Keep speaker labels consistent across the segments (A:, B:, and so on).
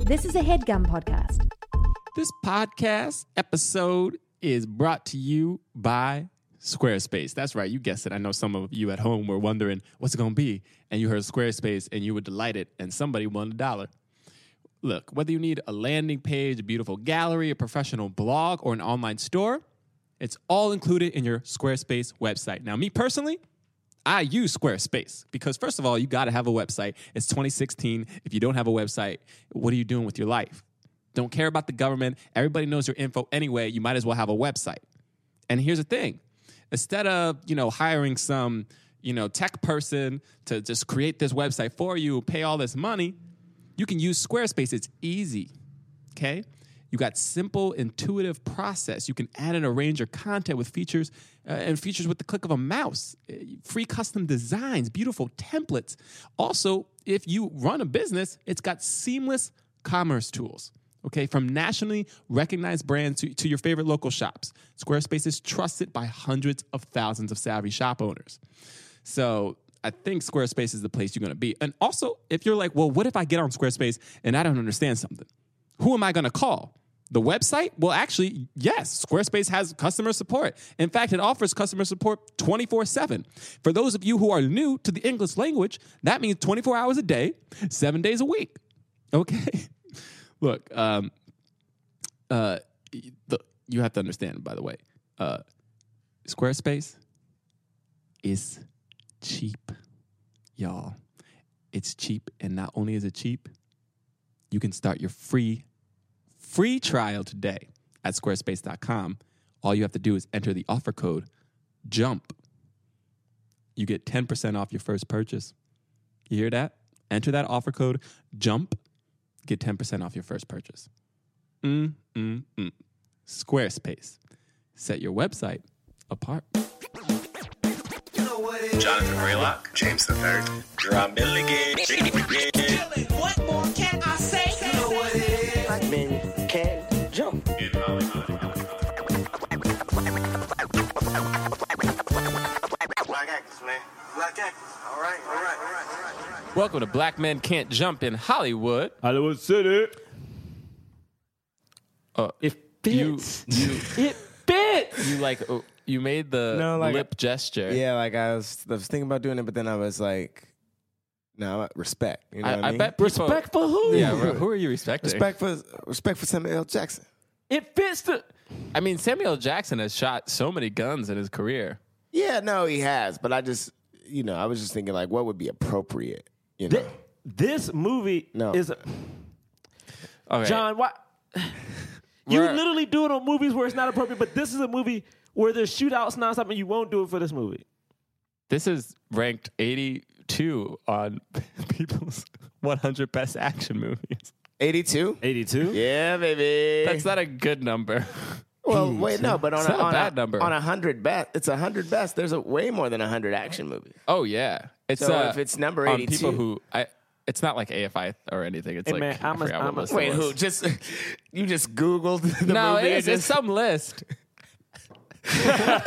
A: This is a headgum podcast.
B: This podcast episode is brought to you by Squarespace. That's right, you guessed it. I know some of you at home were wondering what's it going to be, and you heard Squarespace and you were delighted, and somebody won a dollar. Look, whether you need a landing page, a beautiful gallery, a professional blog, or an online store, it's all included in your Squarespace website. Now, me personally, I use Squarespace because, first of all, you got to have a website. It's 2016. If you don't have a website, what are you doing with your life? Don't care about the government. Everybody knows your info anyway. You might as well have a website. And here's the thing instead of, you know, hiring some, you know, tech person to just create this website for you, pay all this money, you can use Squarespace. It's easy. Okay? You got simple, intuitive process. You can add and arrange your content with features uh, and features with the click of a mouse. Uh, Free custom designs, beautiful templates. Also, if you run a business, it's got seamless commerce tools. Okay, from nationally recognized brands to, to your favorite local shops, Squarespace is trusted by hundreds of thousands of savvy shop owners. So I think Squarespace is the place you're going to be. And also, if you're like, well, what if I get on Squarespace and I don't understand something? Who am I going to call? The website? Well, actually, yes, Squarespace has customer support. In fact, it offers customer support 24 7. For those of you who are new to the English language, that means 24 hours a day, seven days a week. Okay? Look, um, uh, the, you have to understand, by the way, uh, Squarespace is cheap, y'all. It's cheap, and not only is it cheap, you can start your free free trial today at squarespace.com. All you have to do is enter the offer code JUMP. You get 10% off your first purchase. You hear that? Enter that offer code JUMP, get 10% off your first purchase. Mm, mm, mm. Squarespace. Set your website apart.
C: Jonathan Raylock, James the Third, Drum Milligan.
D: What more can I say?
E: men can jump.
C: Black actors, man. Black actors. All right, all right, all right, all right.
B: Welcome to Black Men Can't Jump in Hollywood.
F: Hollywood City.
G: It
B: Uh, You-
G: fits. it fits.
B: You like oh, you made the
F: No, like-
B: lip gesture.
E: Yeah, like I was, I was thinking about doing it, but then I was like, no, I- respect. You know
B: I,
E: what
B: I
E: mean?
B: bet people,
G: Respect for who?
B: Yeah, right. who are you respecting?
E: respect for respect for Samuel L. Jackson.
G: It fits the.
B: I mean, Samuel L. Jackson has shot so many guns in his career.
E: Yeah, no, he has, but I just, you know, I was just thinking like, what would be appropriate? You know,
G: thi- This movie
E: No.
G: is
B: All right.
G: John. Why? You
B: We're-
G: literally do it on movies where it's not appropriate, but this is a movie where there's shootouts nonstop, and you won't do it for this movie.
B: this is ranked 82 on people's 100 best action movies.
E: eighty-two.
G: 82.
E: Yeah, baby.
B: That's not a good number.
E: well, wait, no, but on
B: It's
E: a,
B: not a
E: on
B: bad number.
E: on a hundred best, it's a hundred best. There's a way more than a hundred action movies.
B: Oh yeah, it's
E: So
B: uh,
E: if it's number
B: on people
E: 82
B: who I. It's not like AFI or anything. It's
G: Hey,
B: like
G: man,
B: I
G: I'm a-
B: forgot what
G: I'm a-
B: list it
E: Wait,
B: was.
E: who just you just Googled the
B: No, it
E: movie? and
B: is. It's
E: just-
B: some list. what?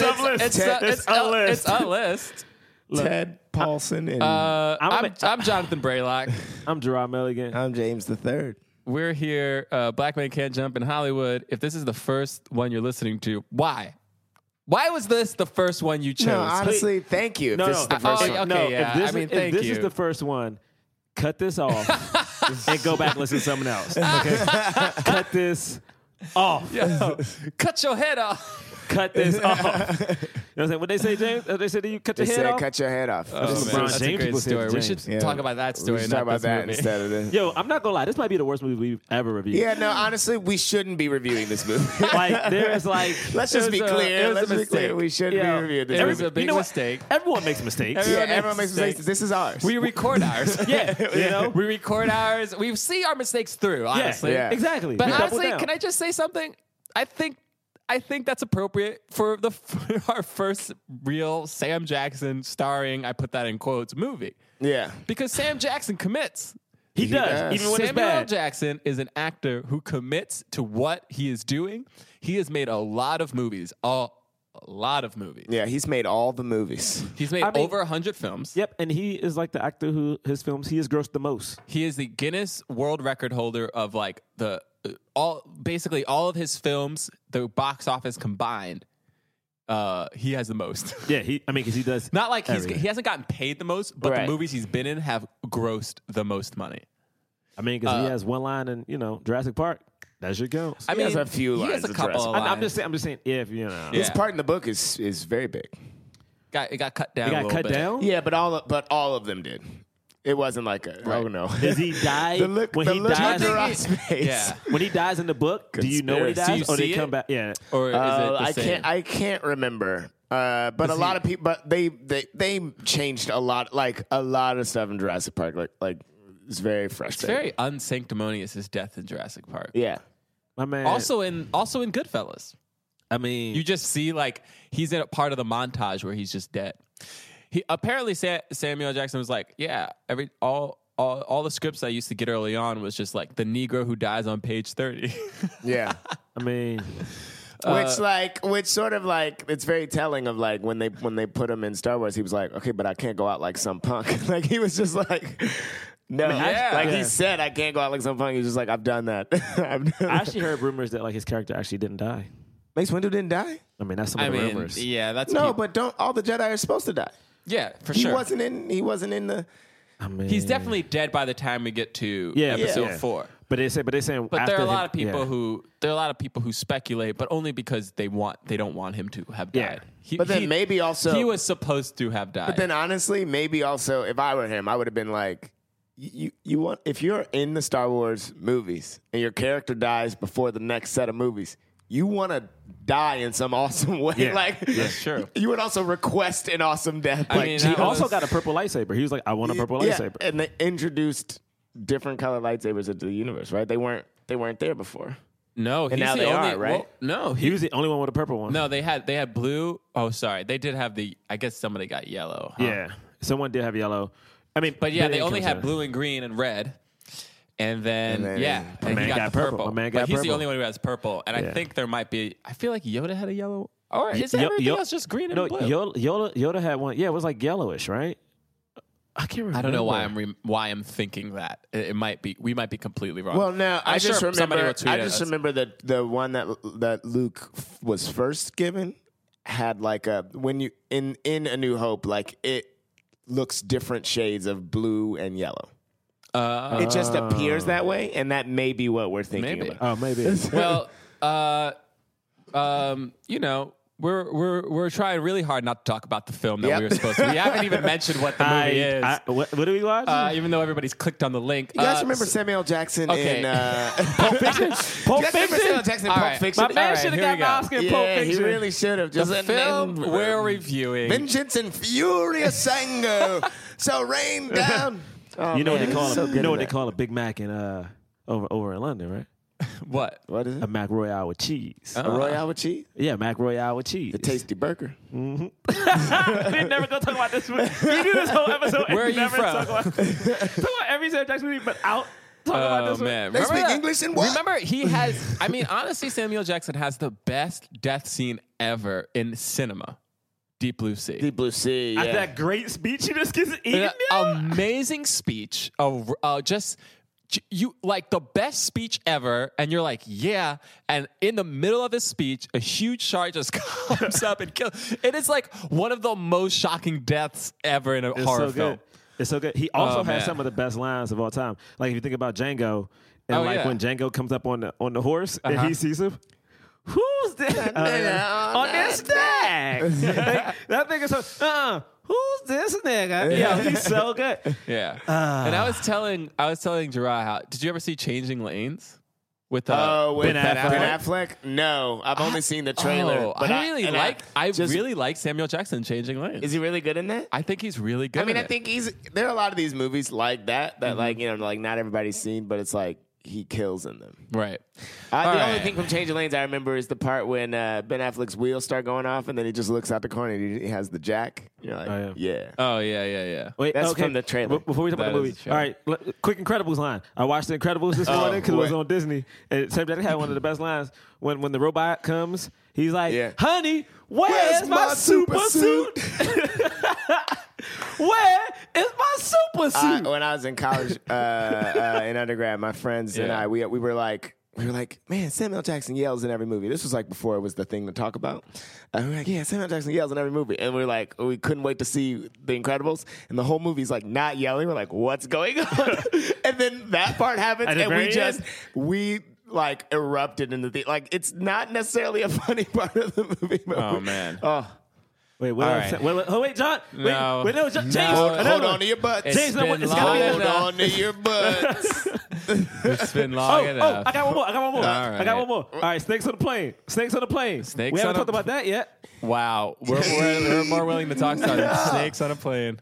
B: it's,
G: list.
B: It's,
G: Ted,
B: a,
G: it's
B: it's,
G: a
B: a,
G: list.
B: it's a list.
E: Ted Paulson and
B: Uh,
G: I'm
B: I'm,
G: a-
B: I'm, Jonathan Braylock.
G: I'm Gerard Milligan.
E: I'm James the Third.
B: We're here. Uh, Black Man Can't Jump in Hollywood. If this is the first one you're listening to, why? Why was this the first one you chose?
E: No, honestly, thank you. If
G: no,
E: this
G: no,
E: is the
B: Oh,
E: first
B: yeah,
E: one.
B: okay,
G: no.
B: yeah.
G: If this,
B: I mean,
G: is,
B: thank
G: if this is
B: you.
G: the first one, cut this off and go back and listen to something else. Okay? cut this off.
B: Yo, cut your head off.
G: Cut this off. You know what I'm saying? What they say, James? Uh, They say to you, cut
E: They
G: your head
E: said
G: off.
E: cut your head off.
G: This
B: man,
G: LeBron
B: that's a
G: James
B: great
G: people say
B: story. We
G: James.
B: should
E: Yeah.
B: talk about that story.
E: we should
B: not
E: talk about
B: this
E: that
B: movie.
E: instead of this.
G: Yo, I'm not gonna lie. This might be the worst movie we've ever reviewed.
E: Yeah, no, honestly, we shouldn't be reviewing this movie.
G: Like there is like
E: Let's just
B: It was
E: be
B: a- it was
E: clear.
B: a
E: Let's be clear.
B: mistake.
E: We shouldn't
G: Yeah.
E: be reviewing this
B: It was
E: movie.
B: a big
G: you know what?
B: mistake.
G: everyone makes mistakes.
E: yeah,
B: everyone makes
E: everyone makes
B: mistakes.
E: mistakes. This is ours.
B: We record ours.
G: Yeah, you know.
B: We record ours. We see our mistakes through,
G: Yeah,
B: honestly.
E: Yeah.
G: exactly.
B: But
G: We double
B: honestly,
G: down.
B: can I just say something? I think I think that's appropriate for the for our first real Sam Jackson starring. I put that in quotes movie
E: yeah.
B: because Sam Jackson commits.
G: He does,
E: does.
G: even when it's
B: Samuel L.
G: bad.
B: Jackson is an actor who commits to what he is doing. He has made a lot of movies, a,
F: a lot of movies.
E: Yeah, he's made all the movies.
F: He's made
G: I mean-
F: over 100 films.
G: Yep, and he is like the actor who his films he has grossed the most.
F: He is the Guinness World Record holder of like the uh, all basically all of his films, the box office combined. Uh, he has the most.
G: Yeah, he. I mean, because he does
F: Not like he's,
G: everything.
F: he hasn't gotten paid the most, but
E: Right.
F: the movies he's been in have grossed the most money.
G: I mean, because he has one line in you know Jurassic Park. That shit goes.
F: I
E: He
F: mean,
E: has a few
F: he has
E: lines
F: a
E: of
F: couple.
E: Jurassic
F: Of
G: I'm, I'm
F: lines.
G: just saying. I'm just saying if you know.
F: Yeah.
E: His part in the book is is very big.
F: got, it got cut down.
G: He
F: a
G: got
F: little
G: cut
F: bit.
G: down.
E: Yeah, but all of, but all of them did. It wasn't like a, oh no.
G: Does he die
E: the look,
G: when
E: the
G: he
E: look
G: dies?
E: under our face.
F: Yeah.
G: When he dies in the book, do you know when he
E: Conspiracy.
F: Do
G: dies,
F: you
G: or they
F: see
G: come
F: it?
G: back? Yeah.
F: Or is
E: Uh,
F: it the
E: I
F: same?
E: can't. I can't remember. Uh, but a lot of people, but they, they they changed a lot, like a lot of stuff in Jurassic Park. Like like it's very
F: It's
E: frustrating.
F: very unsanctimonious his death in Jurassic Park.
E: yeah.
G: My man.
F: Also in also in Goodfellas,
G: I mean,
F: you just see like he's in a part of the montage where he's just dead. He apparently Sa- Samuel Jackson was like, yeah, every all. All, all the scripts I used to get early on was just like the Negro who dies on page thirty.
E: Yeah.
G: I mean,
E: which like which sort of like it's very telling of like when they when they put him in Star Wars, he was like, okay, but I can't go out like some punk. like he was just like. No,
F: Yeah.
E: like
G: Yeah.
E: he said, I can't go out like some punk. He's just like, I've done that. I've done
G: I
E: that.
G: actually heard rumors that like his character actually didn't die.
E: Mace Windu didn't die.
G: I mean, that's some of
F: I
G: the
F: mean,
G: rumors.
F: yeah, that's
E: No,
F: peop-
E: but don't all the Jedi are supposed to die.
F: yeah, for
E: He
F: sure.
E: wasn't in. He wasn't in the.
G: I mean,
F: He's definitely dead by the time we get to
G: Yeah, but-
F: episode
G: yeah.
F: four.
G: But they say, but they saying,
F: But there
G: after
F: are a lot
G: him-
F: of people
G: yeah.
F: who there are a lot of people who speculate, but only because they want they don't want him to have
G: Yeah.
F: died. He-
E: But then
F: he-
E: maybe also
F: he was supposed to have died.
E: But then honestly, maybe also if I were him, I would have been like, y- you you want if you're in the Star Wars movies and your character dies before the next set of movies, you want to die in some awesome way.
G: Yeah.
E: like
F: That's true.
E: You would also request an awesome death.
F: I
E: like,
F: mean,
G: He
F: that
G: also
F: was-
G: got a purple lightsaber. He was like, I want a purple
E: yeah,
G: lightsaber.
E: and they introduced different color lightsabers into the universe. Right? They weren't they weren't there before.
F: no, he's
E: now
F: the
E: they
F: only,
E: are, right?
F: well, no,
G: He
F: he
G: was the only one with a purple one.
F: no. They had they had blue. Oh, sorry, they did have the. I guess somebody got yellow. huh?
G: Yeah. Someone did have yellow. I mean,
F: uh-uh. but yeah,
G: it
F: they
G: didn't
F: only
G: come
F: had
G: to-
F: blue and green and red. And then,
E: And then-
F: yeah,
E: My
F: and
G: man
F: he got,
G: got
F: the
G: purple.
F: purple.
G: My man
F: but
G: got
F: he's the
G: purple.
F: only one who has purple. And
G: Yeah.
F: I think there might be. I feel like Yoda had a yellow. Or is it
G: Yo-
F: everything
G: yo-
F: else just green and
G: No,
F: blue?
G: Yoda, Yoda, Yoda had one. Yeah, it was like yellowish, right? I can't remember.
F: I don't know why I'm re- why I'm thinking that. It, it might be we might be completely wrong.
E: Well, no,
F: Uh, I'm
E: I just
F: sure somebody
E: remember.
F: will tweet
E: I
F: at
E: just
F: us.
E: remember that the one that that Luke f- was first given had like a when you in in A New Hope, like it looks different shades of blue and yellow.
F: Uh,
E: It just appears that way, and that may be what we're thinking
F: Maybe. Uh,
E: about.
G: Oh, maybe.
F: well, uh, um, you know, we're we're we're trying really hard not to talk about the film that
E: Yep.
F: we were supposed to. We haven't even mentioned what the movie
G: I,
F: is,
G: I, what, what do we watch?
F: uh, even though everybody's clicked on the link.
E: You guys
F: Uh,
E: remember
F: so-
E: Samuel Jackson
F: okay.
E: in uh,
G: Pulp Fiction. Pulp
E: you guys remember
G: Fiction.
E: Samuel Jackson in
F: All
E: Pulp
F: right.
E: Fiction?
G: My man
F: All right,
G: should have
F: here
G: got
F: we
G: an
F: go.
G: Oscar in Pulp
E: yeah, he
G: Fiction.
E: really should have.
F: the
E: Just a
F: film
E: name-
F: we're reviewing.
E: Vengeance and Furious Anger. so rain down.
F: Uh,
E: Oh,
G: you know what
E: man,
G: they call
E: he's
G: a,
E: so
G: you
E: good
G: know
E: at
G: what they
E: that.
G: call a Big Mac in uh over over in London, right?
F: what?
E: What is it?
G: A Mac Royale with cheese.
F: Uh-uh.
E: A Royale with cheese?
G: Yeah, Mac Royale with cheese.
E: The tasty burger.
G: We're never gonna talk about this movie. We do this whole episode. and
F: Where are you
G: never
F: from?
G: Talk about, talk about every Sam Jackson movie, but out. Talk about
F: Oh
G: this
F: man!
E: They
F: Remember
E: speak
F: that-
E: English in what?
F: Remember, he has. I mean, honestly, Samuel Jackson has the best death scene ever in cinema. Deep Blue Sea.
E: Deep Blue Sea.
G: One.
E: Yeah.
G: After that great speech, he just gets eaten.
F: An
G: up.
F: amazing speech. Of, uh, just j- you like the best speech ever, and you're like, yeah. And in the middle of his speech, a huge shark just comes up and kills. It is like one of the most shocking deaths ever in a
G: It's
F: horror
G: so
F: film.
G: good. It's so good. He also
F: Oh,
G: has
F: man.
G: some of the best lines of all time. Like if you think about Django, and
F: Oh,
G: like
F: yeah.
G: when Django comes up on the on the horse and he
F: Uh-huh. Oh,
G: sees him. Who's that
E: nigga
G: nigga on
E: on
G: this stag? Like, that nigga's so, uh, who's this nigga? Yeah, he's so good.
F: Yeah. and I was
E: Ah.
F: telling, I was telling Gerard, how did you ever see Changing Lanes? With uh,
E: Oh, with
G: Ben
E: Ben Affleck.
G: Affleck?
E: No, I've only seen the trailer.
F: Oh,
E: but
F: I really
E: and
F: like. I,
E: just-
F: really like Samuel Jackson changing lanes.
E: Is he really good in that?
F: I think he's really Mm-hmm. good.
E: I mean,
F: in
E: I
F: it.
E: think he's. There are a lot of these movies like that that, like you know, like not everybody's seen, but it's like he kills in them.
F: Right.
E: Uh,
F: All
E: the only
F: right.
E: thing from Change of Lanes I remember is the part when uh, Ben Affleck's wheels start going off, and then he just looks out the corner and he- he has the jack. You're like,
G: Oh,
E: yeah.
F: Oh yeah, yeah, yeah.
G: Wait,
E: That's from the trailer.
G: Be- Before we talk
F: That
G: about the
F: is
G: movie,
F: the
G: all right, l- quick Incredibles line. I watched the Incredibles this morning because it was
E: boy.
G: on Disney, and Sam Jackson had one of the best lines when when the robot comes. He's like,
E: Yeah.
G: "Honey, where's, my, super suit? Where is my super
E: I-
G: suit?"
E: Uh, when I was in college, uh, uh, in undergrad, my friends and
F: Yeah.
E: I, we, we were like, we were like, man, Samuel Jackson yells in every movie. This was like before it was the thing to talk about. And we were like, yeah, Samuel Jackson yells in every movie. And we were like, we couldn't wait to see The Incredibles. And the whole movie's like not yelling. We're like, what's going on? and then that part happens,
G: At the
E: and we
G: very
E: just,
G: end?
E: we like erupted into the, like, it's not necessarily a funny part of the movie. but
F: Oh
E: we-
F: man.
E: Oh,
G: wait, what
F: all
G: else-
F: right.
G: wait, wait, oh wait, John, wait,
F: No.
G: wait, no, John,
F: No.
G: James,
F: Hold-
G: another
E: hold
G: one.
E: on to your butts.
G: James, no,
F: been
G: it's
F: long
G: gotta
E: Hold
G: be.
F: enough.
E: on to your butts.
F: It's been
G: Oh,
F: long
G: oh,
F: enough.
G: I got one more. I got one more.
F: All
G: I got
F: right.
G: one more. All right, snakes on the plane. Snakes on the plane.
F: Snakes
G: we haven't
F: on a-
G: talked about that yet.
F: Wow, we're, we're, we're more willing to talk about snakes on a plane.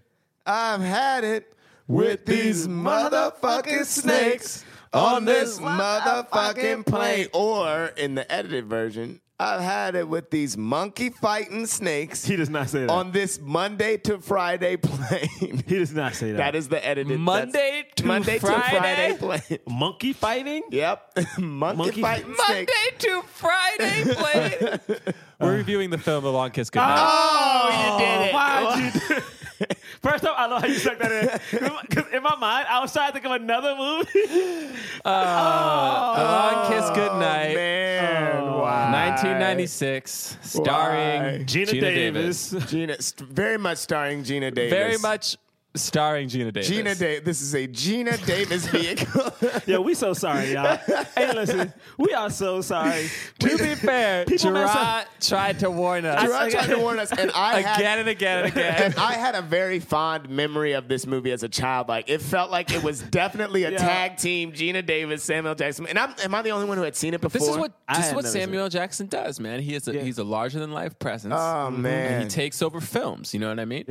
E: I've had it
F: with these motherfucking snakes
E: on this motherfucking plane. Or in the edited version, I've had it with these monkey fighting snakes
G: He does not say that.
E: on this Monday to Friday plane.
G: he does not say that.
E: that is the edited that's-
F: Monday to
E: Monday
F: Friday?
E: to Friday plane.
G: monkey fighting.
E: Yep, monkey,
G: Monkey-
E: fighting snakes.
F: to Friday plane. we're reviewing the film A Long Kiss Goodnight.
G: Ah.
E: Oh, you did it.
G: Uh, Why'd you do First off, I love how you stuck that in. Because in my mind, I was trying to think of another movie. Oh,
F: A Long Kiss Goodnight.
E: Oh, Man,
G: Oh.
E: why?
F: 1996, starring
E: Why?
G: Gina, Davis.
E: Gina, st- very much starring Gina Davis.
F: Very much starring Gina Davis.
E: Gina Davis. This is a Gina Davis vehicle.
G: Yo, we so sorry, y'all. hey, listen, we are so sorry.
F: To be fair,
G: People mess
F: Gerard tried to warn us
E: Gerard tried to warn us, and I
F: again
E: had,
F: and again and again.
E: and I had a very fond memory of this movie as a child. Like it felt like it was definitely a
G: Yeah.
E: tag team: Gina Davis, Samuel Jackson. And I'm, am I the only one who had seen it before?
F: This is what
G: I
F: this is
G: had
F: what
G: never seen
F: Samuel Jackson does, man. He is a, he's a larger than life presence. Mm-hmm.
E: Oh
F: and
E: man,
F: he takes over films. You know what I mean?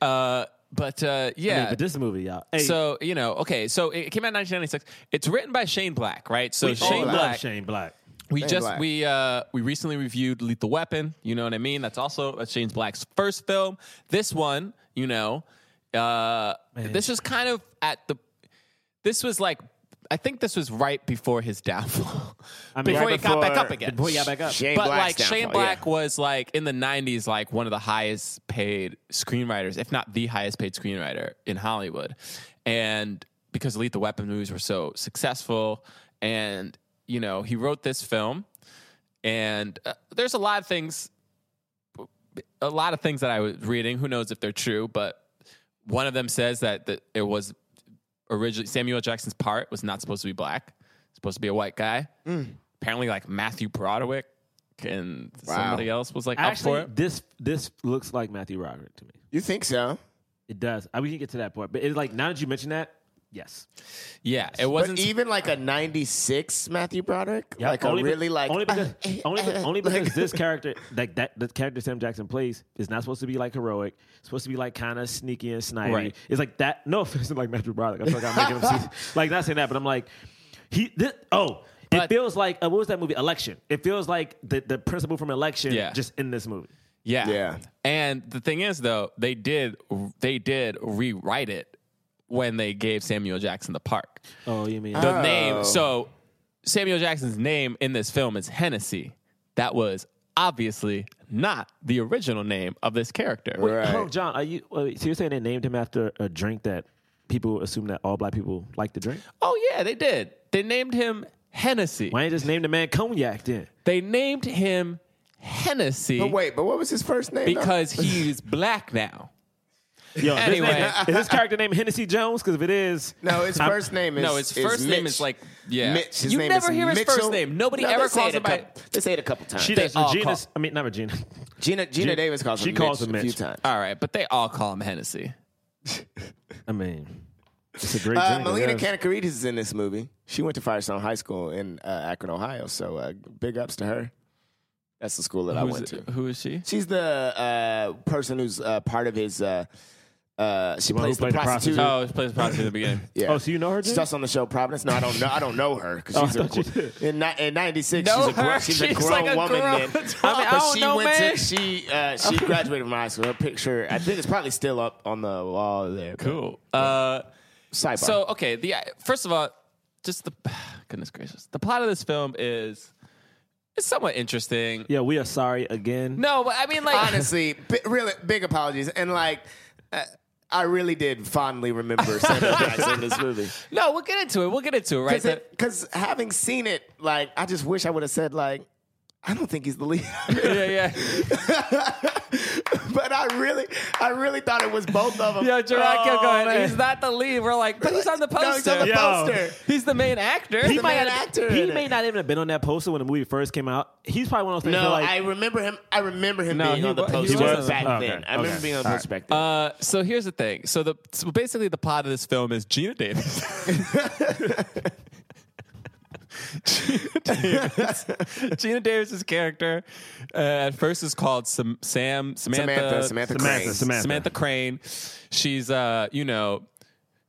F: Uh, but uh, yeah,
G: Hey, but this movie, y'all. Hey,
F: so you know, okay, so it came out in 1996. It's written by Shane Black, right? So
G: we all
F: Shane
G: oh, love
F: Black,
G: Shane Black.
F: we
E: Shane
F: just
E: Black.
F: we uh we recently reviewed Lethal Weapon. You know what I mean? That's also that's Shane Black's first film. This one, you know, uh, this was kind of at the. This was like, I think this was right before his downfall.
G: mean,
F: before
G: right
F: he got back
E: before-
F: up again.
G: Boy, yeah, back up.
E: Shane
F: but
E: Black's
F: like Shane
E: downfall, yeah.
F: Black was like in the '90s, like one of the highest paid screenwriters, if not the highest paid screenwriter in Hollywood, and because Lethal Weapon movies were so successful, and you know he wrote this film, and uh, there's a lot of things, a lot of things that I was reading. Who knows if they're true, but one of them says that that it was originally Samuel Jackson's part was not supposed to be black, supposed to be a white guy.
E: Mm.
F: Apparently, like Matthew Broderick and somebody else was like
G: Actually,
F: up for it.
G: this this looks like Matthew Roderick to me.
E: you think so?
G: It does. I, we can get to that point, but it's like now that you mention that, yes.
F: Yeah, it
E: But
F: wasn't.
E: even like a '96 Matthew Broderick,
G: Yeah,
E: like a
G: be-
E: really like
G: only because,
E: uh,
G: only, be-
E: uh,
G: only
E: like-
G: because this character like that the character Sam Jackson plays is not supposed to be like heroic. It's supposed to be like kind of sneaky and snidey.
F: Right.
G: It's like that. No offense to like Matthew Broderick. I feel like I'm making him see, like not saying that, but I'm like he. This, oh,
F: But-
G: it feels like uh, what was that movie? Election. It feels like the the principal from Election
F: Yeah.
G: just in this movie.
F: yeah,
E: Yeah.
F: And the thing is, though, they did they did rewrite it when they gave Samuel Jackson the park.
G: Oh, you mean
F: The name. So Samuel Jackson's name in this film is Hennessy. That was obviously not the original name of this character.
E: Right.
G: Oh, John, are you? wait, So you're saying they named him after a drink that people assume that all black people like to drink?
F: Oh yeah, they did. They named him Hennessy.
G: Why ain't just name the man cognac then?
F: They named him Hennessy
E: But wait, but what was his first name? though?
F: because he's black now.
G: Yo, this
F: Anyway.
G: name- is his character named Hennessy Jones? Because if it is,
E: no, his
G: I'm-
E: first name is
F: No, his first name is
E: Mitch.
F: like yeah.
E: Mitch. His
F: you
E: name
F: never
E: is
F: hear his first
E: Mitchell.
F: name. Nobody
E: No,
F: ever
E: they say
F: calls
E: it
F: him
E: a
F: by.
E: couple- They say it a couple times.
G: She does.
F: all
G: Regina.
F: call-
G: I mean, not Regina.
E: Gina, Gina
G: She-
E: Davis calls
G: she
E: him
G: calls
E: Mitch
G: him
E: a few
G: Mitch.
E: times.
F: All right, but they all call him Hennessy.
G: I mean, it's a great
E: Uh,
G: drink.
E: Melina
G: yes.
E: Kanakaridis is in this movie. She went to Firestone High School in uh, Akron, Ohio. So uh, big ups to her. That's the school that I
F: Who's-
E: went to.
F: who is she?
E: She's the uh, person who's uh, part of his uh, Uh, she
G: one who
E: plays the
G: played the
E: prostitute.
G: prostitute?
E: Oh,
F: Oh, she plays prostitute in the beginning.
E: yeah.
G: Oh, so you know her?
E: She's
G: Jay?
E: also on the show Providence. No, I don't know. I don't know her because
G: Oh, I
E: she's a,
G: thought you
E: gr-
G: did.
E: in, ni- in '96.
F: Know
E: she's a, gr-
F: her?
E: she's a
F: She's
E: grown
F: like a
E: woman.
F: grown-
E: then.
F: I mean, I
E: but
F: don't
E: she
F: know,
E: went
F: man.
E: to she uh, she graduated from high school. Her picture, I think, it's probably still up on the wall there. but-
F: Cool. Uh,
E: Sidebar.
F: so okay, the uh, first of all, just the goodness gracious, the plot of this film is it's somewhat interesting.
G: Yeah, we are sorry again.
F: No, but I mean like
E: honestly, bi- really big apologies, and like. Uh, I really did fondly remember Sandra Jackson in this movie.
F: no, we'll get into it. We'll get into it. Right. The-
E: Because having seen it, like, I just wish I would have said, like, I don't think he's the lead.
F: yeah, yeah.
E: but I really, I really thought it was both of them.
F: Yo, Gerard
E: Oh,
F: kept going.
E: man.
F: He's not the lead. We're like, but he's on the poster.
E: No, he's on the
G: Yo.
E: poster.
F: He's the main actor.
E: He Oh, the might main have- actor
G: He
E: in it.
G: may not even have been on that poster when the movie first came out. He's probably one of those things.
E: No,
G: where, like,
E: I remember him. I remember him
F: No,
E: being
F: he
E: on the
F: wa- he
E: poster
G: was?
E: back
G: Okay,
E: then. I remember
G: okay.
E: being on the
G: All right.
E: poster back then.
F: Uh, so here's the thing. So the so basically the plot of this film is Gina Davis. Gina Davis. Gina Davis's character uh, at first is called Sam, Sam
E: Samantha,
F: Samantha
E: Samantha,
G: Samantha,
E: Crane.
G: Samantha.
F: Crane. She's uh, you know,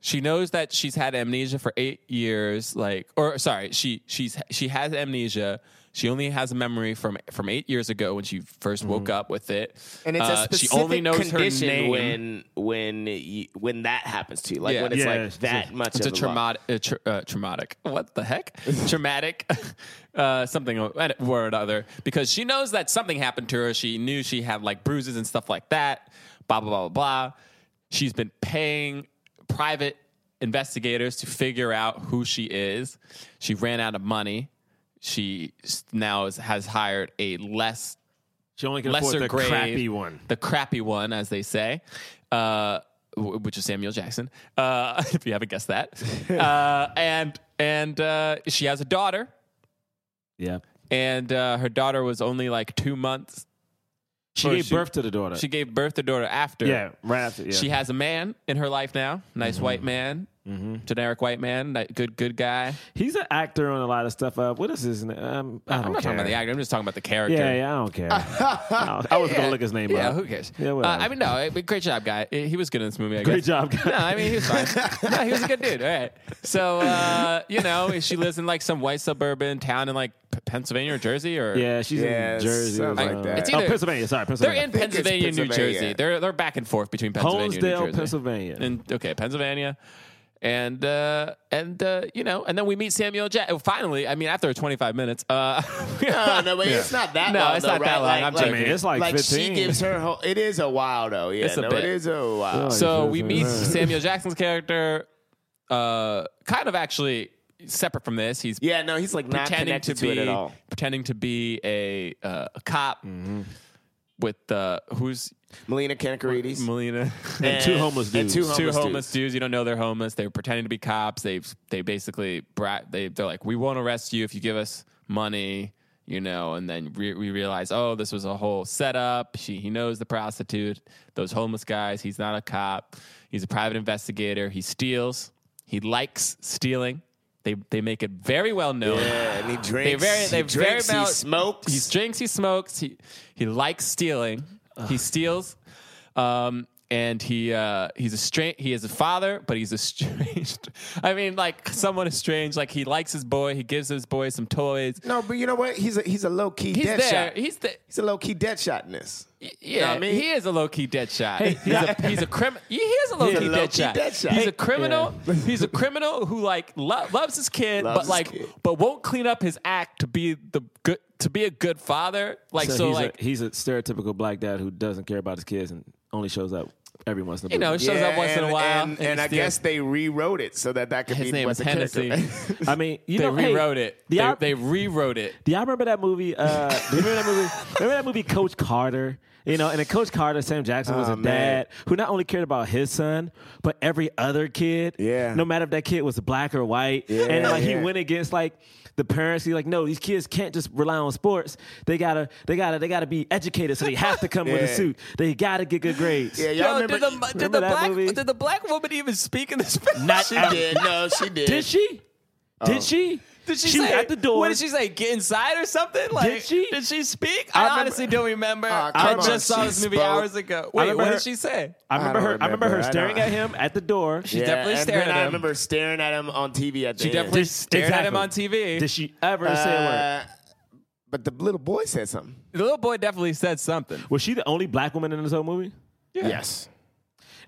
F: she knows that she's had amnesia for eight years. Like, or sorry, she she's she has amnesia. She only has a memory from from eight years ago when she first woke up with it.
E: And it's
F: Uh,
E: a specific
F: she only knows
E: condition
F: her name.
E: when when you, when that happens to you, like
F: Yeah.
E: when it's
G: Yeah,
E: like
G: it's
E: that
G: just-
E: much.
F: It's
E: of a
F: a
E: lot.
F: traumatic, uh, tr- uh, traumatic. What the heck? traumatic, uh, something uh, word or other. Because she knows that something happened to her. She knew she had like bruises and stuff like that. Blah blah blah blah blah. She's been paying private investigators to figure out who she is. She ran out of money. She s- now is, has hired a less
G: she only can
F: lesser
G: afford the
F: grade,
G: crappy one.
F: the crappy one, as they say, uh, w- which is Samuel Jackson. Uh, if you haven't guessed that, uh, and and uh, she has a daughter,
G: Yeah.
F: and uh, her daughter was only like two months.
G: She
F: Or
G: gave
F: she-
G: birth to the daughter.
F: She gave birth to daughter after.
G: Uh, yeah, right after. Yeah. Mm-hmm.
F: She has a man in her life now. Nice white man, generic white man, ni- good good guy.
G: He's an actor on a lot of stuff. Uh, what is his name? Um, I don't care.
F: I'm not talking about the actor. I'm just talking about the character.
G: Yeah, yeah, I don't care. I I was gonna look his name
F: Yeah,
G: up.
F: who cares?
G: Yeah,
F: uh,
G: whatever.
F: I mean, no, it- great job, guy. He was good in this movie. I
G: Great
F: guess.
G: job, guy.
F: No, I mean, he was fine. no, he was a good dude. All right. So, uh, you know, she lives in like some white suburban town in like P- Pennsylvania or Jersey or.
G: Yeah, she's
E: Yeah,
G: in Jersey. or
E: something
G: something.
E: like that. It's
G: oh,
F: either-
G: Pennsylvania. Sorry,
F: They're
G: Pennsylvania.
F: in
E: think it's
F: Pennsylvania, New
E: Pennsylvania.
F: Jersey. They're they're back and forth between Pennsylvania and New
G: Holmesdale,
F: Jersey.
G: Pennsylvania.
F: And okay, Pennsylvania. And uh, and uh, you know, and then we meet Samuel Jack. oh, Finally, I mean, after 25 minutes, uh,
E: No, no, but it's not that
F: No,
E: long.
F: it's
E: though,
F: not that
E: right?
F: long.
E: Like,
F: I'm
E: like,
F: joking.
G: I mean, it's like
E: like she
G: 15.
E: gives her whole. It is a while though. Yeah,
F: It's a
E: no,
F: bit.
E: it is a
G: Oh,
E: while.
F: so
G: yeah,
F: we
G: yeah,
F: meet
G: yeah.
F: Samuel Jackson's character, uh, kind of actually separate from this. He's
E: Yeah, no, he's like not
F: pretending
E: connected
F: to
E: to,
F: be
E: it at all. Mm-hmm.
F: pretending to be a uh, a cop with uh, who's
E: Melina Kanakarides.
F: Melina.
E: and
G: two homeless
E: and two
G: dudes.
E: homeless,
F: Two homeless
E: dudes.
F: dudes. You don't know they're homeless. They're pretending to be cops. They they basically brat. They they're like, we won't arrest you if you give us money. You know, and then re- we realize, oh, this was a whole setup. She he knows the prostitute. Those homeless guys. He's not a cop. He's a private investigator. He steals. He likes stealing. They they make it very well known.
E: Yeah, and he drinks.
F: They very, they
E: he drinks.
F: very
E: he
F: about,
E: smokes.
F: He drinks. He smokes. He he likes stealing. He steals. Um, and he uh, he's a strange. He is a father, but he's estranged. I mean, like someone estranged. Like he likes his boy. He gives his boy some toys.
E: no, but you know what? He's a he's a low key
F: He's
E: dead
F: there.
E: shot.
F: He's the
E: He's a low key dead shot in this.
F: yeah.
E: what I mean?
F: He is a low key dead shot. he's a he's a criminal. He is a low
E: He's a
F: key
E: low-key
F: dead shot.
E: dead shot.
F: He's a criminal. He's a criminal who like lo- loves his kid,
E: Loves
F: but
E: his
F: like
E: kid.
F: but won't clean up his act to be the good to be a good father. Like so,
G: he's
F: like
G: a, he's a stereotypical black dad who doesn't care about his kids and only shows up every once in a
F: you know,
G: blue
F: it shows up once
E: and,
F: in a while.
E: And,
F: he
E: and I
F: steals.
E: guess they rewrote it so that that could
F: his
E: be
F: name
E: what
F: is
E: the character-
F: Hennessy.
G: moon. I mean, you
F: They
G: know, hey,
F: rewrote it.
G: Do
F: They,
G: y'all,
F: they rewrote it.
G: do y'all remember that movie? Uh, do you remember that movie? Remember that movie, Coach Carter? You know, and in Coach Carter, Sam Jackson was
E: Oh,
G: a
E: man.
G: dad who not only cared about his son, but every other kid.
E: Yeah.
G: No matter if that kid was black or white, and like
E: yeah.
G: he went against like the parents. He's like, no, these kids can't just rely on sports. They gotta, they gotta, they gotta be educated, so they have to come with a
E: Yeah.
G: suit. They gotta get good grades.
E: Yeah, y'all
F: Yo,
E: remember?
F: did the, did
G: remember
F: the
G: that
F: black
G: movie?
F: did the black woman even speak in this film?
G: Not
E: she
G: at-
E: did. No, she did.
G: Did she? Did she?
F: Did she,
G: She was
F: say
G: at the door.
F: What did she say? Get inside or something? Like,
G: she?
F: Did she speak? I,
E: remember-
F: honestly don't remember.
E: Ah,
F: I
E: come
F: just
E: on,
F: saw
E: she
F: this movie
E: spoke.
F: hours ago. Wait,
G: remember
F: what
G: her-
F: did she say?
G: I remember
E: don't
G: her. I remember her
E: remember. I
G: staring
E: don't-
G: at him at the door.
F: She definitely
E: and
F: stared
E: then
F: at
E: I
F: him.
E: remember staring at him on TV at the
F: She
E: end.
F: definitely stared at him on
G: exactly.
F: TV.
G: Did she ever say a word?
E: Uh, But the little boy said something.
F: the little boy definitely said something.
G: Was she the only black woman in this whole movie?
E: Yes.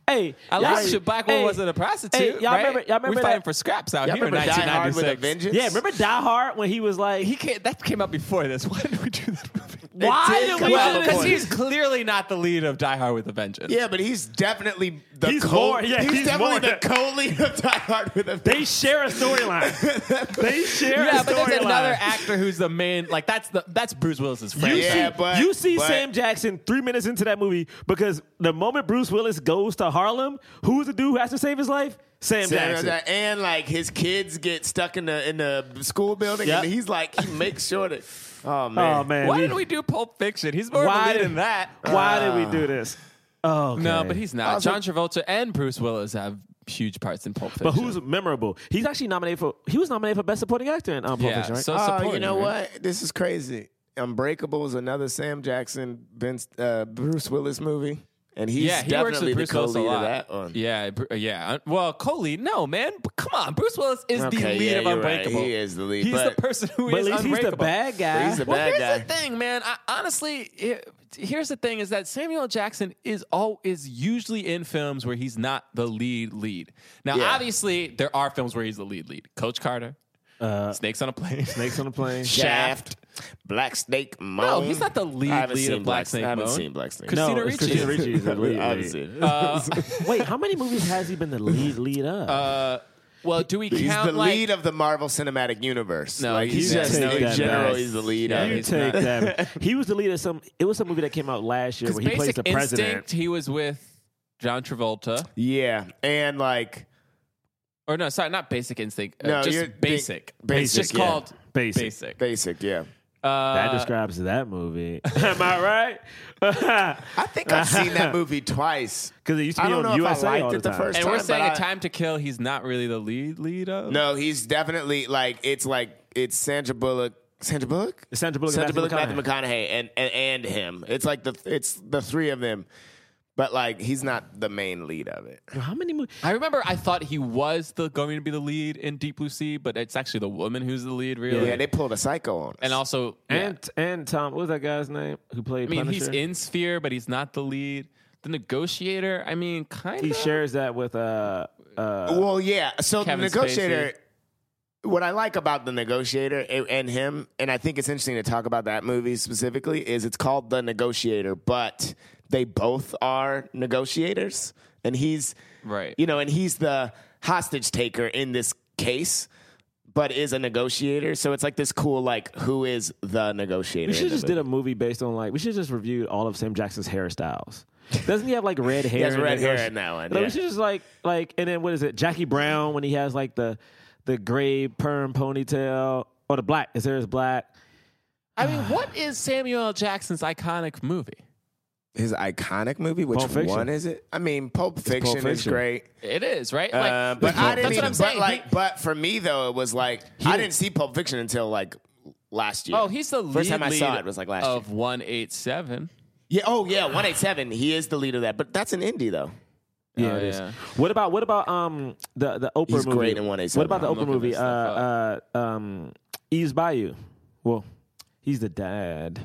G: Hey,
F: At
G: y'all-
F: least your black woman
G: hey,
F: wasn't a prostitute.
G: hey, y'all
F: right?
G: remember- y'all remember
F: we fighting
G: that-
F: for scraps out
E: Y'all
F: here in
E: remember Die Hard with a
F: 1996.
E: Vengeance?
G: Yeah, remember Die Hard when he was like,
F: He can't, that came out before this. Why did we do that movie?
E: did
G: why did
E: come
G: we
E: out
G: do
F: Well,
E: before
G: this?
F: because he's clearly not the lead of Die Hard with a Vengeance.
E: Yeah, but he's definitely the
G: He's
E: co-
G: more- yeah,
E: he's,
G: he's
E: definitely
G: more
E: the
G: than-
E: co-lead of Die Hard with a
G: They share a storyline. they share
F: Yeah,
G: a
F: but there's another
G: storyline.
F: actor who's the main. Like that's the that's Bruce Willis's
G: You
F: friend.
E: Yeah,
G: see,
E: but-
G: you see
E: but-
G: Sam Jackson three minutes into that movie because the moment Bruce Willis goes to Harlem, who's the dude who has to save his life? Sam,
E: Samuel
G: Jackson.
E: Jackson. And like his kids get stuck in the in the school building,
G: Yep.
E: and he's like, he makes sure that. Oh man.
G: Oh man,
F: Why
G: we-
F: didn't we do Pulp Fiction? He's more of a
G: Why
F: lead
G: did-
F: in that.
G: Why did we do this? Oh
F: No, but he's not.
E: Also-
F: John Travolta and Bruce Willis have huge parts in Pulp Fiction.
G: But who's memorable? He's actually nominated for. He was nominated for best supporting actor in um, Pulp
F: Yeah,
G: Fiction, right?
F: so
E: Oh,
F: supporting,
E: you know
F: right?
E: what? This is crazy. Unbreakable is another Sam Jackson, Vince, uh, Bruce Willis movie, and he's
F: Yeah, he works
E: definitely
F: with Bruce
E: the
F: Willis a
E: co-lead of
F: lot.
E: that one.
F: Yeah, Bru- yeah. Uh, Well, co-lead, no, man. B- Come on, Bruce Willis is the
E: Okay,
F: lead
E: yeah,
F: of
E: you're right.
F: Unbreakable.
E: He is the lead,
F: He's
E: but-
F: the person who is
G: but at least he's the
F: unbreakable.
G: bad guy.
E: But he's the
F: Well,
E: bad
F: here's
E: guy.
F: the thing, man. I, honestly, it, here's the thing: is that Samuel Jackson is all is usually in films where he's not the lead lead. Now,
E: Yeah.
F: obviously, there are films where he's the lead lead. Coach Carter, Snakes on a Plane.
G: Uh, Snakes on the plane.
E: Shaft, Black Snake Moan.
F: No, he's not the lead
E: I haven't
F: lead
E: seen
F: of Black Snake
E: I haven't
F: Moan.
E: seen Black Snake.
F: Christina
G: No, Oh, it's
F: Ricci.
G: Christina Ricci is the
E: Moan.
G: lead.
E: I haven't
G: lead.
E: seen it.
G: Wait, how many movies has he been the lead lead of?
F: Well, do we
E: he's
F: count
E: the
F: like,
E: lead of the Marvel Cinematic Universe.
F: No,
E: like he's
F: you
E: just
G: take
E: no, in
G: that
E: general,
G: back.
E: he's the lead.
F: Yeah,
E: of
G: you
E: it.
F: he's
G: take
F: not.
G: that. He was the lead of some. It was some movie that came out last year where he plays
F: Basic
G: the
F: Instinct?
G: president.
F: He was with John Travolta,
E: Yeah, and like
F: or no, sorry, not Basic Instinct. uh,
E: No,
F: just
E: you're-
F: Basic.
E: Basic,
F: It's just
E: yeah.
F: called
G: Basic.
F: Basic.
E: basic, yeah.
F: Uh,
G: That describes that movie. Am I right?
E: I think I've seen that movie twice.
G: Because it used to
E: I
G: be
E: don't know
G: on
E: if I
G: USA
E: liked
G: all the
E: it the
G: time.
E: first
F: and we're
E: time,
F: saying
E: but
F: a
E: I-
F: Time to Kill. He's not really the lead lead of.
E: No, he's definitely like it's like it's Sandra Bullock. Sandra Bullock.
G: It's Sandra Bullock and
E: Sandra Bullock,
G: Matthew
E: Matthew McConaughey, and, and and him. It's like the it's the three of them, but like he's not the main lead of it.
G: How many movies?
F: I remember I thought he was the going to be the lead in Deep Blue Sea, but it's actually the woman who's the lead, really.
E: Yeah, they pulled a psycho on us.
F: and also, yeah.
G: And and Tom, what was that guy's name who played?
F: I mean,
G: Punisher?
F: he's in Sphere, but he's not the lead. The Negotiator, I mean, kind of.
G: He shares that with uh uh.
E: well, yeah. So
F: Kevin
E: the negotiator. What I like about the negotiator a- and him, and I think it's interesting to talk about that movie specifically, is it's called the negotiator, but they both are negotiators, and he's
F: Right.
E: you know, and he's the hostage taker in this case. But is a negotiator, so it's like this cool, like who is the negotiator?
G: We
E: in
G: should
E: the
G: just did
E: movie.
G: a movie based on like we should just reviewed all of Sam Jackson's hairstyles. Doesn't he have like red hair?
E: has
G: in
E: red
G: that
E: hair
G: goes-
E: in that one,
G: Like,
E: yeah.
G: We should just like like and then what is it? Jackie Brown when he has like the the gray perm ponytail or the black. His hair is black.
F: I mean, what is Samuel L. Jackson's iconic movie?
E: his iconic movie. Which
G: Pulp Fiction.
E: one is it? I mean, Pulp Fiction, is
G: Fiction.
E: great.
F: It is right, like,
E: Uh, but I didn't
F: that's
E: even,
F: what I'm saying.
E: But, like, but for me though, it was like I didn't see Pulp Fiction until like last
F: He-
E: year.
F: oh, he's the lead
E: first time I saw
F: lead
E: it was like last
F: of
E: year.
F: one eight seven.
E: Yeah. Oh yeah, one eight seven. He is the lead of that, but that's an indie though.
G: Yeah,
F: Oh,
G: it is.
F: yeah.
G: What about what about um the the Oprah
E: He's
G: movie?
E: great in 187.
G: What about the
F: I'm
G: Oprah
F: looking
G: movie?
F: this
G: Uh, uh, um, Eves Bayou. Well, he's the dad.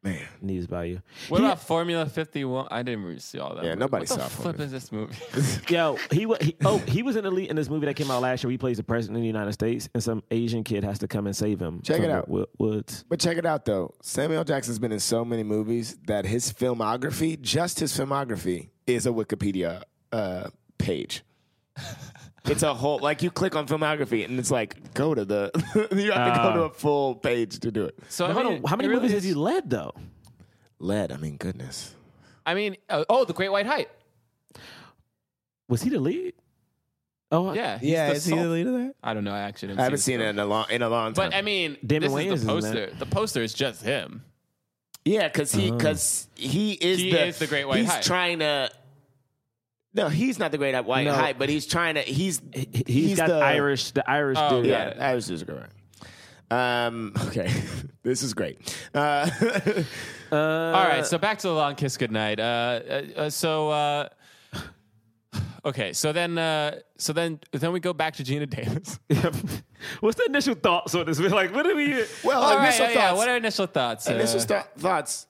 E: Man.
G: in Eves Bayou.
F: What
G: He-
F: about Formula Fifty One? I didn't really see all that.
E: Yeah,
F: movie.
E: nobody
F: what the
E: saw
F: flip
E: Formula.
F: is this movie?
G: Yo, he, wa- he oh he was in the lead in this movie that came out last year. He plays the president of the United States, and some Asian kid has to come and save him.
E: Check
G: from
E: it
G: the
E: out.
G: wo- woods.
E: But check it out though. Samuel Jackson's been in so many movies that his filmography, just his filmography, is a Wikipedia uh, page. It's a whole like you click on filmography and it's like go to the you have to go
F: Uh.
E: to a full page to do it.
F: So I
G: Hold
F: mean,
G: on, how
F: it
G: many
F: really
G: movies has
F: is-
G: he led though?
E: Lead, I mean goodness.
F: I mean, uh, oh, The Great White Height.
G: Was he the lead? Oh
F: Yeah, he's
E: Yeah,
F: the
E: is he the
F: salt-
E: lead of that?
F: I don't know. I actually didn't
E: I haven't
F: see
E: seen
F: this
E: it
F: film.
E: in a long in a long time.
F: But I mean,
G: Damon
F: this
G: Wayans
F: is
G: is
F: the
G: in
F: poster. The poster is just him.
E: Yeah, because he
G: Oh.
E: because he is
F: e- He
E: the,
F: is the Great White
E: He's
F: Hype.
E: trying to. No, he's not the Great White Hype, but he's trying to. He's
G: He- he's got
E: the
G: Irish the Irish
F: Oh,
G: dude.
F: got
E: Yeah,
F: it.
E: Irish is great. Um, okay, this is great. Uh,
F: All right, so back to the long kiss goodnight. Uh, uh, uh, so uh, okay, so then uh, so then then we go back to Gina Davis.
G: What's the initial thoughts on this? We're like, what are we?
E: well,
F: All right,
E: initial
F: uh,
E: thoughts.
F: yeah. What are initial thoughts?
E: initial
F: Uh,
E: sta- thoughts.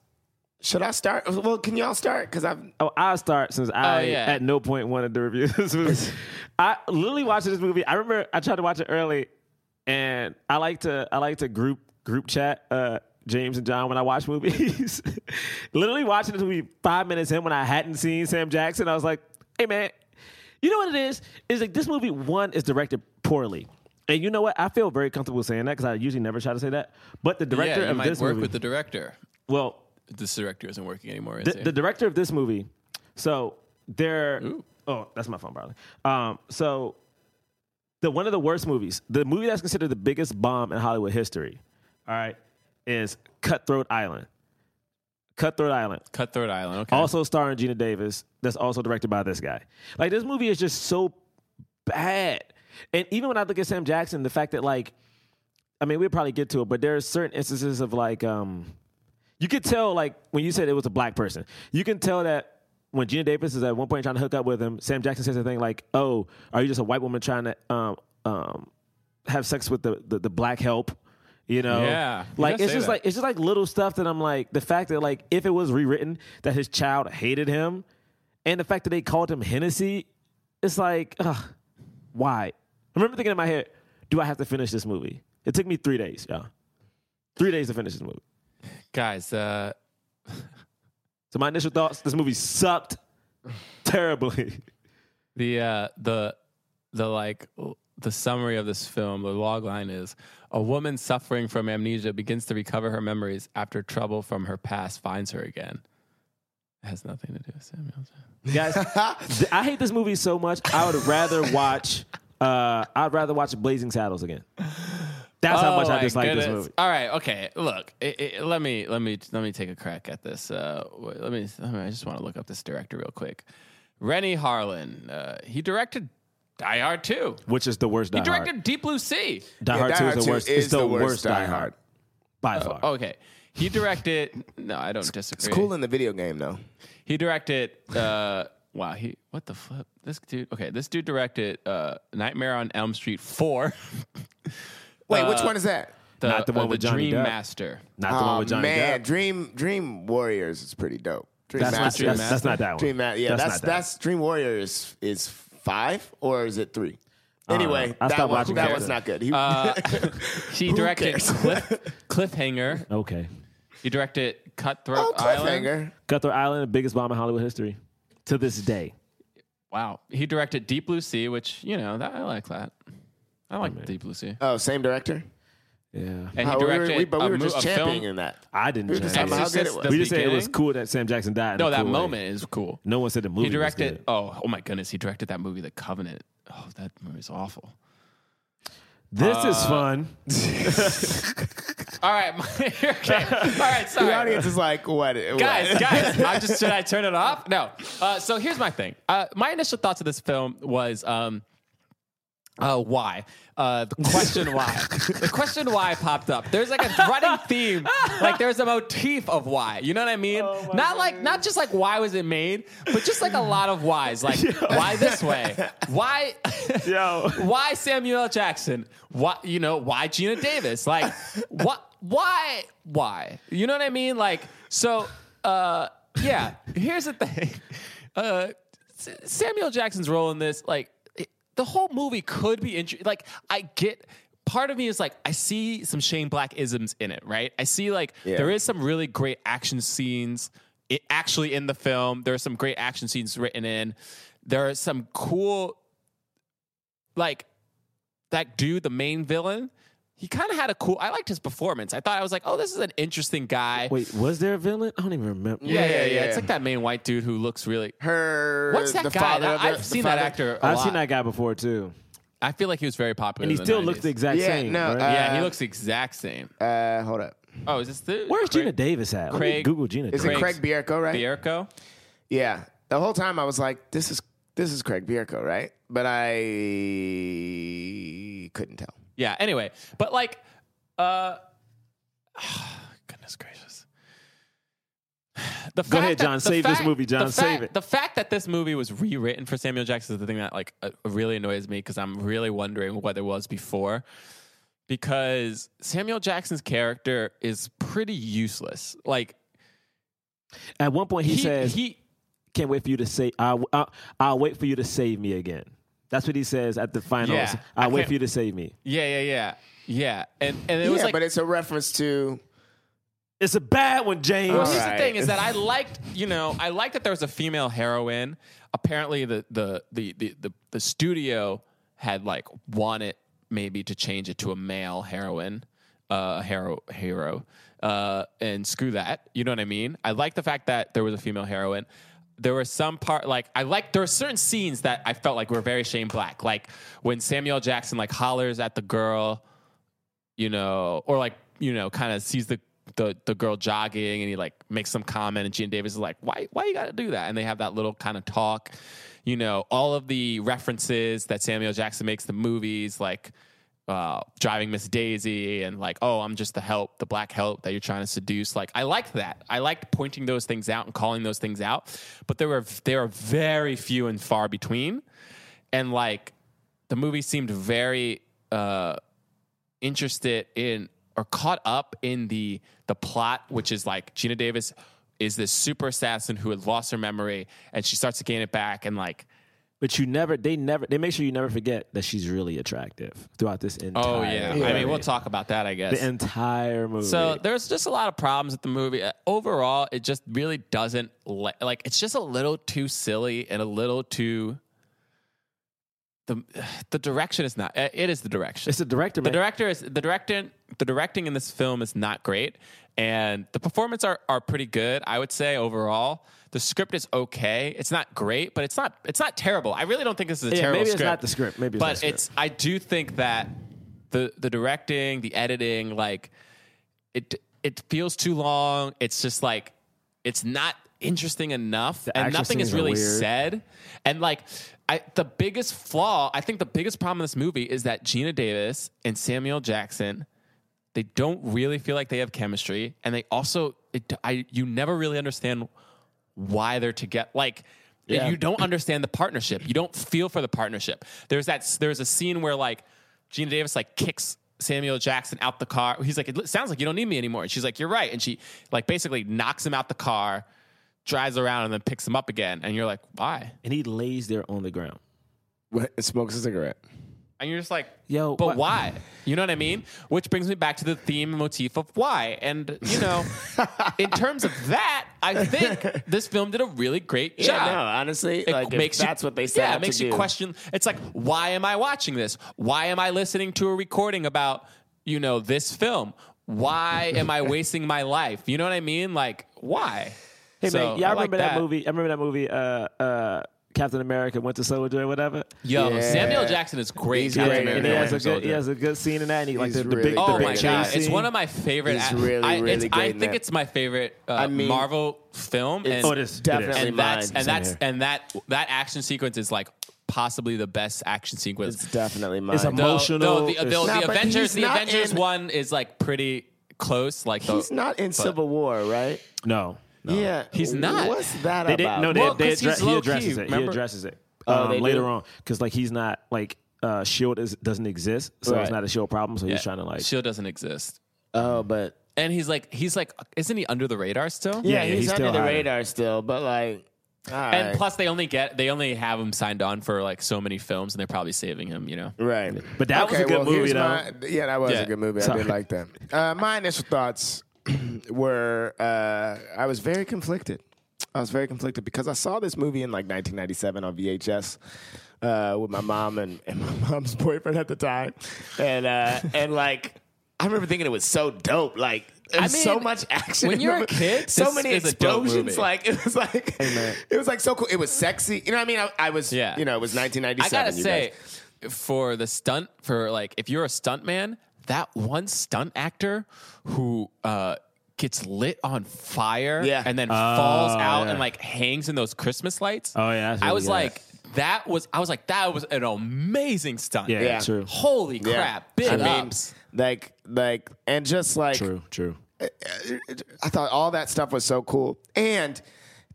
E: Should I start? Well, can y'all start? Because I've
G: Oh, I'll start since I
F: yeah.
G: at no point wanted to review this movie. I literally watched this movie. I remember I tried to watch it early, and I like to I like to group group chat uh, James and John when I watch movies. literally watching this movie five minutes in when I hadn't seen Sam Jackson, I was like, "Hey man, you know what it is? Is like this movie one is directed poorly." And you know what? I feel very comfortable saying that because I usually never try to say that. But the director
F: yeah, you
G: of
F: might
G: this
F: work
G: movie,
F: with the director.
G: well,
F: This director isn't working anymore.
G: the,
F: Is he?
G: the director of this movie. So there. Oh, that's my phone, probably. Um, so the one of the worst movies, the movie that's considered the biggest bomb in Hollywood history. All right, is Cutthroat Island. Cutthroat Island,
F: Cutthroat Island. Okay.
G: also starring Gina Davis. That's also directed by this guy. Like this movie is just so bad. And even when I look at Sam Jackson, the fact that like, I mean, we'll probably get to it, but there's certain instances of like, um, you could tell like when you said it was a black person, you can tell that when Gina Davis is at one point trying to hook up with him, Sam Jackson says a thing like, "Oh, are you just a white woman trying to um, um, have sex with the, the the black help?" You know,
F: Yeah, he
G: Like
F: does
G: it's
F: say
G: just
F: that.
G: like it's just like little stuff that I'm like the fact that like if it was rewritten that his child hated him, and the fact that they called him Hennessy, it's like, ugh, why? I remember thinking in my head, do I have to finish this movie? It took me three days, y'all. Three days to finish this movie.
F: guys, uh,
G: So my initial thoughts: this movie sucked terribly.
F: the uh, the the like l- the summary of this film the log line is a woman suffering from amnesia begins to recover her memories after trouble from her past finds her again it has nothing to do with samuel Jackson.
G: Guys, th- I hate this movie so much. I would rather watch. Uh, I'd rather watch Blazing Saddles again. That's how
F: Oh,
G: much I
F: my
G: dislike this
F: goodness.
G: movie.
F: all right okay look it, it, let me let me let me take a crack at this uh, w- let, me, let me- i just want to look up this director real quick rennie harlan uh, he directed die hard 2
G: Which is the worst Die
F: he directed
G: Hard.
F: deep blue sea
G: Die
E: Yeah,
G: Hard
E: Die
G: Two is
E: Hard
G: the
E: 2
G: worst.
E: is
G: it's the,
E: the
G: worst,
E: worst
G: Die
E: Die
G: Hard
E: Hard. Oh,
G: by far.
F: okay he directed no i don't disagree
E: it's cool in the video game though.
F: He directed. Uh, wow. He what the flip? This dude. Okay, this dude directed uh, Nightmare on Elm Street four.
E: Wait,
F: Uh,
E: which one is that?
G: Not the one with Johnny
F: Dream
G: Depp.
F: Master.
G: Not the one
E: Oh,
G: with Johnny
E: man,
G: Depp.
E: Dream Dream Warriors is pretty dope. Dream
G: That's not,
E: Masters.
G: that's, that's not that one.
E: Dream Ma- Yeah, that's that's,
G: not that.
E: Dream Warriors is five or is it three?
G: don't
E: Anyway,
G: know. I
E: that
G: stopped
E: one
G: watching
E: that
G: Captain.
E: one's not good. He,
F: He
E: Who
F: directed
E: cares?
F: Cliff, Cliffhanger.
G: Okay.
F: He directed Cutthroat
E: oh,
F: Island.
E: cliffhanger.
G: Guthrie Island, the biggest bomb in Hollywood history to this day.
F: Wow. He directed Deep Blue Sea, which you know that I like that. I like Deep Blue Sea.
E: Oh, same director.
G: Yeah.
F: And he
E: Oh, we were-
F: directed
E: we- but we
F: a
E: were
F: mo-
E: just
F: a film-
E: championing in that.
G: I didn't.
E: We were
G: change
E: just
G: it.
E: talking about how good it
F: Exorcist,
E: was.
F: the
G: we just said it was
F: beginning.
G: cool that Sam Jackson died. in a
F: No, that
G: cool way.
F: moment is cool.
G: No one said the movie.
F: He directed.
G: Was good.
F: Oh, oh my goodness! He directed that movie, The Covenant. Oh, that movie's awful.
G: This
F: uh,
G: is fun.
F: All right, okay. All right, sorry.
E: The audience is like, what? what?
F: guys, guys, I just should I turn it off? No. Uh, so here's my thing. Uh, my initial thoughts of this film was um, uh, why uh, the question why the question why popped up. There's like a running theme, like there's a motif of why. You know what I mean? not like not just like why was it made, but just like a lot of whys. Like why this way? Why?
G: Yo.
F: why Samuel L. Jackson? Why you know why Gina Davis? Like what? Why? Why? You know what I mean? Like so. Uh, yeah. Here's the thing. Uh, S- Samuel Jackson's role in this, like it- the whole movie, could be interesting. Like I get. Part of me is like I see some Shane Black isms in it, right? I see like
E: Yeah.
F: there is some really great action scenes it, actually in the film. There are some great action scenes written in. There are some cool like that dude, the main villain, he kind of had a cool. I liked his performance. I thought I was like, oh, this is an interesting guy.
G: Wait, was there a villain? I don't even remember.
F: yeah, yeah, yeah,
E: yeah,
F: It's
E: yeah.
F: like that main white dude who looks really.
E: Her.
F: What's that
E: the
F: guy?
E: Father
F: I-
E: of the-
F: I've
E: the
F: seen
E: father-
F: that actor. A
G: I've
F: lot.
G: seen that guy before too,
F: I feel like he was very popular.
G: and he
F: in the
G: still looks
F: 90s.
G: the exact
E: Yeah,
G: same.
E: no,
G: right?
E: uh,
F: Yeah, he looks the exact same.
E: Uh, hold up.
F: Oh, is this the?
G: Where's
F: Craig
G: Gina Davis at? Let me
F: Craig-
G: Google Gina.
E: Is
G: Davis.
E: it Craig
F: Craig's-
E: Bierko, right?
F: Bierko?
E: Yeah. The whole time I was like, this is this is Craig Bierko, right? But I couldn't tell.
F: Yeah. Anyway, but like, Uh, goodness gracious. The fact
G: ahead,
F: that-
G: John.
F: the
G: Save this
F: fact-
G: movie, John.
F: the
G: Save
F: fact-
G: it.
F: The fact that this movie was rewritten for Samuel Jackson is the thing that like uh, really annoys me because I'm really wondering what it was before. Because Samuel Jackson's character is pretty useless. Like
G: At one point, he,
F: he,
G: says,
F: he
G: "Can't wait for you to say. I, I, I'll wait for you to save me again." That's what he says at the finals.
F: Yeah. I
G: I'll wait
F: can't-
G: for you to save me.
F: yeah yeah yeah yeah and and it was
E: yeah,
F: like
E: but it's a reference to
G: It's a bad one, James.
F: Well,
E: All
F: here's
E: right.
F: the thing: is that I liked, you know, I liked that there was a female heroine. Apparently, the the the the the, the studio had like wanted maybe to change it to a male heroine, uh, hero hero, uh, and screw that. You know what I mean? I like the fact that there was a female heroine. There were some part like I like there were certain scenes that I felt like were very Shane Black, like when Samuel Jackson like hollers at the girl you know, or like, you know, kind of sees the, the the girl jogging and he like makes some comment and Gene Davis is like, why why you gotta do that? And they have that little kind of talk, you know, all of the references that Samuel Jackson makes the movies, like uh, driving Miss Daisy and like, oh, I'm just the help, the black help that you're trying to seduce. Like, I liked that. I liked pointing those things out and calling those things out, but there were there are very few and far between, and like the movie seemed very. Uh, interested in or caught up in the the plot, which is like Gina Davis is this super assassin who had lost her memory and she starts to gain it back and like
G: But you never, they never, they make sure you never forget that she's really attractive throughout this entire.
F: oh yeah. I mean we'll talk about that I guess.
G: the entire movie.
F: so there's just a lot of problems with the movie. Uh, Overall, it just really doesn't li- like it's just a little too silly and a little too the the direction is not uh, it is the direction.
G: it's the director.
F: the
G: Man.
F: director is the directing the directing in this film is not great and the performance are, are pretty good i would say overall the script is okay it's not great but it's not it's not terrible i really don't think this is a
G: Yeah,
F: terrible
G: maybe it's
F: script
G: not the script. Maybe it's
F: but
G: not the script.
F: it's i do think that the the directing the editing like it it feels too long it's just like it's not interesting enough and
G: action
F: nothing is
G: scenes are
F: really
G: weird.
F: said and like I, the biggest flaw i think the biggest problem in this movie is that gina davis and samuel jackson they don't really feel like they have chemistry and they also it, I, you never really understand why they're together like you don't understand the partnership you don't feel for the partnership there's that there's a scene where like gina davis like kicks samuel jackson out the car he's like it l- sounds like you don't need me anymore and she's like you're right and she like basically knocks him out the car drives around and then picks him up again and you're like why
G: and he lays there on the ground.
E: what, smokes a cigarette.
F: And you're just like,
G: Yo,
F: but
G: what-
F: why? You know what I mean? Which brings me back to the theme and motif of why. And, you know, in terms of that, I think this film did a really great job.
E: Yeah, no, honestly,
F: It
E: like
F: makes
E: if
F: you-
E: that's what they said.
F: Yeah, it makes you question. It's like, why am I watching this? Why am I listening to a recording about you know this film? Why am I wasting my life? You know what I mean? Like, why?
G: Hey
F: So,
G: man, y'all
F: I like
G: remember that. movie? I remember that movie. Uh, uh, Captain America Winter Soldier or whatever.
F: Yo,
E: Yeah.
F: Samuel Jackson is great.
E: He's
F: Captain
E: great in
G: and
F: America
G: he
E: yeah,
G: has a
F: Winter
G: good
F: Soldier.
G: he has a good scene in that. And he, like
E: He's
G: the, the
E: really
G: big
E: good.
F: Oh
G: the
F: my
G: big
F: god,
G: chase
F: it's
G: scene.
F: one of my favorite.
E: He's
F: I-
E: really,
F: I,
E: really
F: it's,
E: great
F: I
E: in
F: think
E: that.
F: it's my favorite uh,
E: I mean,
F: Marvel film. And,
G: Oh, it is.
E: definitely
F: and that's
E: mine.
F: and that's
G: here.
F: and that that action sequence is like possibly the best action sequence.
E: It's definitely mine.
G: It's a
F: Though- though
G: emotional.
F: the, though
G: it's-
F: the
E: Nah, but
F: Avengers,
E: he's
F: the
E: not
F: Avengers
E: in-
F: one is like pretty close. Like the-
E: he's not in
F: but-
E: Civil War, right?
G: no, no.
E: Yeah,
F: He's not.
E: What's that
G: They
E: about?
G: didn't. No, they,
F: Well,
G: they
F: 'cause he's
G: address, he
F: low-key,
G: addresses it. He
F: remember?
G: addresses it
E: Oh,
G: um,
E: they
G: later
E: do?
G: on because like he's not like uh, Shield is, doesn't exist, so
E: Right.
G: it's not a Shield E problem. So
F: yeah,
G: he's trying to like.
F: Shield doesn't exist,
E: oh, but
F: and he's like he's like isn't he under the radar still?
E: yeah,
G: yeah,
E: he's,
G: he's
E: under
G: still
E: the
G: hiding.
E: radar still. But like, all right.
F: And plus, they only get they only have him signed on for like so many films, and they're probably saving him. You know,
E: Right.
G: But that was a good movie,
E: here's
G: though.
E: my- yeah, that was
F: Yeah.
E: a good movie. I
G: Sorry.
E: did like that. Uh, my initial thoughts were uh, I was very conflicted. I was very conflicted because I saw this movie in like 1997 on VHS. Uh, with my mom and, and my mom's boyfriend at the time, and uh, and like I remember thinking it was so dope. Like there was so
F: mean,
E: much action.
F: when
E: in
F: you're
E: the
F: a
E: movie.
F: kid,
E: so
F: this
E: many
F: is a dope
E: explosions.
F: movie.
E: Like it was like it was like so cool. It was sexy. You know what I mean? I, I was
F: Yeah.
E: You know it was
F: I
E: 1997.
F: gotta
E: you
F: say,
E: guys.
F: for the stunt, for like, if you're a stunt man, that one stunt actor who uh, gets lit on fire
E: Yeah.
F: and then falls out
G: Oh, yeah.
F: and like hangs in those Christmas lights.
G: Oh, yeah, that's
F: I
G: really
F: was
G: good.
F: like, that was I was like that was an amazing stunt.
G: Yeah,
E: Yeah.
G: true.
F: Holy
E: Yeah.
F: crap! Big
E: I mean,
F: ups.
E: like, like, and just like, uh,
G: True, true.
E: I thought all that stuff was so cool. And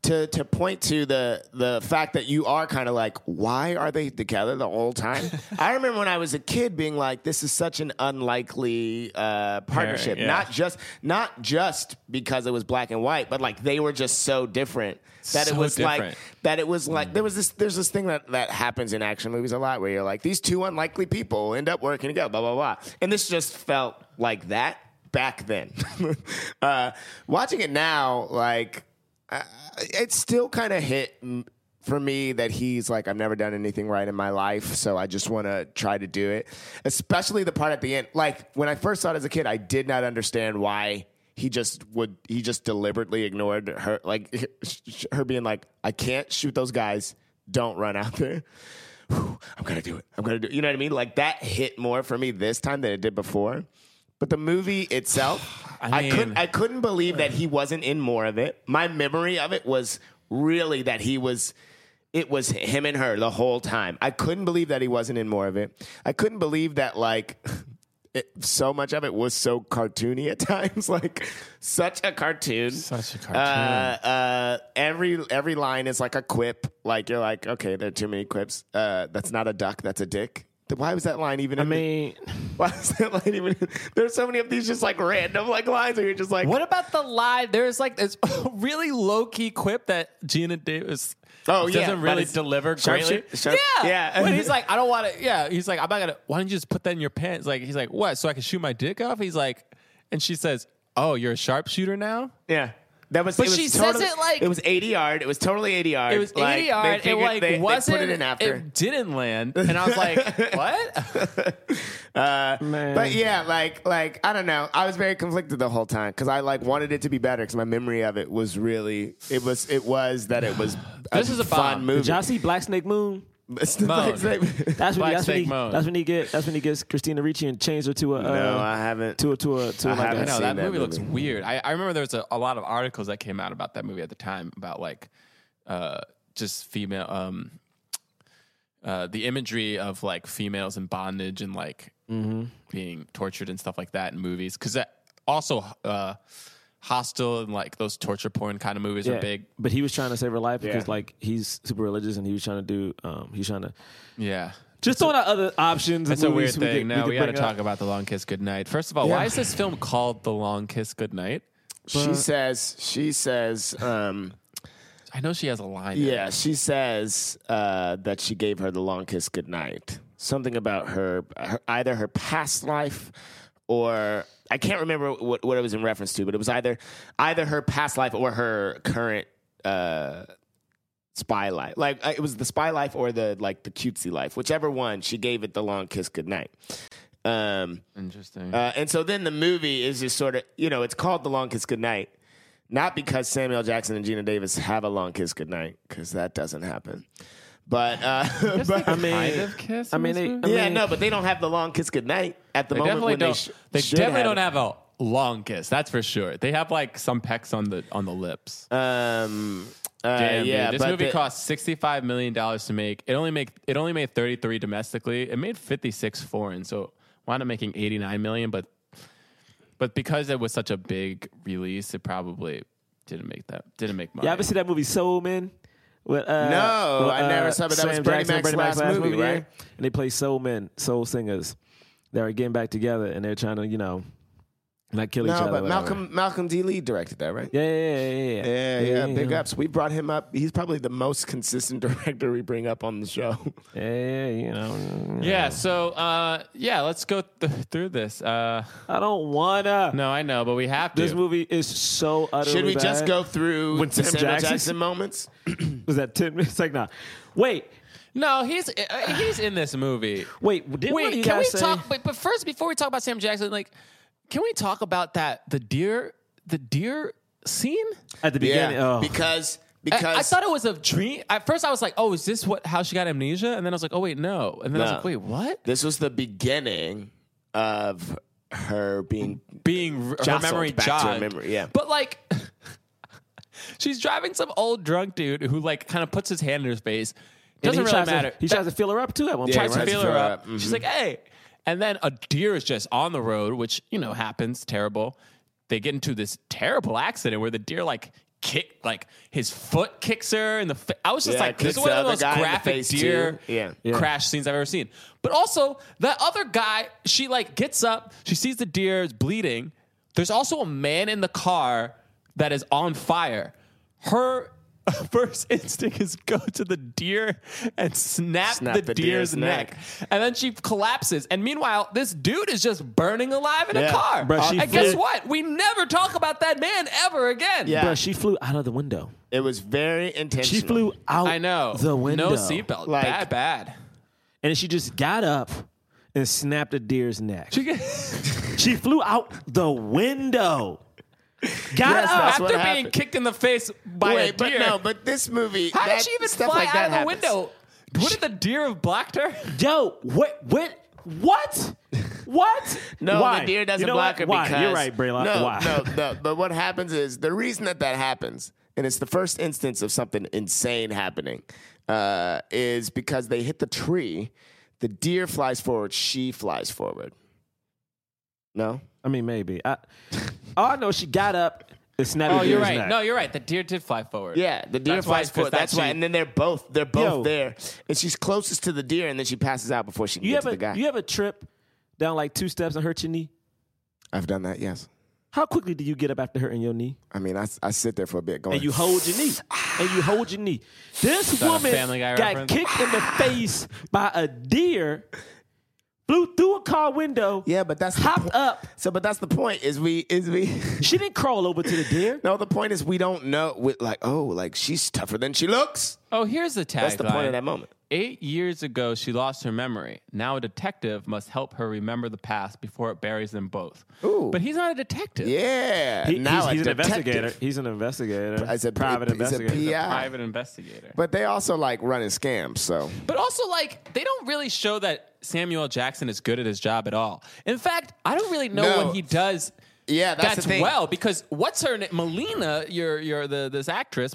E: to to point to the the fact that you are kind of like, why are they together the whole time? I remember when I was a kid being like, this is such an unlikely uh, partnership.
F: yeah.
E: Not just not just because it was black and white, but like they were just so different that it
F: So
E: was like
F: different. Mm.
E: that it was like there was this there's this thing that that happens in action movies a lot where you're like these two unlikely people end up working together blah blah blah and this just felt like that back then uh watching it now like uh, it still kind of hit m- for me that he's like i've never done anything right in my life so i just want to try to do it especially the part at the end like when i first saw it as a kid i did not understand why he just would he just deliberately ignored her like her being like i can't shoot those guys don't run out there Whew, i'm gonna do it i'm gonna do it you know what i mean like that hit more for me this time than it did before but the movie itself
F: I
E: I,
F: mean-
E: couldn't i couldn't believe that he wasn't in more of it my memory of it was really that he was it was him and her the whole time i couldn't believe that he wasn't in more of it i couldn't believe that like it, so much of it was so cartoony at times, like such a cartoon. Such a cartoon. Uh, uh, every every line is like a quip. Like you're like, okay, there are too many quips. Uh, that's not a duck. That's a dick. Th- Why was that line even?
G: I
E: in the-
G: mean,
E: why was that line even? There's so many of these just like random like lines where you're just like,
F: What about the lie? There's like this really low key quip that Gina Davis.
E: Oh, yeah,
F: doesn't
E: but
F: really
E: it's-
F: deliver
E: Sharp
F: greatly.
E: shoot- sharp-
F: yeah,
E: yeah.
F: When he's like, I don't want to. Yeah, he's like, I'm not gonna. Why don't you just put that in your pants? Like, he's like, what? So I can shoot my dick off? He's like, and she says, Oh, you're a sharpshooter now.
E: yeah. That was,
F: But
E: it was
F: she says
E: totally,
F: it like-
E: it was 80 yard. It was totally 80 yard.
F: It was 80
E: like, they
F: yard. It
E: figured
F: like
E: they- they
F: wasn't.
E: put it in after.
F: It didn't land, and I was like, What?
G: man.
E: Uh, But yeah, like like I don't know. I was very conflicted the whole time because I like wanted it to be better because my memory of it was really it was it was that it was.
F: This is a
E: fun
F: bomb.
E: movie.
G: Did y'all see Black Snake Moon?
E: It's the
F: Moan.
E: next-
G: That's when,
F: Black
G: that's, when
F: Snake
G: he,
F: Moan.
G: that's when he get. That's when he gets Christina Ricci and changed her to a. Uh,
E: no, I haven't.
G: to a to a to
E: I
G: a, like
E: haven't
G: a
F: No,
E: seen
F: that,
E: that
F: movie, looks
E: movie.
F: weird. I, I remember there was a, a lot of articles that came out about that movie at the time about like uh, just female, um, uh, the imagery of like females in bondage and like
G: Mm-hmm.
F: being tortured and stuff like that in movies. Because that also uh, hostile and like those torture porn kind of movies
G: yeah.
F: are big.
G: But he was trying to save her life because
E: Yeah.
G: like he's super religious and he was trying to do um he's trying to
F: Yeah.
G: just throwing out other options.
F: That's
G: of
F: a weird
G: movies we
F: thing.
G: could-
F: now
G: could
F: we got to
G: bring up.
F: talk about The Long Kiss Goodnight. First of all, why is this film called The Long Kiss Goodnight?
E: She says. She says. Um,
F: I know she has a line. in it.
E: yeah, she says uh, that she gave her the long kiss goodnight. Something about her, her either her past life or I can't remember what, what it was in reference to, but it was either either her past life or her current uh, spy life. Like uh, it was the spy life or the like the cutesy life, whichever one. She gave it the long kiss goodnight. Um,
F: Interesting.
E: uh, and so then the movie is just sort of, you know, it's called The Long Kiss Goodnight, not because Samuel Jackson and Gina Davis have a long kiss goodnight, because that doesn't happen. But, uh, but
G: I mean,
F: kind of kiss.
G: I
F: in
G: mean,
F: this
G: they,
F: movie?
G: I
E: yeah,
G: mean,
E: no, but they don't have the long kiss goodnight at the
F: They
E: moment.
F: definitely
E: when
F: don't.
E: sh-
F: they
E: should
F: definitely
E: have
F: don't have a long kiss. That's for sure. They have like some pecs on the on the lips.
E: it. Um, uh,
F: Damn,
E: yeah,
F: dude. this
E: but
F: movie
E: the-
F: cost sixty five million dollars to make. It only make it only made thirty three domestically. It made fifty six foreign. So wound up making eighty nine million. But but because it was such a big release, it probably didn't make that. Didn't make money.
G: you ever see that movie Soul Man? With, uh,
E: No, I never saw it, but that was
G: Sam
E: Bernie
G: Jackson and
E: Mac's last movie,
G: yeah.
E: right?
G: And they play soul men, soul singers. that are getting back together and they're trying to, you know, not kill each
E: No,
G: other.
E: but
G: whatever.
E: Malcolm Malcolm D. Lee directed that, right?
G: Yeah, yeah, yeah, yeah.
E: Yeah, yeah, big ups. We brought him up. He's probably the most consistent director we bring up on the show.
G: Yeah, yeah, you know. mm,
F: Yeah. So uh, yeah, let's go th- through this. Uh,
G: I don't wanna.
F: no, I know, but we have to.
G: This movie is so utterly.
E: Should we just
G: bad.
E: go through
G: With
E: the
G: Sam
E: Samuel
G: Jackson?
E: Jackson moments?
G: Was that ten minutes? Like, nah. Wait,
F: No, he's uh, he's in this movie.
G: wait. Did one of you
F: Wait, can we
G: guys say-
F: talk? But, but first, before we talk about Sam Jackson, like, can we talk about that the deer the deer scene?
G: at the
E: Yeah,
G: beginning? oh.
E: because
F: I-
E: because
F: I, thought it was a dream. At first, I was like, "Oh, is this what how she got amnesia?" And then I was like, "Oh wait, no." And then I was
E: No.
F: like, "Wait, what?"
E: this was the beginning of her being.
F: Being r- her
E: Jostled
F: memory
E: back to her
F: jogged.
E: memory, yeah.
F: But like, she's driving some old drunk dude who like kind of puts his hand in her face.
G: And
F: Doesn't
G: he
F: really
G: tries to-
F: matter.
G: he tries to feel her up too at one
E: Yeah,
G: point.
F: tries to
E: right.
F: feel
E: Throw
F: her
E: her
F: up.
E: up. Mhm.
F: She's like, hey. And then a deer is just on the road, which, you know, happens, terrible. They get into this terrible accident where the deer, like, kick, like, his foot kicks her in the fa- I was just
E: Yeah,
F: like, this
E: kicks
F: is one
E: the
F: of the
E: other
F: most
E: guy in the
F: graphic
E: face,
F: deer
E: too. Yeah.
G: Yeah.
F: crash scenes I've ever seen. But also, that other guy, she, like, gets up, she sees the deer is bleeding. There's also a man in the car that is on fire. Her. First instinct is go to the deer and snap
E: Snap
F: the,
E: the
F: deer's,
E: deer's
F: neck. And then she collapses. And meanwhile, this dude is just burning alive in a
E: Yeah.
F: car.
G: Bruh, she
F: and guess
G: flew-
F: what? We never talk about that man ever again.
E: Yeah.
G: Bruh, she flew out of the window.
E: It was very intentional.
G: She flew out
F: I know.
G: the window.
F: No seatbelt.
E: Like-
F: that bad.
G: And then she just got up and snapped a deer's neck. She,
F: After
G: flew out the window. Got
E: Yes,
G: up.
E: that's what
F: Oh, being
E: happened.
F: kicked in the face by a
E: Wait, but
F: deer.
E: no, but this movie.
F: how
E: that,
F: did she even
E: stuff
F: fly
E: like
F: out
E: that
F: of the
E: happens.
F: window? Wouldn't the deer have blocked her?
G: Yo, what? What? What? What?
E: No,
G: Why?
E: the deer doesn't
G: You know
E: block
G: what?
E: her
G: Why?
E: because
G: You're right, Brayla.
E: No,
G: Why?
E: no, no. But what happens is the reason that that happens, and it's the first instance of something insane happening, uh, is because they hit the tree. The deer flies forward. She flies forward. No,
G: I mean, maybe. I, oh, I know she got up and snapped
F: Oh,
G: a
F: you're
G: deer's
F: right.
G: neck.
F: No, you're right. The deer did fly forward.
E: yeah, the deer
F: That's why-
E: flies forward.
F: 'cause that
E: That's why,
F: she-
E: and then they're both they're both
G: Yo.
E: there, and she's closest to the deer, and then she passes out before she can
G: you
E: get
G: have
E: to the
G: a
E: guy.
G: you have a trip down like two steps and hurt your knee.
E: I've done that. Yes,
G: How quickly do you get up after hurting your knee?
E: I mean, I, I sit there for a bit going.
G: and you hold your knee. And you hold your knee. This
F: a
G: woman
F: Family Guy
G: got
F: reference?
G: kicked in the face by a deer, flew through a car window.
E: Yeah, but that's
G: Hopped
E: the po-
G: up.
E: So, but that's the point is we is we.
G: She didn't crawl over to the deer.
E: no, the point is we don't know. With like, oh, like she's tougher than she looks.
F: Oh, here's the tagline.
E: That's the point of that moment.
F: Eight years ago, she lost her memory. Now a detective must help her remember the past before it buries them both.
E: Ooh.
F: But he's not a detective.
E: Yeah,
G: He-
E: now a
G: he's, he's an
E: detective.
G: investigator. He's an investigator.
E: As a
G: private
E: as a
G: investigator.
E: PI.
F: Private investigator. But,
E: But they also like running scams. So
F: also, like, they don't really show that Samuel Jackson is good at his job at all. In fact, I don't really know
E: No.
F: what he does.
E: yeah, that's,
F: That's,
E: the thing.
F: well because what's her name? Melina, your your the this actress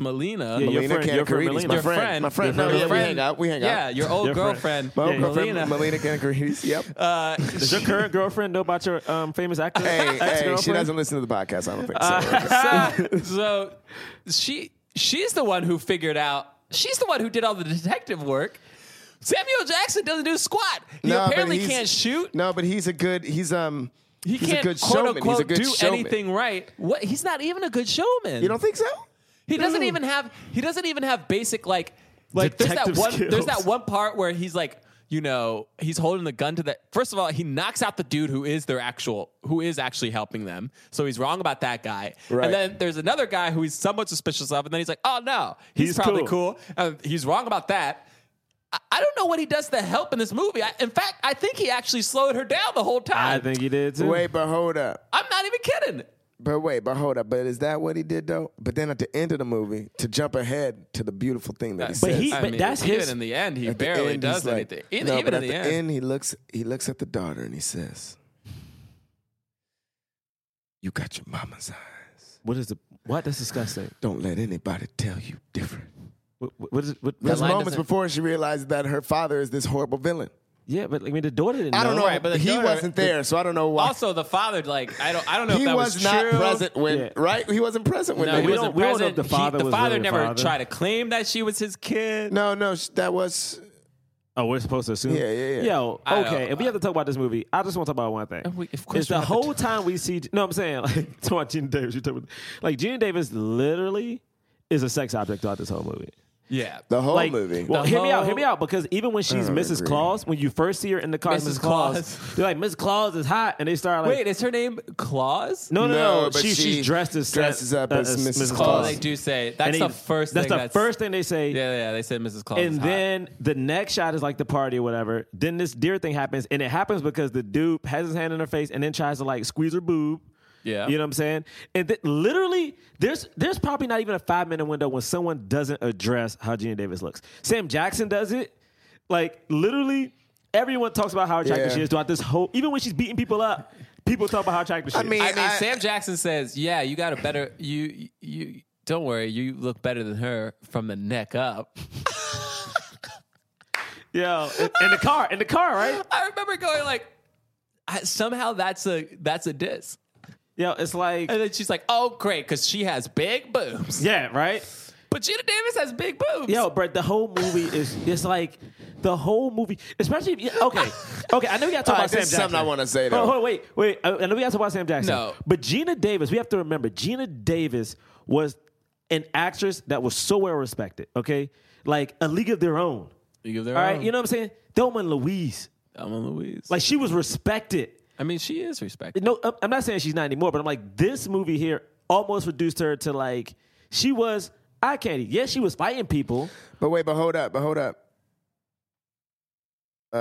G: Yeah,
F: Melina, your,
G: your
E: Melina
G: friend- your friend
E: Kanakarides,
G: Melina.
E: my
G: Your
E: friend,
F: friend,
E: my friend.
G: your
E: no, yeah,
G: friend-
E: we hang out. We hang
F: yeah,
E: out.
F: your old
G: Your
F: girlfriend,
G: friend.
E: my old
G: Yeah,
E: girlfriend,
F: Melina. Uh,
E: Melina Kanakarides. Yep.
G: Does your current girlfriend know about your um, famous actor?
E: hey, hey,
G: ex-girlfriend?
E: she doesn't listen to the podcast. I don't think so.
F: Uh, so she she's the one who figured out she's the one who did all the detective work. Samuel Jackson doesn't do squat. He
E: No, but
F: apparently
E: he's-
F: can't shoot.
E: No, but he's a good. He's um.
F: he
E: he's
F: can't
E: a good
F: quote
E: showman.
F: unquote
E: he's a good
F: do
E: showman.
F: anything right. What he's not even a good showman.
E: You don't think so?
F: he doesn't even have he doesn't even have basic like like there's
G: Detective
F: that one there's
G: skills.
F: that one part where he's like you know he's holding the gun to that first of all he knocks out the dude who is their actual who is actually helping them so he's wrong about that guy
E: Right.
F: and then there's another guy who he's somewhat suspicious of and then he's like oh no he's,
G: He's
F: probably cool,
G: cool.
F: Uh, he's wrong about that I, I don't know what he does to help in this movie I, in fact i think he actually slowed her down the whole
G: I
F: time
G: think he did too.
E: Wait, but hold up.
F: i'm not even kidding
E: But wait, but hold up. But is that what he did though? But then at the end of the movie, to jump ahead to the beautiful thing that he
G: But
E: says.
G: he-
F: I
G: but that's
F: even
G: his-
F: in the end he
E: At the
F: barely
E: end, he's
F: does
E: like-
F: anything even,
E: no,
F: even
E: but
F: in
E: at
F: the end
E: he looks he looks at the daughter and he says, "You got your mama's eyes.
G: What is the what? That's disgusting.
E: Don't let anybody tell you different."
G: What, what is it? What,
E: There's
F: line
E: moments
F: doesn't-
E: before she realizes that her father is this horrible villain.
G: yeah, but I mean, the daughter didn't.
E: I don't know,
F: Right, but the
E: he
F: daughter-
E: wasn't there, so I don't know why.
F: Also, the father, like, I don't, I don't know
E: he
F: if that
E: was,
F: was,
E: not
F: true.
E: present when,
G: Yeah.
E: right? He wasn't present when.
F: No,
E: they-
F: he
G: we
F: wasn't
G: don't- we don't know
F: present.
G: if the
F: He-
G: father
F: the
G: was
F: father
G: really the
F: never
G: father.
F: tried to claim that she was his kid.
E: no, no, sh- that was
G: Oh, we're supposed to assume.
E: Yeah, yeah, yeah.
G: Yo,
F: I
G: okay.
F: know.
G: If we have to talk about this movie, I just want to talk about one thing.
F: we- of course
G: it's
F: we
G: the
F: have to
G: whole time we see. No, I'm saying like talk about Gina Davis. You talk about like Gina Davis literally is a sex object throughout this whole movie.
F: Yeah.
E: the whole
G: Like,
E: movie.
G: well,
F: The
G: hear me out,
F: whole-
G: hear me out, because even when she's
E: don't
G: Mrs.
E: agree.
G: Claus, when you first see her in the car,
F: Mrs.
G: Mrs. Claus,
F: Claus.
G: you're like, Mrs. Claus is hot, and they start like,
F: Wait, is her name Claus?
G: no, no, no,
E: No, but
G: she,
E: she
G: she's dressed as uh,
E: dresses up as Mrs.
F: Oh,
E: Claus.
F: they do say that's
G: And
F: the
G: they-
F: first.
G: That's
F: thing
G: the
F: that's,
G: first thing they say.
F: Yeah, yeah. They said Mrs. Claus. is
G: And
F: hot.
G: then the next shot is like the party or whatever. Then this deer thing happens, and it happens because the dude has his hand in her face and then tries to like squeeze her boob.
F: Yeah.
G: you know what I'm saying. And th- literally, there's there's probably not even a five minute window when someone doesn't address how Gina Davis looks. Sam Jackson does it. Like literally, everyone talks about how attractive
E: Yeah.
G: she is throughout this whole. Even when she's beating people up, people talk about how attractive she
E: I
G: is.
E: mean,
F: I mean,
E: I-
F: Sam Jackson says, "Yeah, you got a better you you." Don't worry, you look better than her from the neck up.
G: Yo, in, in the car, in the car, right?
F: I remember going like, I, somehow that's a that's a diss.
G: Yo, it's like,
F: And then she's like, "Oh, great, because she has big boobs."
G: yeah, right?
F: But Gina Davis has big boobs.
G: Yo, bro, the whole movie is it's like the whole movie, especially if you, okay, okay. I know we got to talk
E: All right,
G: about Sam
E: this is
G: Jackson.
E: something I wanna say,
G: Hold on,
E: though.
G: hold on, wait, wait. I, I know we got to talk about Sam Jackson.
F: No.
G: but Gina Davis, we have to remember Gina Davis was an actress that was so well respected. Okay, like a League of Their Own.
F: you give their
G: All right, you know what I'm saying? Thelma and Louise,
F: Thelma and Louise.
G: like she was respected.
F: I mean, she is respected.
G: No, I'm- I'm not saying she's not anymore, but I'm like this movie here almost reduced her to like she was eye candy. Yeah, she was fighting people.
E: But wait, but hold up, but hold up. Uh,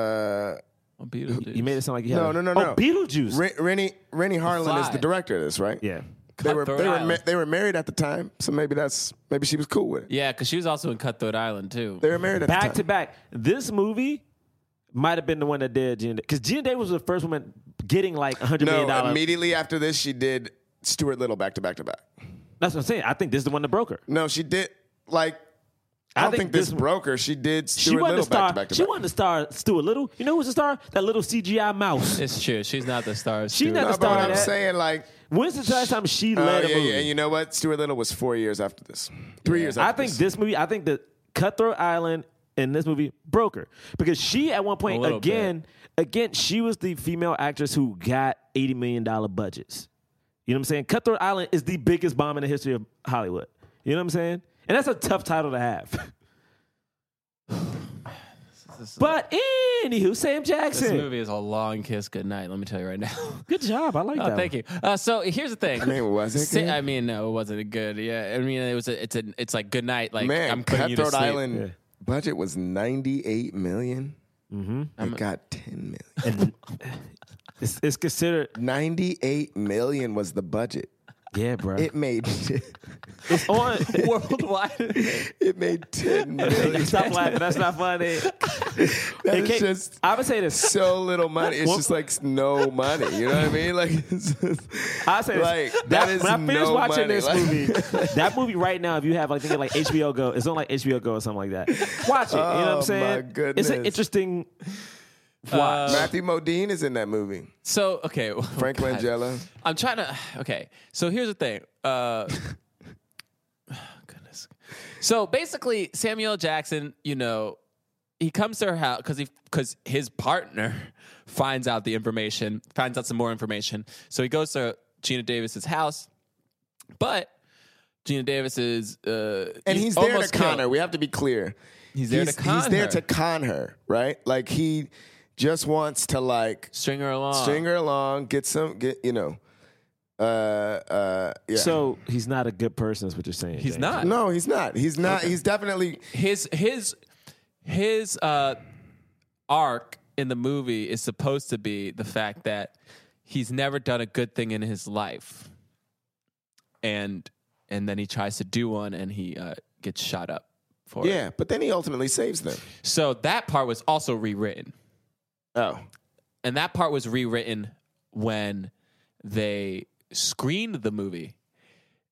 F: Oh, Beetlejuice.
G: You made it sound like you
E: No,
G: had a-
E: no, no,
G: oh,
E: no.
G: Beetlejuice.
E: Re- Rennie Rennie Harlan is
F: Fly.
E: the director of this, right?
G: yeah,
E: They were
F: Cutthroat
E: they were, ma-
F: Island.
E: they were married at the time, so maybe that's maybe she was cool with it.
F: Yeah, because she was also in Cutthroat Island too.
E: They were married at
G: back
E: the
G: to
E: time.
G: back. This movie might have been the one that did Gina because Gina Davis was the first woman getting like 100
E: No,
G: million dollars.
E: immediately after this, she did Stuart Little back to back to back.
G: That's what I'm saying. I think this is the one that broke her.
E: No, she did like. I, don't think, this, broke her. She did
G: She
E: Stuart
G: wasn't
E: Little
G: the star.
E: back to back to
G: she
E: back.
G: wasn't the star. Stuart Little. You know who was the star? That little CGI mouse.
F: It's true. She's not the star. of
G: She's
F: Stuart.
G: not
E: No,
G: the
E: but
G: star
E: what
G: of
E: I'm
G: that.
E: saying, like,
G: When's the last time she
E: oh,
G: led
E: yeah,
G: a movie?
E: yeah, and you know what? Stuart Little was four years after this, three years. After
G: I think
E: this.
G: this movie, I think the Cutthroat Island in this movie broke her because she at one point
F: little
G: again, again she was the female actress who got eighty million dollar budgets. You know what I'm saying? Cutthroat Island is the biggest bomb in the history of Hollywood. You know what I'm saying? And that's a tough title to have. but anywho, Sam
F: This
G: Jackson,
F: movie is a long kiss goodnight. Let me tell you right now.
G: good job. I like
F: Oh,
G: that.
F: thank you. Uh, so here's the thing. I
E: mean, was it good?
F: I mean, no, it wasn't good. Yeah, I mean, it was. A, it's a. It's like good night. Like
E: Man,
F: I'm putting you to
E: Cutthroat
F: sleep.
E: Island budget was ninety eight million. Mm-hmm. It got ten million.
G: It's, it's considered,
E: ninety eight million was the budget.
G: yeah, bro.
E: It made
G: it's on.
F: worldwide.
E: it made ten million.
G: Stop laughing. That's not funny.
E: That
G: It
E: is
G: can't-
E: just
G: I would say this.
E: so little money. It's just like no money. You know what I mean? Like, it's just,
G: I say
E: like
G: this.
E: that
G: That-
E: is
G: when I finish
E: no
G: watching
E: money.
G: this
E: Like-
G: movie, that movie right now, if you have like thinking like HBO Go, it's on like HBO Go or something like that. Watch it. you know what
E: Oh, my
G: I'm saying? It's an
E: goodness.
G: interesting
F: Watch.
E: Matthew Modine is in that movie.
F: so okay. oh,
E: Frank
F: God.
E: Langella.
F: I'm trying to. Okay, so here's the thing. Uh, goodness. So basically, Samuel Jackson, you know, he comes to her house because he because his partner finds out the information, finds out some more information. So he goes to Gina Davis's house, but Gina Davis is uh,
E: and he's, there to
F: almost
E: con
F: killed.
E: her. We have to be clear. He's
F: there to con
E: He's there
F: her.
E: to con her, right? Like he just wants to like
F: string her along.
E: string her along, get some, get you know, uh, uh, yeah.
G: So he's not a good person, is what you're saying.
F: He's
G: James.
F: not.
E: no, he's not. He's not. He's definitely
F: his his his uh arc in the movie is supposed to be the fact that he's never done a good thing in his life and and then he tries to do one and he uh gets shot up for it
E: yeah. But then he ultimately saves them.
F: so that part was also rewritten
E: Oh,
F: and that part was rewritten when they screened the movie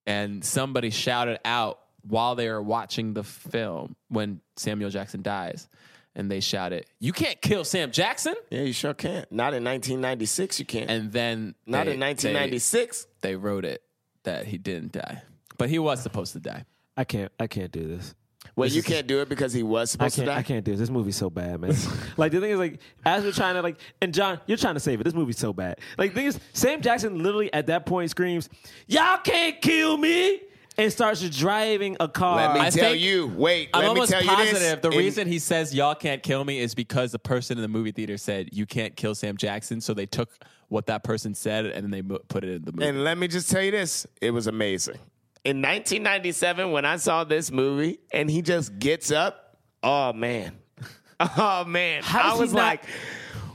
F: and somebody shouted out while they were watching the film when Samuel Jackson dies and they shouted you can't kill Sam Jackson
E: yeah. You sure can't. Not in 1996. You can't.
F: and then
E: not
F: they-
E: in 1996.
F: they, they wrote it that he didn't die but he was supposed to die
G: I can't. I can't do this.
E: well, you can't do it because he was
G: I
E: supposed to
G: can't.
E: die.
G: I can't do this. This movie's so bad, man. like the thing is, like as we're trying to like, and John, you're trying to save it. This movie's so bad. Like the thing is, Sam Jackson literally at that point screams, "Y'all can't kill me!" and starts driving a car.
E: Let me
F: I
E: tell
F: think-
E: you. Wait.
F: I'm
E: let me
F: almost
E: tell you
F: positive
E: this.
F: the
E: In-
F: reason he says y'all can't kill me is because the person in the movie theater said you can't kill Sam Jackson, so they took what that person said and then they mo- put it in the movie.
E: And let me just tell you this it was amazing. In 1997, when I saw this movie and he just gets up, oh man. Oh man.
G: How
E: I
G: does he
E: was
G: not-
E: like,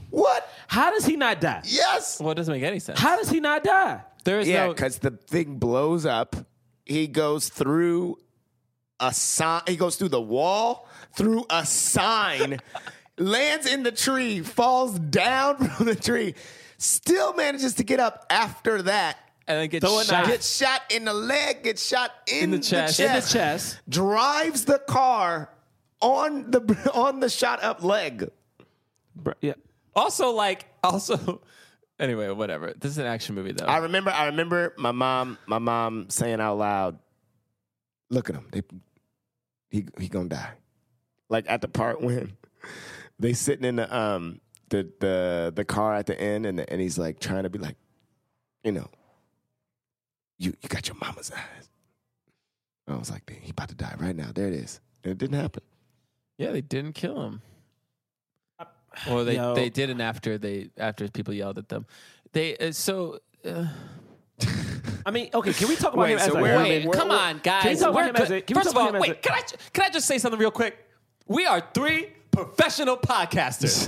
E: what?
G: How does he not die?
E: Yes.
F: well, it doesn't make any sense.
G: How does he not die?
F: There is
E: Yeah,
F: no
E: because the thing blows up. He goes through a sign, he goes through the wall, through a sign, lands in the tree, falls down from the tree, still manages to get up after that
F: and then gets
G: Throw a
F: shot.
G: knife.
E: Gets shot in the leg, gets shot in,
F: the
E: the,
F: chest.
E: chest,
F: In the
G: chest.
E: drives the car on the on the shot up leg.
G: Bru- yeah.
F: Also, like, also, anyway, whatever. This is an action movie, though.
E: I remember. I remember my mom. My mom saying out loud, "Look at him. They, he he gonna die." Like at the part when they sitting in the um the the the car at the end, and and he's like trying to be like, you know, you you got your mama's eyes. I was like, he about to die right now. There it is. And it didn't happen.
F: yeah, they didn't kill him. Or they,
G: Yo.
F: they didn't after they after people yelled at them. They uh, so uh,
G: I mean, okay, can we talk about
E: Wait,
G: him as
E: so
G: a
E: where-
G: human?
E: wait,
F: wait, come on, guys.
G: talk about
F: We're
G: him as
F: good.
G: a- can we talk
F: First
G: about him
F: of all,
G: as a-
F: wait. Can I can I just say something real quick? We are three professional podcasters.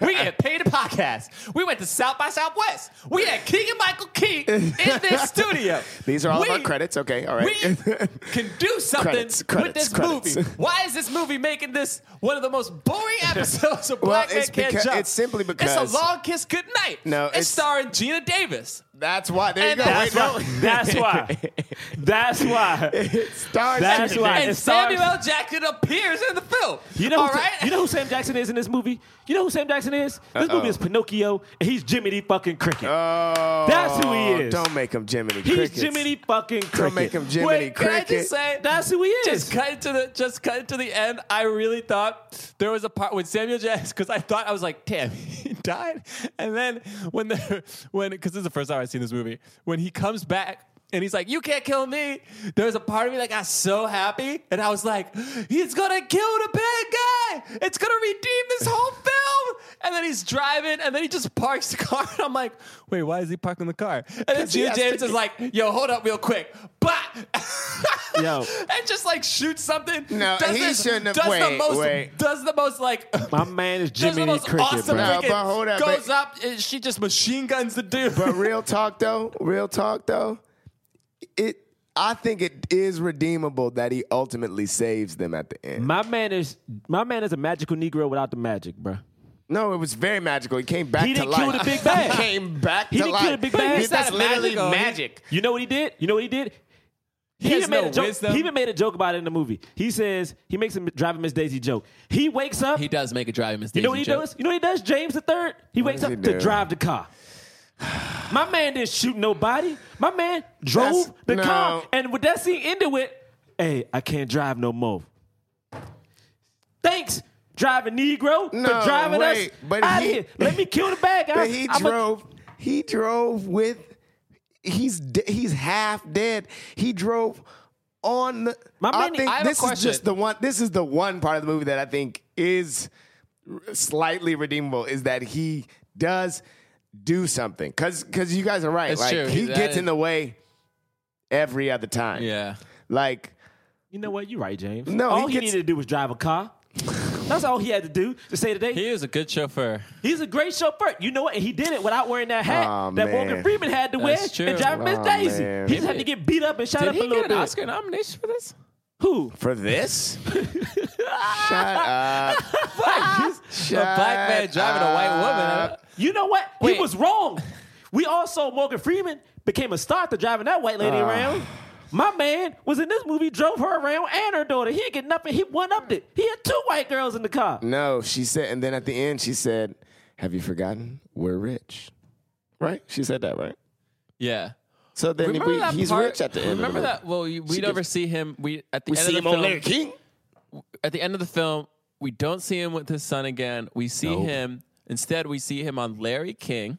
F: we get paid to podcast. We went to South by Southwest. We had Keegan Michael Key in this studio.
E: These are all of our
F: We-
E: credits. Okay, all
F: We
E: right.
F: can do something
E: Credits,
F: with
E: credits,
F: this
E: credits.
F: movie. Why is this movie making this one of the most boring episodes of
E: Well,
F: Black
E: it's
F: Man Can't
E: becau-
F: Jump?
E: it's simply
F: it's
E: because-
F: a long kiss goodnight.
E: No,
F: it's,
E: it's-
F: starring Gina Davis.
E: That's why. There you
F: And
E: go.
F: that's
E: Wait, no.
G: That's why. That's why.
E: It starts.
G: That's why.
F: and
G: it stars-
F: Samuel L. Jackson appears in the film.
G: You know,
F: all
G: who,
F: right?
G: you know who Sam Jackson is in this movie? You know who Sam Jackson is? This
E: Uh-oh.
G: movie is Pinocchio, and he's Jiminy fucking Cricket.
F: Uh,
E: Oh,
G: That's who he is.
E: Don't make him Jiminy
G: he's
E: Crickets.
G: Jiminy fucking Cricket.
E: make him Jiminy
G: Wait,
F: Can I
E: Cricket.
F: just say
G: That's who he is.
F: Just cut it to the just cut it to the end. I really thought there was a part when Samuel Jackson because I thought I was like, damn, he died. And then when the when because this is the first time I've seen this movie when he comes back. And he's like, "You can't kill me." There was a part of me that got so happy, and I was like, "He's gonna kill the bad guy. It's gonna redeem this whole film." And then he's driving, and then he just parks the car, and I'm like, "Wait, why is he parking the car?" And then
E: he
F: Gina
E: has to
F: James is
E: get-
F: like, "Yo, hold up, real quick, bah!"
G: Yo.
F: and just like shoots something.
E: No,
F: does
E: he
F: this-
E: shouldn't have-
F: Does the
E: wait,
F: most,
E: wait.
F: does the most like
G: My man is
F: does the
G: Jiminy
F: most
G: Cricket,
F: awesome
G: bro.
E: No,
F: freaking
E: but hold up,
F: goes
E: but-
F: up. And she just machine guns the dude.
E: But real talk though, real talk though, it. I think it is redeemable that he ultimately saves them at the end.
G: My man is my man is a magical Negro without the magic, bro.
E: no, it was very magical. He came back
G: He
E: to
G: didn't
E: life.
G: kill the big bad.
E: He came back
G: He
E: to
G: didn't
E: life.
G: kill the big But bad. he's
E: That's
F: not
E: literally
F: magical.
E: magic.
G: You know what he did? You know what he did? He,
F: has
G: even
F: no
G: made a joke.
F: wisdom.
G: He even made a joke about it in the movie. He says he makes a driving Miss Daisy joke. He wakes up.
F: he does make a driving mistake.
G: you know what he does? You know what he does? James the third. He wakes
E: does
G: up
E: he
G: to
E: do?
G: drive the car. My man didn't shoot nobody. My man drove
E: That's-
G: the car,
E: no.
G: and what that scene ended with, "Hey, I can't drive no more." Thanks, driving Negro
E: No,
G: for driving
E: wait,
G: us
E: but
G: out
E: he-
G: here. Let me kill the bad guy.
E: But he
G: I'm a-
E: drove. he drove with. He's de- he's half dead. He drove on. The,
G: My
E: I
G: man-
E: think
F: I have a
E: this is
F: question.
E: just the one. This is the one part of the movie that I think is slightly redeemable is that he does do something. Cause cause you guys are right.
F: That's
E: like
F: true.
E: he
F: That
E: gets
F: is-
E: in the way every other time.
F: Yeah.
E: Like
G: You know what? You're right, James.
E: No,
G: all
E: he
G: he,
E: gets-
G: needed to do was drive a car. That's all he had to do to say today.
F: He is a good chauffeur.
G: He's a great chauffeur. You know what? And he did it without wearing that hat
E: Aw,
G: that
E: man.
G: Morgan Freeman had to
F: That's
G: wear and
F: true.
G: driving Miss
E: Aw,
G: Daisy.
E: man.
G: He just had to get beat up and shot up a little bit.
F: nomination for this?
G: Who?
E: for this. Shut up.
F: a black man driving a white woman.
G: You know what?
F: Wait.
G: He was wrong. We all saw Morgan Freeman became a star to driving that white lady around. My man was in this movie, drove her around and her daughter. He didn't get nothing. He one upped it. He had two white girls in the car.
E: No, she said, and then at the end she said, "Have you forgotten? We're rich, right?" She said that, right?
F: Yeah.
E: So then
F: Remember
E: we,
F: that
E: he's
F: part-
E: rich at the end. of the
F: Remember
E: movie.
F: that? Well, you, we
E: She
F: never
E: gives-
F: see him. We at the
E: We
F: end
E: see
F: of
E: him
F: the
E: on
F: film,
E: Larry King.
F: at the end of the film, we don't see him with his son again. We see him instead. We see him on Larry King,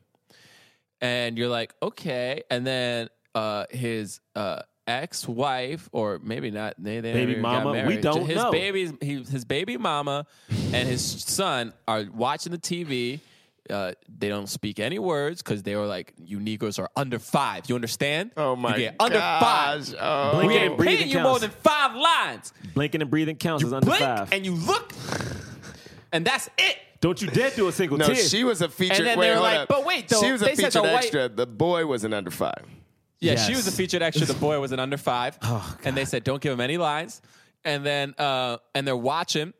F: and you're like, okay. And then uh, his uh, ex-wife, or maybe not, they, they
G: Baby
F: never got
G: mama, we
F: married. Ju-
G: don't
F: his
G: know.
F: Baby, he, his baby mama and his son are watching the TV. Uh, they don't speak any words because they were like, "You Negroes are under five. You understand?
E: Oh my
F: you get under
E: gosh.
F: five.
E: Oh.
F: We
G: Blink
F: ain't
G: and breathe it
F: paying you more
G: counts.
F: than five lines.
G: Blinking and breathing counts as under
F: Blink
G: five.
F: and you look, and that's it.
G: Don't you dare do a single
E: No,
G: tear.
E: she was a featured.
F: And then
E: wait,
F: they were
E: hold
F: like,
E: up.
F: "But wait, though,
E: she was a
F: they said
E: featured
F: the white-
E: extra. The boy was an under five.
F: Yeah,
G: Yes. Oh,
F: she was a featured extra. The boy was an under five, and they said don't give him any lines. And then uh, and they're watching.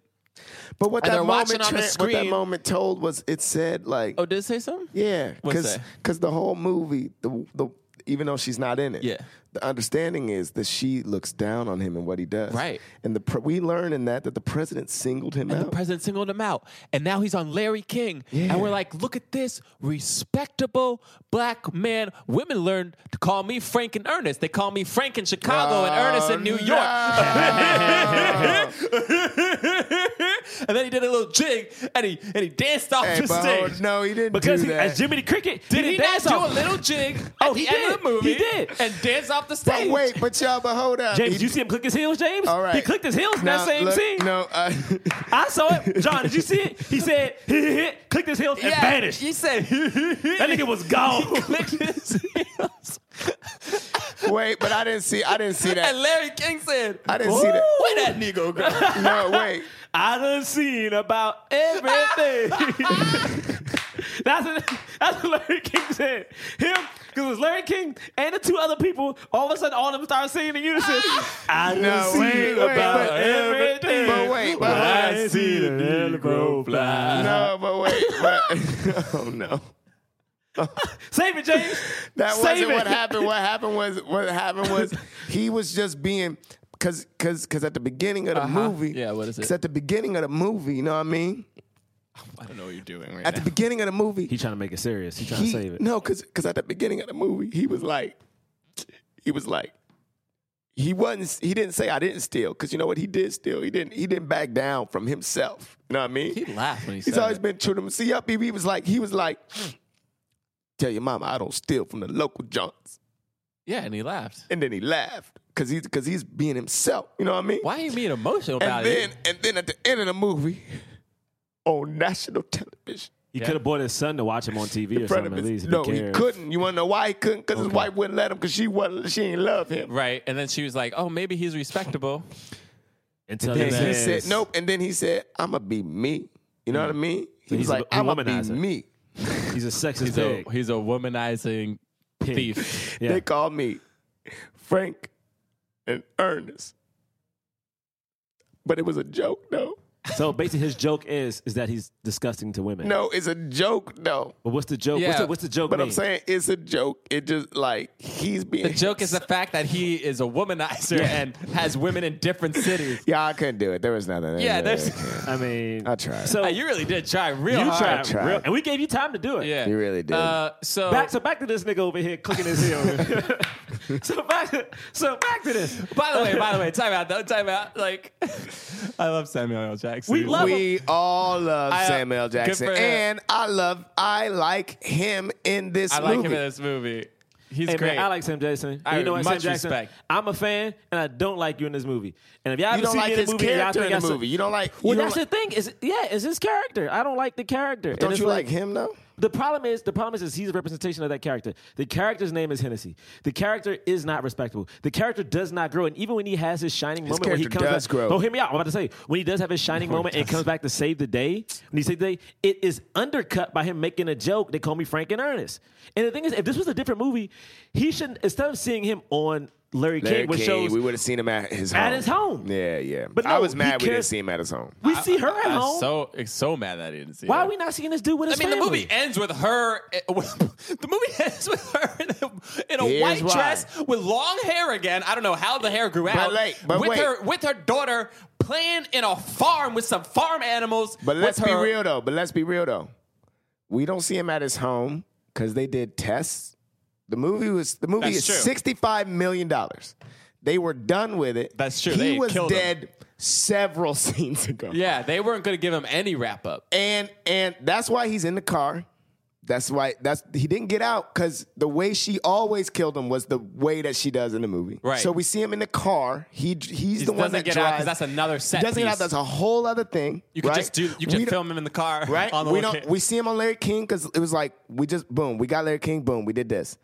E: But what
F: And
E: that
F: they're
E: moment,
F: watching on the
E: tran- what that
F: screen.
E: moment told was, it said like,
F: Oh, did it say something?
E: yeah,
F: What's
E: because
F: that?
E: the whole movie, the the even though she's not in it.
F: Yeah.
E: The understanding is that she looks down on him and what he does.
F: Right.
E: And the pre- we learn in that that the president singled him
F: And
E: out.
F: the president singled him out. And now he's on Larry King. And we're like, look at this respectable black man. Women learned to call me Frank and Ernest. They call me Frank in Chicago and Ernest in
E: Oh,
F: New York. and then he did a little jig and he and he danced off
E: Hey,
F: the
E: but
F: stage.
E: hold- no, he didn't
G: Because
E: do
G: he,
E: that.
G: as Jimmy the Cricket,
F: Did he,
G: didn't
F: not
G: dance
F: do a
G: off.
F: little jig at
G: Oh,
F: the
G: he
F: end of
G: did.
F: the movie?
G: He did.
F: And dance off the
E: but
F: stage.
E: wait, but y'all, but hold up.
G: James,
E: He-
G: you see him click his heels, James?
E: All right.
G: He clicked his heels in
E: Now,
G: that same
E: look,
G: scene.
E: No, uh,
G: I saw it. John, did you see it? He said, hit, hit, hit, clicked his heels, and
F: Yeah,
G: vanished.
F: He said
G: That nigga was gone.
E: Wait, but I didn't see. I didn't see
F: And
E: that.
F: Larry King said,
E: I didn't see that.
F: Where that nigga go?
E: No, wait.
G: I done seen about everything. that's, what, that's what Larry King said. Him, because it was Larry King and the two other people, all of a sudden all of them started singing in unison. I done
E: No,
G: seen
E: wait, wait,
G: about
E: but-
G: everything.
E: but wait, but-
G: I seen an Negro fly.
E: No, but wait. But, oh no,
G: Save it, James.
E: that
G: Save
E: wasn't
G: it.
E: what happened. What happened was what happened was he was just being because because because at the beginning of the movie.
F: Uh-huh. Yeah, what is it?
E: Because at the beginning of the movie, you know what I mean.
F: I don't know what you're doing right
E: At the beginning of the movie,
G: He trying to make it serious. He trying
E: he-
G: to save it.
E: No, because at the beginning of the movie, he was like, he was like, he wasn't. He didn't say I didn't steal because you know what he did steal. He didn't. He didn't back down from himself. You know what I mean?
F: He laughed when he
E: He's
F: said
E: always
F: it.
E: been true to him. See, up, he he was like, he was like, tell your mama I don't steal from the local Johns.
F: Yeah, and he laughed.
E: And then he laughed because he's because he's being himself. You know what I mean?
F: Why are you being emotional about
E: And then
F: it?
E: and then at the end of the movie, on national television.
G: He could have bought his son to watch him on TV or
E: front
G: something
E: of
G: at
E: his-
G: least. if
E: No,
G: he,
E: he
G: cared.
E: couldn't. You want to know why he couldn't? Because his wife wouldn't let him. Because she wasn't. She didn't love him.
F: Right. And then she was like, oh, maybe he's respectable.
G: Until
E: And
G: then
E: he said nope. And then he said, "I'm gonna be me." You know what I mean? He
G: Mm. He's
E: was
G: a-
E: like,
G: a
E: "I'm gonna be
G: womanizer.
E: me."
G: He's a sexist
F: He's a,
G: pig.
F: he's a womanizing
G: Pig.
F: thief.
G: Yeah.
E: They call me Frank and Ernest, but it was a joke, though.
G: So basically, his joke is is that he's disgusting to women.
E: No, it's a joke, though.
G: but what's the joke? What's,
F: Yeah.
G: the, what's the joke?
E: But I'm
G: mean?
E: saying it's a joke. It just like he's being
F: The joke is the fact that he is a womanizer and has women in different cities.
E: Yeah, I couldn't do it. There was nothing.
F: Yeah, there's.
G: I mean,
E: I tried.
G: So
F: Uh, you really did try real
G: you
F: hard.
G: tried,
E: tried.
G: real- and we gave you time to do it.
F: Yeah.
E: You really did.
F: Uh, so
G: Back so back to this nigga over here clicking his heels. so back to, so back to this.
F: By the way, by the way, time out though, time out. Like, I love Samuel L. Jackson.
G: We love him.
E: we all love
F: I, uh,
E: Samuel
F: good
E: Jackson,
F: for him.
E: and I love, I like him in this
F: I like
E: movie.
F: him in this movie. He's
G: Hey,
F: great.
G: man, I like Sam Jackson.
F: I
G: you know what, Sam
F: much
G: Jackson?
F: respect.
G: I'm a fan, and I don't like you in this movie. And if y'all
E: you
G: haven't
E: don't
G: seen me
E: like
G: in the
E: his
G: movie, and y'all
E: character
G: think
E: in
G: I
E: the
G: said-
E: movie. You don't like.
G: Well,
E: you don't
G: that's
E: like-
G: the thing. Is yeah, it's his character. I don't like the character. And
E: Don't
G: it's
E: you like him though?
G: The problem is the problem is, is he's a representation of that character. The character's name is Hennessy. The character is not respectable. The character does not grow, and even when he has his shining moment, when he
E: character
G: comes
E: does
G: back,
E: grow.
G: Oh, hear me out. I'm about to say when he does have his shining moment and comes back to save the day. When he saves the day, it is undercut by him making a joke. They call me Frank and Ernest. And the thing is, if this was a different movie, he should instead of seeing him on Larry, King, which shows
E: would have seen him at his
G: At home. his home.
E: Yeah, yeah.
G: But
E: I
G: no,
E: was
G: he
E: mad we didn't
G: cares-
E: see him at his home.
G: we see her at
F: I'm
G: home.
F: so it's so mad that I didn't see.
G: Why
F: it.
G: are we not seeing this dude with
F: I
G: his
F: mean, the
G: family?
F: movie ends with her. eh, the movie ends with her in a, in a
E: Here's
F: white
E: why.
F: dress with long hair again. I don't know how the hair grew out.
E: like- but
F: with
E: wait.
F: her with her daughter playing in a farm with some farm animals.
E: But
F: with
E: let's be
F: her-
E: real though. But let's be real though. We don't see him at his home because they did tests. The movie was the movie
F: That's
E: is
F: true.
E: sixty-five million dollars. They were done with it.
F: That's true.
E: He
F: They
E: was
F: killed him.
E: dead several scenes ago.
F: Yeah, they weren't going to give him any wrap up.
E: and and that's why he's in the car. That's why that's he didn't get out because the way she always killed him was the way that she does in the movie.
F: Right.
E: So we see him in the car. He he's the one
F: doesn't
E: that
F: get out
E: drives.
F: 'cause that's another set
E: He doesn't get
F: piece.
E: out. That's a whole other thing.
F: You could
E: right?
F: just do. You
E: We
F: could
E: don't-
F: film him in the car.
E: Right.
F: On the
E: we
F: location.
E: don't. We see him on Larry King because it was like we just boom. We got Larry King. Boom. We did this.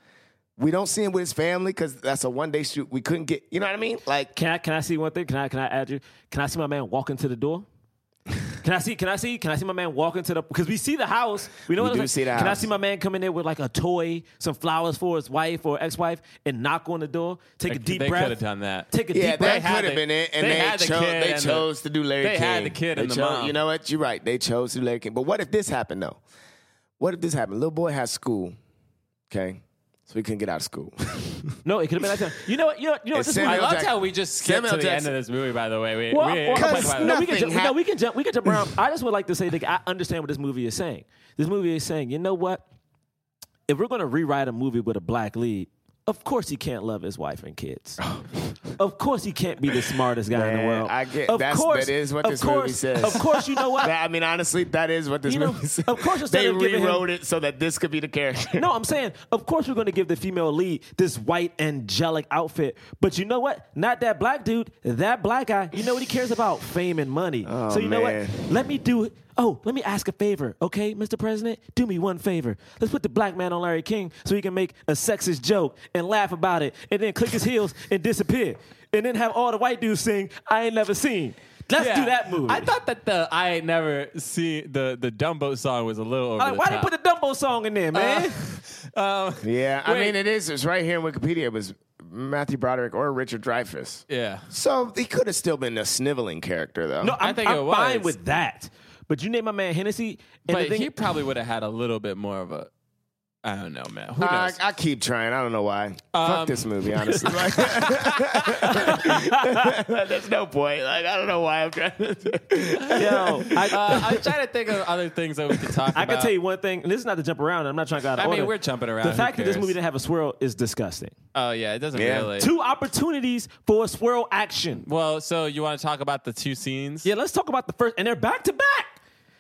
E: We don't see him with his family because that's a one day shoot. We couldn't get. You know what I mean? Like
G: Can I can I see one thing? Can I can I add you? Can I see my man walking to the door? Can I see? Can I see? Can I see my man walking to the? Because we see the house. We know
E: We
G: what it's
E: do
G: like.
E: see the
G: Can I
E: house.
G: see my man come in there with like a toy, some flowers for his wife or ex-wife, and knock on the door, take a
F: They-
G: deep
F: they
G: breath,
F: could have done that.
G: take a
E: Yeah,
G: deep
E: that
G: breath.
F: had
E: could have
F: the-
E: been it, and
F: they
E: they,
F: had the
E: chose,
F: kid
E: they
F: and the-
E: chose to do Larry
F: they
E: King.
F: had the kid
E: They
F: and the
E: chose-
F: mom.
E: You know what? You're right. They chose to do Larry King. But what if this happened though? What if this happened? Little boy has school. Okay, so he couldn't get out of school.
G: No, it could have been that time. You know what? You know, you know
E: It's
G: what? This movie,
E: Samuel
F: I loved
E: Jackson.
F: how we just skipped
E: Samuel
F: to the
E: Jackson.
F: end of this movie. By the way, we,
G: Well,
F: we,
G: well,
F: ain't gonna
E: Cause
F: talk about it.
G: no, we can
E: nothing
G: jump, no,
E: hap-
G: we can jump. We can jump around. I just would like to say that I understand what this movie is saying. This movie is saying, you know what? If we're going to rewrite a movie with a black lead, of course he can't love his wife and kids. of course he can't be the smartest guy in the
E: Man,
G: world.
E: I get-
G: of
E: that's-
G: course,
E: that is what
G: of
E: this
G: course,
E: movie says.
G: Of course, you know what?
E: That- I mean, honestly, that is what this
G: You know,
E: movie said.
G: of course, instead
E: they
G: of giving him-
E: rewrote it so that this could be the character.
G: No, I'm saying, of course, we're going to give the female lead this white angelic outfit. But you know what? Not that black dude, that black guy. You know what he cares about? Fame and money.
E: Oh,
G: so you know
E: man.
G: what? Let me do it. Oh, let me ask a favor, okay, Mr. President? Do me one favor. Let's put the black man on Larry King so he can make a sexist joke and laugh about it, and then click his heels and disappear, and then have all the white dudes sing "I ain't never seen." Let's
F: Yeah.
G: do that movie.
F: I thought that the I ain't never seen the the Dumbo song was a little over
G: Like,
F: the
G: Uh, why
F: top.
G: they put the Dumbo song in there, man?
F: Uh, um,
E: yeah, I
F: Wait.
E: mean, it is. It's right here in Wikipedia. It was Matthew Broderick or Richard Dreyfuss.
F: yeah.
E: So he could have still been a sniveling character, though.
G: No, I'm,
F: think
G: I'm
F: it was.
G: fine with that. But you name my man Hennessy, and the
F: But
G: thing-
F: he probably would have had a little bit more of a. I don't know, man. Who
E: I,
F: knows?
E: Uh, I keep trying. I don't know why.
F: Um,
E: Fuck this movie, honestly. Like, there's no point. Like, I don't know why I'm trying. to
G: yo, I,
F: uh, I'm trying to think of other things that we could talk about.
G: I can tell you one thing. And this is not to jump around. I'm not trying to go out of
F: I mean,
G: order.
F: we're jumping around.
G: The
F: Who
G: fact that this
F: cares?
G: movie didn't have a swirl is disgusting.
F: Oh yeah, it doesn't
E: Yeah.
F: really.
G: Two opportunities for a swirl action.
F: Well, so you want to talk about the two scenes?
G: Yeah, let's talk about the first. And they're back to back.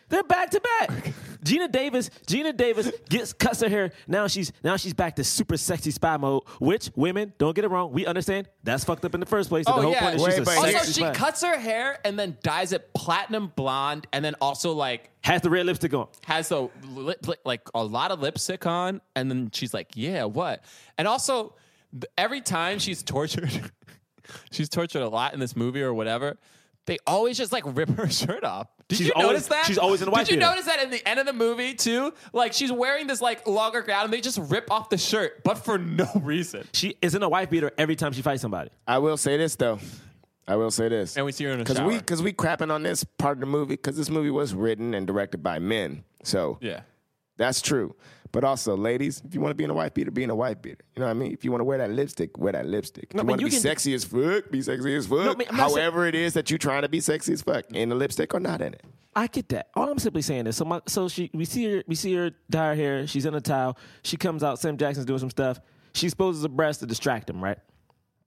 G: They're back to back. Gina Davis, Gina Davis gets cuts her hair. Now she's now she's back to super sexy spy mode. Which women, don't get it wrong, we understand that's fucked up in the first place. the whole point is she's
E: Wait,
G: a
E: but-
F: Oh, also,
G: sexy
F: she
G: spy.
F: cuts her hair and then dyes it platinum blonde, and then also like
G: has the red lipstick on.
F: has a lip, li- like a lot of lipstick on, and then she's like, "Yeah, what?" And also, th- every time she's tortured, she's tortured a lot in this movie or whatever. They always just like rip her shirt off. Did
G: She's
F: you
G: always-
F: notice that?
G: she's always in the white
F: Did you
G: theater.
F: notice that in the end of the movie too? Like she's wearing this like longer gown, and they just rip off the shirt, but for no reason.
G: She is in a wife beater every time she fights somebody.
E: I will say this though. I will say this.
F: And we see her in a
E: because
F: shower.
E: we because we crapping on this part of the movie because this movie was written and directed by men. So
F: yeah.
E: that's true. But also, ladies, if you want to be in a white beater, be in a white beater. You know what I mean? If you want to wear that lipstick, wear that lipstick.
G: No,
E: if
G: man,
E: you want
G: you
E: to be
G: can-
E: sexy as fuck, be sexy as fuck.
G: No, man, I'm not saying-
E: However, it is that you're trying to be sexy as fuck in the lipstick or not in it.
G: I get that. All I'm simply saying is, so my, so she, we see her, we see her dye her hair. She's in a towel. She comes out. Sam Jackson's doing some stuff. She exposes her breast to distract him, right?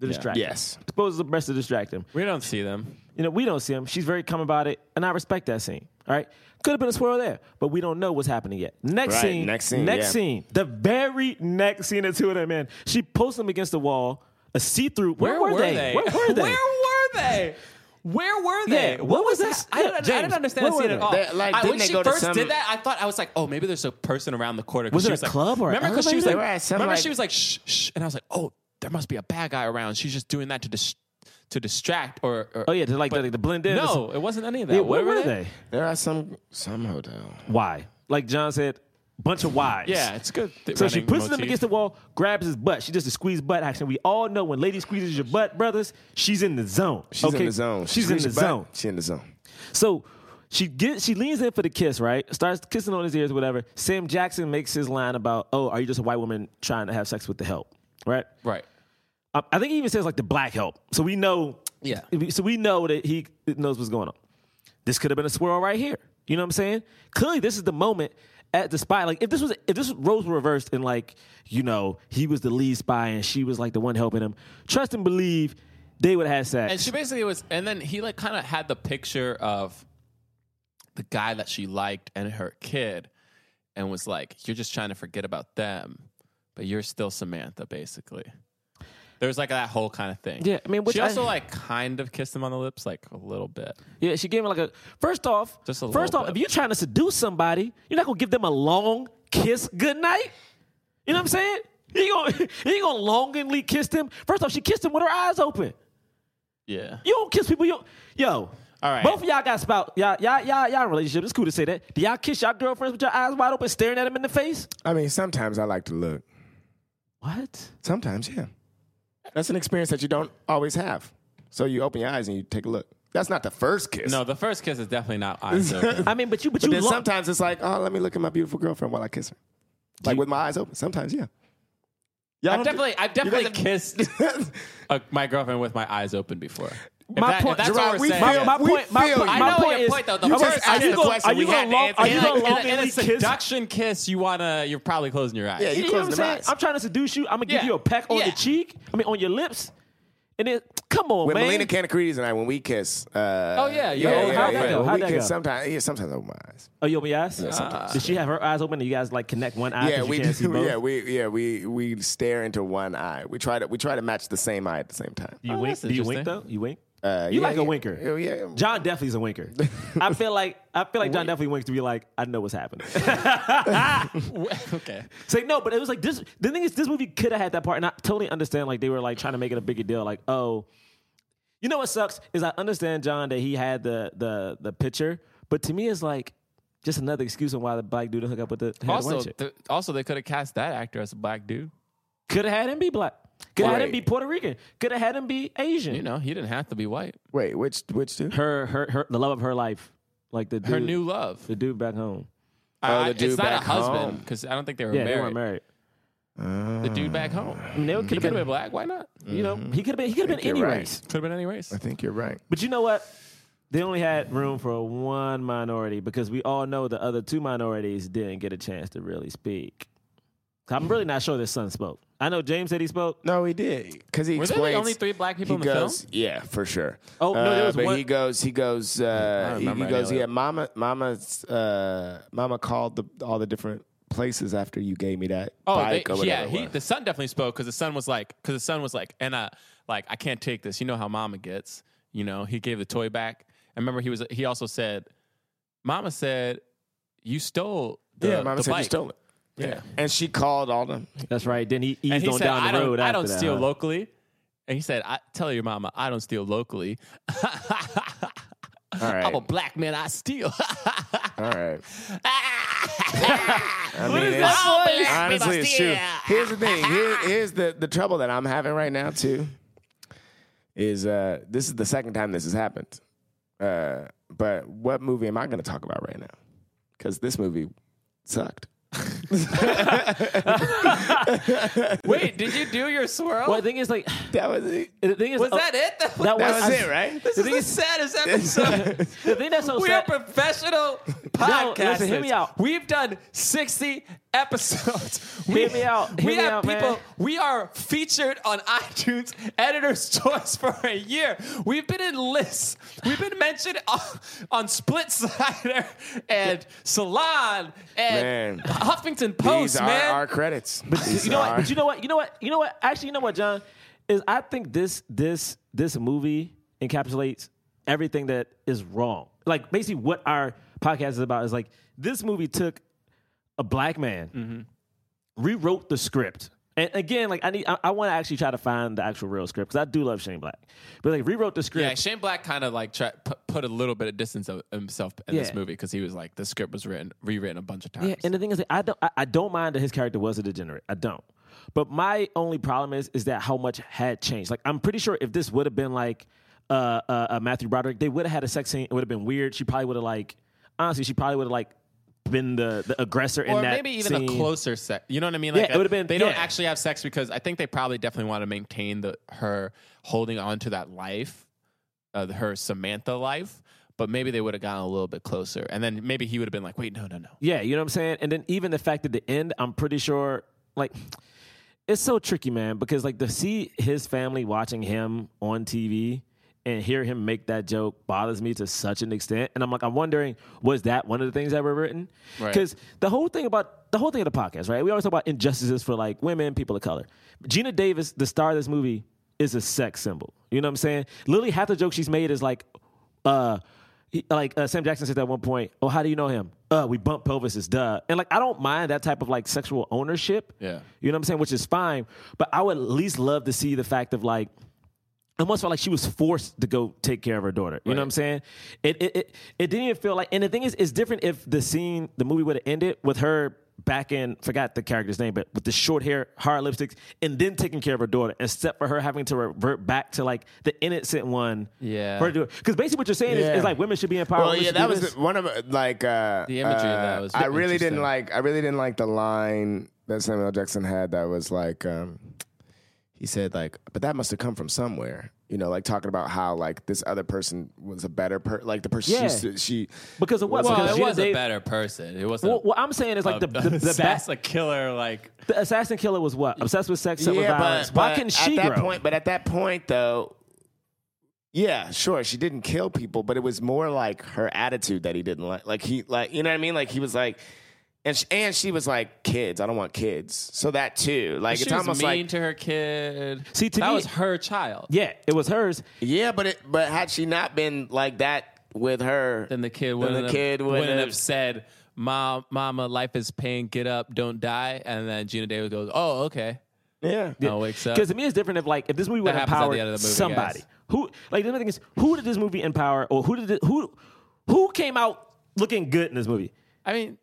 G: To distract. him.
E: Yes.
G: Exposes her breast to distract him.
F: We don't see them.
G: You know, we don't see him. She's very calm about it, and I respect that scene. All right, could have been a swirl there, but we don't know what's happening yet. Next
E: Right,
G: scene.
E: next scene,
G: Next
E: yeah.
G: scene. The very next scene of two of them in. She posts them against the wall. A see through. Where, were, they? Where were they?
F: Where were they? Where were they?
G: Yeah, what was that?
F: I, didn't,
G: Yeah,
F: I didn't
G: James,
F: understand
G: where
F: the
G: were
F: scene at
G: they?
F: all.
E: They- like,
F: I, when
E: didn't they
F: she
E: go to
F: first
E: some-
F: did that, I thought I was like, oh, maybe there's a person around the corner. 'Cause
G: Was
F: she
G: it a
F: like-
G: club or an
F: remember? she was
G: elevator?
F: like,
E: They were at some,
F: remember
E: like-
F: she was like, shh, shh, and I was like, oh, there must be a bad guy around. She's just doing that to dis- to distract or, or
G: Oh yeah, to like, like to blend in.
F: No, it wasn't any of that.
G: Yeah, where were they?
E: There are some some hotel.
G: Why? Like John said, bunch of whys.
F: Yeah, it's good. th-
G: So she
F: running
G: pushes him
F: motif.
G: against the wall, grabs his butt. She does a squeeze butt action. We all know when lady squeezes your butt, brothers, she's in the zone.
E: She's in the zone.
G: She's in the
E: reached back.
G: zone.
E: She in the zone.
G: So she gets she leans in for the kiss, right? Starts kissing on his ears, whatever. Sam Jackson makes his line about, "Oh, are you just a white woman trying to have sex with the help?" Right? Um,
F: Right.
G: I, I think he even says like the black help. So we know.
F: Yeah.
G: So we know that he knows what's going on. This could have been a swirl right here. You know what I'm saying? Clearly, this is the moment at the spy. Like if this was if this roles were reversed and like you know he was the lead spy and she was like the one helping him. Trust and believe they would have had sex.
F: And she basically was, and then he like kind of had the picture of the guy that she liked and her kid, and was like, "You're just trying to forget about them, but you're still Samantha." Basically, there was like that whole kind of thing.
G: Yeah, I mean, which
F: she also
G: I-
F: like kind of kissed him on the lips, like a little bit.
G: Yeah, she gave him like a first off.
F: Just a
G: first
F: little
G: off,
F: bit.
G: if you're trying to seduce somebody, you're not gonna give them a long kiss goodnight. You know what I'm saying? You gonna you gonna longingly kiss them? First off, she kissed him with her eyes open.
F: Yeah,
G: You don't kiss people. You don't- yo.
F: All right.
G: Both of y'all got spout. Y'all y'all y'all y'all in a relationship. It's cool to say that. Do y'all kiss y'all girlfriends with your eyes wide open, staring at them in the face?
E: I mean, sometimes I like to look.
G: What?
E: Sometimes, yeah. That's an experience that you don't always have. So you open your eyes and you take a look. That's not the first kiss.
F: no, the first kiss is definitely not eyes open.
G: I mean, but you but,
E: But
G: you
E: then
G: long-
E: sometimes it's like, oh, let me look at my beautiful girlfriend while I kiss her. Like with my eyes open. Sometimes, yeah. Y'all don't
F: I've
E: do-
F: definitely, I've
E: you
F: definitely
E: think-
F: kissed a, my girlfriend with my eyes open before. If
G: My
F: that- if
G: point-
F: that's
E: Gerard,
F: what
E: we
F: we're saying.
E: feel-
G: My, my
E: we
G: point, my
E: feel
G: point,
E: you.
F: I
G: my
F: know
G: point
F: your
G: is,
F: point, though. The
G: you
F: first
G: just-
F: asked
G: are you
F: the
G: gonna-
E: question,
G: are you
E: we
G: gonna
E: had to
G: love-
E: answer
G: are
E: it.
G: you
F: in,
G: gonna
F: in,
G: love
F: in,
G: me
F: a
G: and kiss?
F: seduction kiss, you want to, you're probably closing your eyes.
E: Yeah, you
G: You know
E: closed
G: what I'm
E: them
G: saying?
E: eyes.
G: I'm trying to seduce you. I'm gonna give
F: Yeah.
G: you a peck on
F: Yeah.
G: your cheek. I mean, on your lips. And then, come on,
E: When
G: man.
E: Melina Canacrides and I, when we kiss, uh,
F: Oh, yeah, your
G: old- how'd that go?
E: When
G: How'd
E: we
G: that
E: kiss
G: go?
E: sometimes. Yeah, sometimes I open my eyes.
G: oh, you open your eyes. Did she have her eyes open? And you guys like connect one eye?
E: yeah,
G: 'cause you
E: we
G: can't see both?
E: yeah we yeah we we stare into one eye. We try to we try to match the same eye at the same time.
G: You
F: Oh,
G: wink?
F: that's
G: Do you wink though?
F: interesting.
G: You wink?
E: Uh,
G: you
E: yeah,
G: like a
E: yeah.
G: winker?
E: Oh, yeah.
G: John definitely's a winker. I feel like I feel like John definitely winks to be like, I know what's happening.
F: okay.
G: Say no, but it was like this. The thing is, this movie could have had that part, and I totally understand. Like they were like trying to make it a bigger deal. Like, oh, you know what sucks is I understand John that he had the the the picture, but to me it's like just another excuse on why the black dude hook up with the had the
F: Also,
G: white chick.
F: th- also they could have cast that actor as a black dude.
G: Could have had him be black. Could have had him
E: Right.
G: be Puerto Rican. Could have had him be Asian.
F: You know, he didn't have to be white.
E: Wait, which which dude?
G: her her her the love of her life, like the dude,
F: Her new love.
G: the dude back home.
E: Oh, the
F: I-
E: dude
F: it's not
E: back
F: a husband
E: home.
F: because I don't think they were
G: Yeah,
F: married.
G: they weren't married.
F: The dude back home.
G: I mean, they
F: He
G: could
F: could
G: have
F: have been
G: been.
F: black. Why not?
G: You know, he could have been. He could have been
E: you're
G: any
E: right.
G: race.
F: Could have been any race.
E: I think you're right.
G: But you know what? They only had room for one minority because we all know the other two minorities didn't get a chance to really speak. I'm really not sure this son spoke. I know James said he spoke.
E: No, he did because he
F: Were there
E: explains.
F: the only three black
E: he
F: people in the
E: goes,
F: film?
E: yeah, for sure.
G: Oh, no, there
E: Uh,
G: was
E: but
G: one-
E: he goes, he goes,
F: I
E: uh,
F: don't
E: he,
F: remember
E: he
F: any
E: goes,
F: of
E: yeah.
F: it.
E: Mama, mama's, uh, mama called the, all the different places after you gave me that
F: Oh, they,
E: bike or whatever.
F: yeah.
E: it
F: He,
E: was.
F: the son definitely spoke because the son was like, because the son was like, and I like, I can't take this. You know how Mama gets. You know, he gave the toy back. And remember, he was. He also said, Mama said, you stole. The,
E: yeah, mama
F: the
E: said you
F: bike."
E: stole it.
F: Yeah.
E: and she called all them.
G: That's right. Then he
F: And
G: eased
F: he
G: on
F: said,
G: down the
F: I don't,
G: road.
F: I
G: after
F: don't
G: that,
F: steal
G: huh?
F: locally. And he said, I tell your mama, I don't steal locally.
E: All right,
F: I'm a black man. I steal.
E: all right. I
F: What
E: mean,
F: is
E: it's-
F: that voice?
E: Honestly, it's true. Here's the thing. Here, here's the the trouble that I'm having right now too. Is uh, this is the second time this has happened? Uh, but what movie am I going to talk about right now? Because this movie sucked.
F: Wait, did you do your swirl?
G: Well, the thing is, like,
E: That was it.
G: the thing is, oh,
F: was that it?
E: That
G: That was,
E: was it, right?
F: This is the saddest episode.
G: The thing that's so
F: we are
G: sad.
F: professional
G: No,
F: podcasters.
G: listen, hear me out.
F: We've done 60 episodes.
G: Hear me out.
F: we
G: Hear me
F: have
G: out, man.
F: people. We are featured on iTunes Editor's Choice for a year. We've been in lists. We've been mentioned on, on Split Sider and Salon
E: Man.
F: and
E: These
F: Huffington Post,
E: are
F: man.
E: our credits. These
G: you know what?
E: are-
G: But you know what? You know what? You know what? Actually, you know what, John? Is I think this this this movie encapsulates everything that is wrong. Like basically what our podcast is about is like this movie took a black man, rewrote the script. And again, like I need I, I want to actually try to find the actual real script because I do love Shane Black. But like rewrote the script.
F: Yeah, Shane Black kind of like try, put, put a little bit of distance of himself in this
G: Yeah.
F: movie because he was like the script was written rewritten a bunch of times.
G: Yeah, and the thing is, like, I don't, I, I don't mind that his character was a degenerate. I don't. But my only problem is, is that how much had changed. Like, I'm pretty sure if this would have been like uh, uh, uh, Matthew Broderick, they would have had a sex scene. It would have been weird. She probably would have like, honestly, she probably would have like been the the aggressor in
F: or
G: that.
F: maybe even a
G: scene.
F: closer sex. You know what I mean?
G: Yeah,
F: Like
G: it would've been-
F: They don't
G: yeah.
F: actually have sex because I think they probably definitely want to maintain the her holding on to that life, uh, her Samantha life. But maybe they would have gotten a little bit closer, and then maybe he would have been like, "Wait, no, no, no."
G: Yeah, you know what I'm saying? And then even the fact at the end, I'm pretty sure like it's so tricky, man, because like to see his family watching him on TV and hear him make that joke bothers me to such an extent. And I'm like, I'm wondering, was that one of the things that were written?
F: Right.
G: Because the whole thing about the whole thing of the podcast, right? We always talk about injustices for like women, people of color. Gina Davis, the star of this movie, is a sex symbol. You know what I'm saying? Literally half the joke she's made is like, uh, he- like uh, Sam Jackson said at one point, "Oh, how do you know him? Uh, we bump pelvises, duh." And like, I don't mind that type of like sexual ownership.
F: Yeah.
G: you know what I'm saying, which is fine. But I would at least love to see the fact of like, I almost felt like she was forced to go take care of her daughter. You know what I'm saying? It it, it it didn't even feel like. And the thing is, it's different if the scene, the movie would have ended with her back in forgot the character's name, but with the short hair, hard lipsticks, and then taking care of her daughter, except for her having to revert back to like the innocent one.
F: Yeah.
G: for her daughter. Because basically, what you're saying is,
E: Yeah.
G: is like women should be empowered.
E: Well,
G: women
E: yeah,
G: should
E: that
G: do
E: was
G: this.
E: the, one of uh, like uh,
F: The imagery of
E: uh,
F: that was
E: I really
F: interesting.
E: didn't like. I really didn't like the line that Samuel L. Jackson had that was like, um, he said like, but that must have come from somewhere. You know, like talking about how like this other person was a better per, like the person
G: Yeah.
E: she, she
G: because it was
F: Well,
G: because
F: it
G: she
F: was a
G: date-
F: better person. It wasn't.
G: Well, what I'm saying is like the the, the,
F: that's
G: ba-
F: a killer. Like
G: the assassin killer was what obsessed with sex, sexual violence. Why couldn't she
E: at that
G: grow?
E: point? But at that point, though, yeah, sure, she didn't kill people, but it was more like her attitude that he didn't like. Like he, like you know what I mean? Like he was like, and she, and she was like, kids, I don't want kids. So that too, like
F: she
E: it's
F: was
E: almost
F: mean
E: like,
F: to her kid.
G: See, to
F: that
G: me-
F: was her child.
G: yeah, it was hers.
E: yeah, but it, but had she not been like that with her,
F: Then the kid wouldn't,
E: the
F: have,
E: kid
F: wouldn't,
E: wouldn't
F: have,
E: have-
F: said, "Mom, Mama, life is pain. Get up, don't die." And then Gina Davis goes, "Oh, okay."
E: yeah,
F: Yeah. wakes up.
G: Because to me, it's different if like if this movie would
F: That happens at the
G: empower
F: end of the movie,
G: somebody
F: guys.
G: who like the other thing is who did this movie empower or who did it, who who came out looking good in this movie?
F: I mean,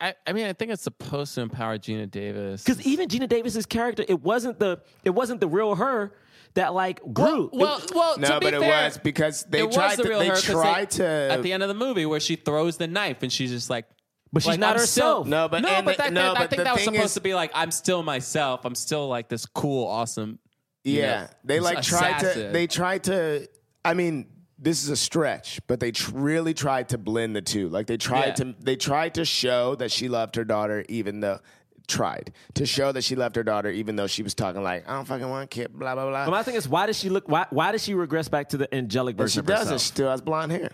F: I, I mean, I think it's supposed to empower Gina Davis.
G: Because even Gina Davis's character, it wasn't the it wasn't the real her that like grew. It-
F: well, well,
E: No,
F: to be
E: but it
F: fair,
E: was because they
F: it was
E: tried
F: the
E: to-
F: real
E: they
F: her 'cause
E: tried to-
F: at the end of the movie where she throws the knife and she's just like.
G: But she's
F: like,
G: not
F: I'm
G: herself.
F: Still,
E: No, but-
F: no,
E: and
F: but
E: the-
F: that,
E: no,
F: that- I
E: but
F: think
E: the
F: that was
E: thing
F: supposed
E: is-
F: to be like, I'm still myself. I'm still like this cool, awesome. you
E: Yeah,
F: know,
E: they like tried to.
F: assassin.
E: They tried to. I mean, this is a stretch, but they tr- really tried to blend the two. Like they tried
F: Yeah.
E: to. They tried to show that she loved her daughter, even though tried to show that she loved her daughter, even though she was talking like, "I don't fucking want a kid," blah blah blah.
G: But my thing is, why does she look? Why why does she regress back to the angelic
E: but
G: version
E: she
G: of
E: doesn't.
G: herself?
E: She still has blonde hair.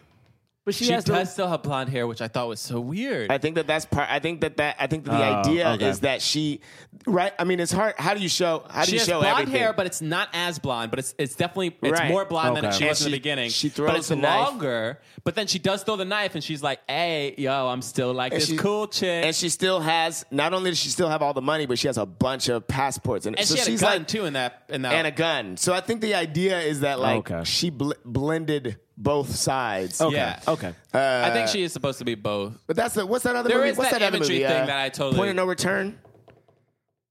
G: But she,
F: She
G: has
F: does
G: the-
F: still have blonde hair, which I thought was so weird.
E: I think that that's part. I think that that. I think that the
G: Oh,
E: idea
G: okay.
E: is that she, right? I mean, it's hard. How do you show? How do
F: she
E: you
F: has
E: show
F: blonde
E: everything?
F: hair, but it's not as blonde. But it's it's definitely it's
E: Right.
F: more blonde than
G: Okay.
F: she was
E: And
F: in the
E: she-
F: beginning.
E: she
F: but
E: throws
F: it's
E: the knife.
F: longer. But then she does throw the knife, and she's like, "Hey, yo, I'm still like
E: And
F: this
E: she-
F: cool chick."
E: And she still has. Not only does she still have all the money, but she has a bunch of passports. And,
F: And
E: so
F: she had a
E: she's
F: gun
E: like,
F: too in that in that.
E: and a gun. So I think the idea is that like
G: Oh. Okay.
E: she bl- blended both sides.
G: Okay.
F: yeah.
G: Okay.
F: I
E: Uh,
F: think she is supposed to be both.
E: But that's the what's that other
F: There
E: movie?
F: is
E: what's
F: that
E: other
F: imagery
E: movie? Uh,
F: thing that I totally-
E: Point of No Return.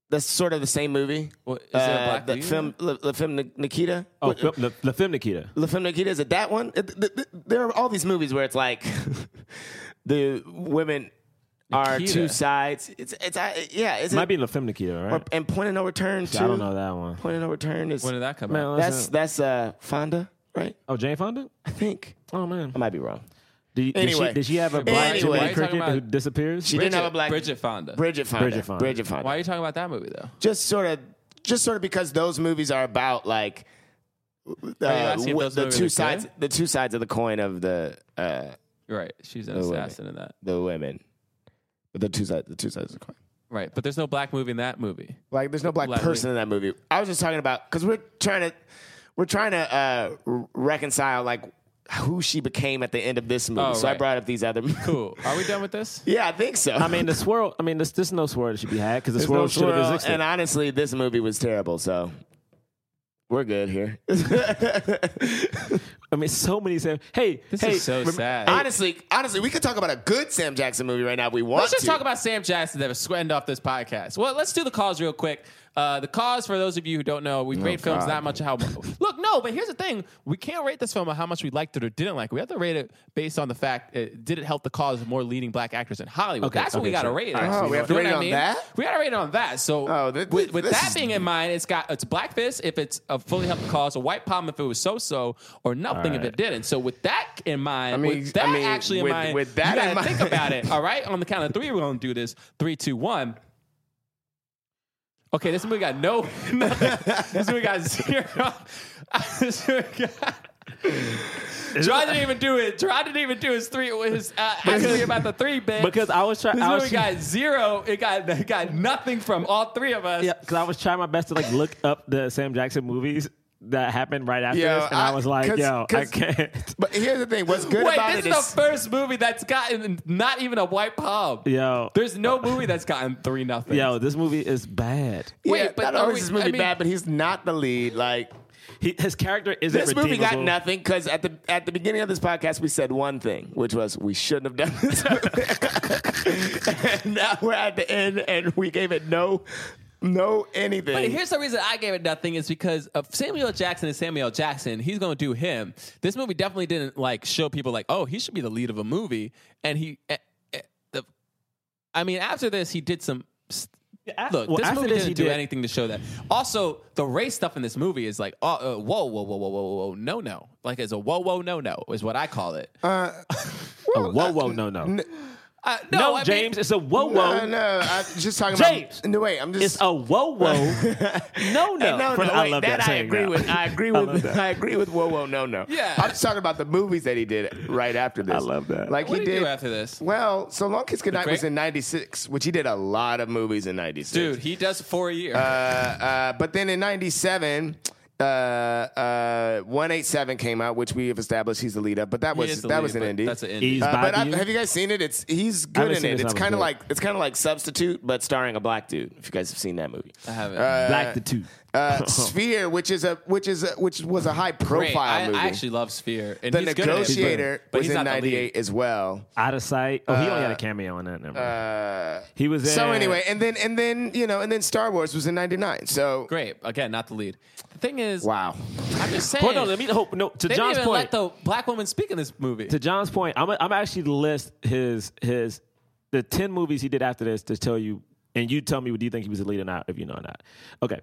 E: That's sort of the same movie. Uh,
F: What- is it a Black
E: the
F: Widow?
E: film La, La Femme Ni- Nikita?
G: Oh,
E: What-
G: Fil- the, the film Nikita.
E: La Femme Nikita is it that one? It- th- th- there are all these movies where it's like the women are
F: Nikita.
E: two sides. It's it's I, yeah. It's
G: Might be La Femme Nikita, right?
E: or, and Point of No Return. Too.
G: I don't know that one.
E: Point of No Return is
F: When did that come
G: Man,
F: out?
G: listen-
E: that's that's uh, Fonda, right?
G: oh Jane Fonda.
E: I think
G: Oh man.
E: I might be wrong.
G: Did, did
E: Anyway.
G: she, did she have a black
E: Anyway.
G: anyway,
E: Why are
G: chicken
E: you
G: cricket
F: talking
G: who
F: about-
G: disappears?
E: She didn't have a black
F: Bridget Fonda.
E: Bridget Fonda.
G: Bridget Fonda.
E: Bridget Fonda.
F: Why are you talking about that movie though?
E: Just sort of, just sort of because those movies are about like uh,
F: asking if
E: what-
F: those
E: the
F: movies are
E: two
F: good?
E: sides, the two sides of the coin of the uh,
F: You're right. She's an
E: Oh, wait.
F: assassin in that.
E: the women, the two sides, the two sides of the coin.
F: Right. But there's no black movie in that movie.
E: Like, there's no black
F: Black
E: person in that movie. I was just talking about because we're trying to, we're trying to uh, r- reconcile like who she became at the end of this movie.
F: Oh,
E: So I
F: right.
E: brought up these other.
F: Cool. Are we done with this?
E: yeah, I think so.
G: I mean, the swirl. I mean, this there's no swirl that should be had because the
E: There's
G: swirl
E: no
G: should have
E: swirl,
G: existed.
E: And honestly, this movie was terrible, so we're good here.
G: I mean, so many. Sam, hey,
F: This
G: hey,
F: is so
G: rem-
F: sad.
E: honestly, honestly, we could talk about a good Sam Jackson movie right now if we want
F: Let's just
E: to.
F: talk about Sam Jackson that was sweating off this podcast. Well, let's do the cause real quick. Uh, the cause, for those of you who don't know, we rate films
E: Oh, God.
F: not much how. Look, no, but here's the thing: we can't rate this film on how much we liked it or didn't like. it. We have to rate it based on the fact: uh, did it help the cause of more leading black actors in Hollywood?
G: Okay,
F: That's what we
G: okay,
F: got to
G: sure.
F: rate it.
E: Oh,
F: actually.
E: we have to
F: You
E: rate
F: know
E: it
F: what I
E: on
F: mean?
E: that?
F: We got to rate it on that. So,
E: Oh, th- th-
F: with, with
E: this
F: that
E: is-
F: being in mind, it's got it's black fist if it's a fully helped the cause, a white palm if it was so-so, or nothing if
G: right.
F: it didn't. So, with that in
E: I
F: mind,
E: mean,
F: with that
E: I mean,
F: actually in
E: with-
F: mind,
E: with that
F: you gotta
E: in mind-
F: think about it. All right, on the count of three, we're gonna do this. Three, two, one. Okay, this movie got no. this movie got zero. this movie got. Gerard didn't even do it. Gerard didn't even do his three. His uh, actually about the three bit
G: Because I was try-
F: This
G: I was-
F: movie got zero. It got it got nothing from all three of us.
G: Yeah, because I was trying my best to like look up the Sam Jackson movies that happened right after
E: Yo,
G: this, and I,
E: I-
G: was like,
E: 'cause-
G: yo, I
E: 'cause-
G: can't.
E: But here's the thing: what's good
F: Wait,
E: about
F: this
E: it
F: is the first movie that's gotten not even a white palm.
G: Yo,
F: There's no movie that's gotten three nothing.
G: yo, this movie is bad.
F: wait,
E: yeah,
F: but
E: not
F: are
E: only
F: we-
E: is this movie
F: I mean-
E: bad, but he's not the lead. Like
G: He, his character isn't.
E: this movie got
G: redeemable.
E: nothing because at the at the beginning of this podcast we said one thing, which was we shouldn't have done this. movie. and now we're at the end, and we gave it no, no anything.
F: But here's the reason I gave it nothing is because of Samuel Jackson is Samuel Jackson. He's gonna do him. This movie definitely didn't like show people like, oh, he should be the lead of a movie. And he, eh, eh, the, I mean, after this, he did some s- Look,
G: well,
F: this
G: after
F: movie
G: this,
F: didn't
G: he
F: do
G: did-
F: anything to show that. Also, the race stuff in this movie is like, oh, uh, whoa, whoa, whoa, whoa, whoa, whoa, no, no. Like, it's a whoa, whoa, no, no is what I call it.
E: Uh,
G: Oh, whoa, whoa, no, no, no,
F: Uh, no, I mean-
G: James, it's a whoa,
E: No,
G: whoa.
E: no, I'm just talking
G: James!
E: about. No, wait, I'm just.
G: It's a whoa, whoa. no, no.
E: no, no, wait,
G: First, I love that.
E: that, I
G: saying
E: agree
G: now.
E: with. I agree
G: I
E: with.
G: love that.
E: I, agree with. Whoa, whoa, no, no.
F: Yeah.
E: I'm just talking about the movies that he did right after this.
G: I love that.
E: Like
F: What
E: he
F: did he
E: did
F: do after this?
E: Well, so long kiss goodnight
F: Great-
E: was in '96, which he did a lot of movies in '96.
F: dude, he does four a year.
E: Uh, but then in '97. Uh, uh, 187 came out, which we have established he's the lead up, but that
F: He
E: was
F: is the
E: that
F: lead,
E: was an
F: but
E: indie.
F: That's an indie.
G: He's
E: Uh, but
G: by
E: I've,
G: you.
E: have you guys seen it? It's he's
G: I
E: good
G: haven't
E: in
G: seen it,
E: it.
G: it's
E: It's
G: not
E: kind of
G: good.
E: like it's kind of like substitute, but starring a black dude. If you guys have seen that movie,
F: I haven't.
G: Black the two.
E: uh, Sphere, which is a which is a, which was a high
F: Great.
E: profile
F: I,
E: movie.
F: I actually love Sphere. And
E: the
F: he's good at it, but-
E: Negotiator
F: but
E: was in
F: he's not the lead.
E: '98 as well.
G: Out of sight. Oh, he only had a cameo in that. Never. mind. he was in.
E: Uh, So anyway, and then and then you know, and then Star Wars was in '99. So
F: Great. Again, not the lead. The thing is,
E: wow,
F: I'm just saying.
G: Hold on, let me hope. No, to
F: They didn't
G: John's
F: even
G: point.
F: let the black woman speak in this movie.
G: to John's point, I'm I'm actually to list his his the ten movies he did after this to tell you, and you tell me do you think he was the lead or not, if you know or not. Okay, I'm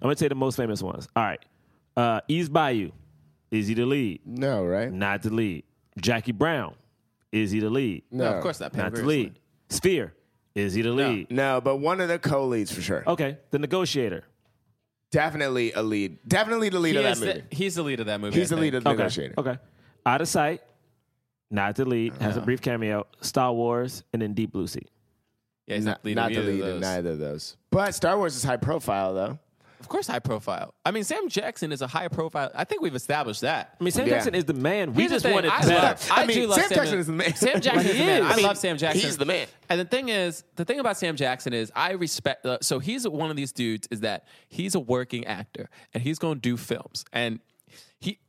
G: gonna say the most famous ones. All right, uh, Ease Bayou, is he the lead?
E: no, right?
G: Not the lead. Jackie Brown, is he the lead?
F: no, of course not. Pam
G: not the
F: Grier's
G: lead. Sphere, is he the lead?
E: No, but one of the co-leads for
F: Oh.
E: sure.
G: Okay, The Negotiator.
E: Definitely a lead. Definitely the lead
F: He
E: of that
F: is
E: movie.
F: the, he's the lead of that movie.
E: He's
F: I
E: the lead
F: think. Oh,
E: of the
G: Okay.
E: negotiator.
G: Okay. Out of sight, not the lead. Has a
E: Uh-huh.
G: brief cameo. Star Wars, and then Deep Blue Sea.
F: Yeah, he's not,
E: Not,
F: lead
E: not
F: of
E: the
F: either of
E: lead
F: those.
E: in neither of those. But Star Wars is high profile though.
F: Of course, high profile. I mean, Sam Jackson is a high profile. I think we've established that.
G: I mean, Sam
E: Yeah.
G: Jackson is the man. We
F: Here's the
G: just
F: thing,
G: wanted
F: I
G: better.
F: Love, I,
E: I mean,
F: do love
E: Sam Jackson is the man.
F: Sam Jackson is the
G: He
F: man. I
G: is.
F: love Sam Jackson.
E: he's the man.
F: And the thing is, the thing about Sam Jackson is, I respect. Uh, so he's one of these dudes is that he's a working actor and he's going to do films and he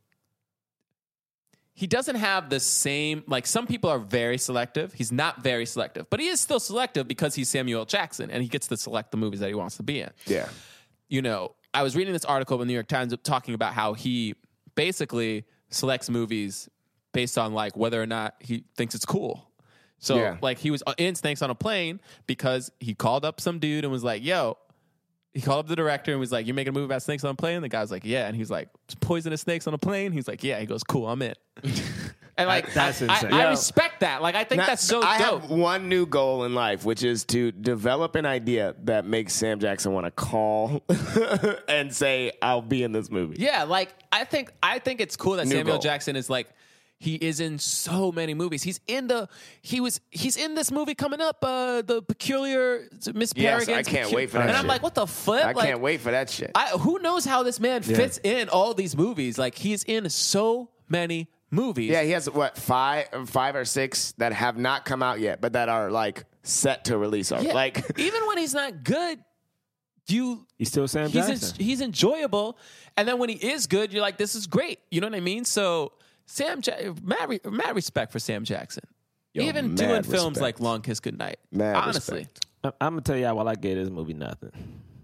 F: he doesn't have the same like some people are very selective he's not very selective but he is still selective because he's samuel jackson and he gets to select the movies that he wants to be in
E: Yeah.
F: you know, I was reading this article in the New York Times talking about how he basically selects movies based on like whether or not he thinks it's cool. So
E: Yeah.
F: like he was in Snakes on a Plane because he called up some dude and was like, "Yo." He called up the director and was like, "You making a movie about snakes on a plane?" The guy's like, "Yeah," and he's like, "Poisonous snakes on a plane." He's like, "Yeah." He goes, "Cool, I'm in." and like,
G: That's
F: I, I-
G: insane.
F: I,
G: Yo.
F: respect that. Like, I think
E: Now,
F: that's so
E: I
F: dope.
E: have one new goal in life, which is to develop an idea that makes Sam Jackson want to call and say, "I'll be in this movie."
F: Yeah, like I think I think it's cool that
E: New goal.
F: Samuel Jackson is like he is in so many movies. He's in the he was he's in this movie coming up, uh the peculiar Miss
E: Yes,
F: Peregrine's
E: I can't
F: Pecu-
E: wait for
F: And
E: that
F: I'm
E: shit.
F: like, what the flip?
E: I
F: like,
E: can't wait for that shit.
F: I, who knows how this man fits in all these movies? Like he's in so many movies.
E: yeah, he has what five, five or six that have not come out yet, but that are like set to release. Already.
F: Yeah,
E: Like,
F: even when he's not good, you
G: He's still Sam
F: he's
G: Jackson.
F: en- he's enjoyable, and then when he is good, you're like, this is great. You know what I mean? So Sam, ja- mad, re- mad respect for Sam Jackson. Even
E: mad
F: doing films
E: respect.
F: like Long Kiss Goodnight.
E: Mad
F: honestly,
G: I'm gonna tell y'all while I gave this movie nothing.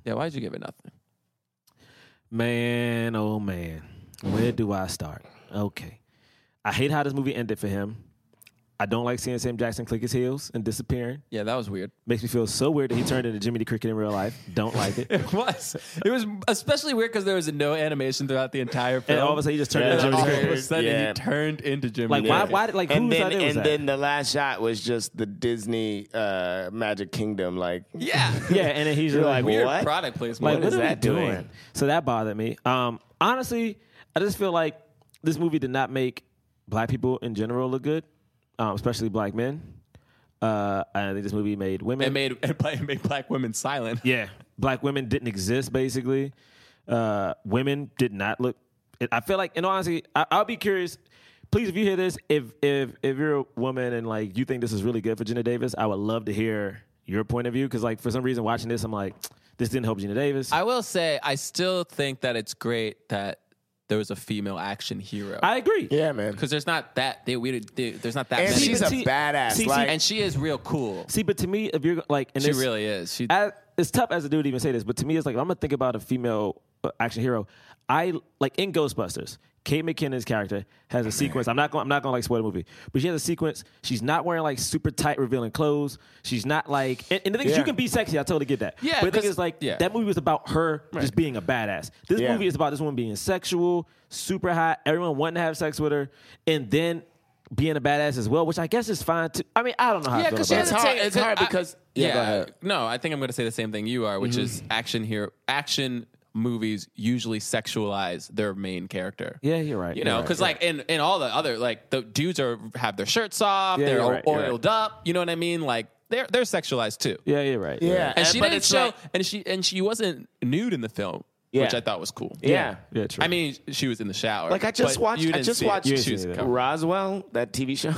F: yeah. Why'd you give it nothing?
G: Man, oh man, where do I start? Okay, I hate how this movie ended for him. I don't like seeing Sam Jackson click his heels and disappearing.
F: Yeah, that was weird.
G: Makes me feel so weird that he turned into Jimmy the Cricket in real life. Don't like it.
F: It was. It was especially weird because there was no animation throughout the entire film.
G: And all of a sudden, he just turned
E: Yeah,
G: into Jimmy the
E: all
G: Cricket.
E: of
F: All of a sudden,
E: Yeah.
F: he turned into Jimmy.
G: Like,
F: the
G: why?
F: Cricket.
G: Why? Did, like,
E: and
G: whose
E: then
G: idea
E: and
G: was that?
E: then the last shot was just the Disney uh, Magic Kingdom. Like,
F: Yeah.
G: yeah, and then he's just like,
E: like,
F: Weird
E: What?
F: product placement.
G: Like, what,
E: is
G: are we
E: that
G: doing?
E: doing?
G: So that bothered me. Um, honestly, I just feel like this movie did not make black people in general look good, um, especially black men. Uh, I think this movie made women.
F: it made it made black women silent.
G: yeah, black women didn't exist basically. Uh, women did not look. I feel like, and honestly, I, I'll be curious. Please, if you hear this, if if if you're a woman and like you think this is really good for Gina Davis, I would love to hear your point of view because like for some reason watching this, I'm like, this didn't help Gina Davis.
F: I will say, I still think that it's great that there was a female action hero
G: I agree.
E: yeah, man.
F: because there's not that they, we, they, there's not that
E: And
F: many,
E: she's
G: but
E: a
G: see-
E: badass.
G: see, see,
E: like,
F: and she is real cool.
G: See, but to me, if you're like, and
F: She
G: it's-
F: really is. She
G: I, it's tough as a dude to even say this, but to me, it's like if I'm gonna think about a female uh, action hero. I like in Ghostbusters, Kate McKinnon's character
F: Oh,
G: has a sequence. I'm not going. I'm not going to like spoil the movie, but she has a sequence. She's not wearing like super tight revealing clothes. She's not like. And, and the thing is,
E: Yeah.
G: you can be sexy. I totally get that.
F: Yeah,
G: but the thing
F: 'cause-
G: is, like
F: yeah.
G: that movie was about her just being a badass. This
E: Yeah.
G: movie is about this woman being sexual, super hot. Everyone wanting to have sex with her, and then being a badass as well, which I guess is fine too. I mean, I don't know how. I
F: Yeah,
G: feel
F: because
G: about
E: has
G: it.
E: a It's hard- it's hard because-
F: yeah.
E: Yeah, go ahead.
F: No, I think I'm going to say the same thing you are, which is
G: Mm-hmm.
F: action here. Action movies usually sexualize their main character.
G: Yeah, you're right.
F: You
G: You're
F: know,
G: right,
F: because
G: you're
F: like in in all the other like the dudes are have their shirts off,
G: Yeah,
F: they're
G: you're
F: o-
G: right, you're
F: oiled up. You know what I mean? Like they're they're sexualized too.
G: yeah, you're right. you're right.
F: And she
E: but
F: didn't
E: it's
F: show,
E: like-
F: and she and she wasn't nude in the film, which
E: Yeah.
F: I thought was cool.
E: yeah.
G: yeah, true.
F: I mean, she was in the shower.
E: Like I just
F: but
E: watched.
F: you
E: I
F: didn't
E: just
F: see it.
E: watched
G: You didn't see it.
F: covered.
E: Roswell, that TV show,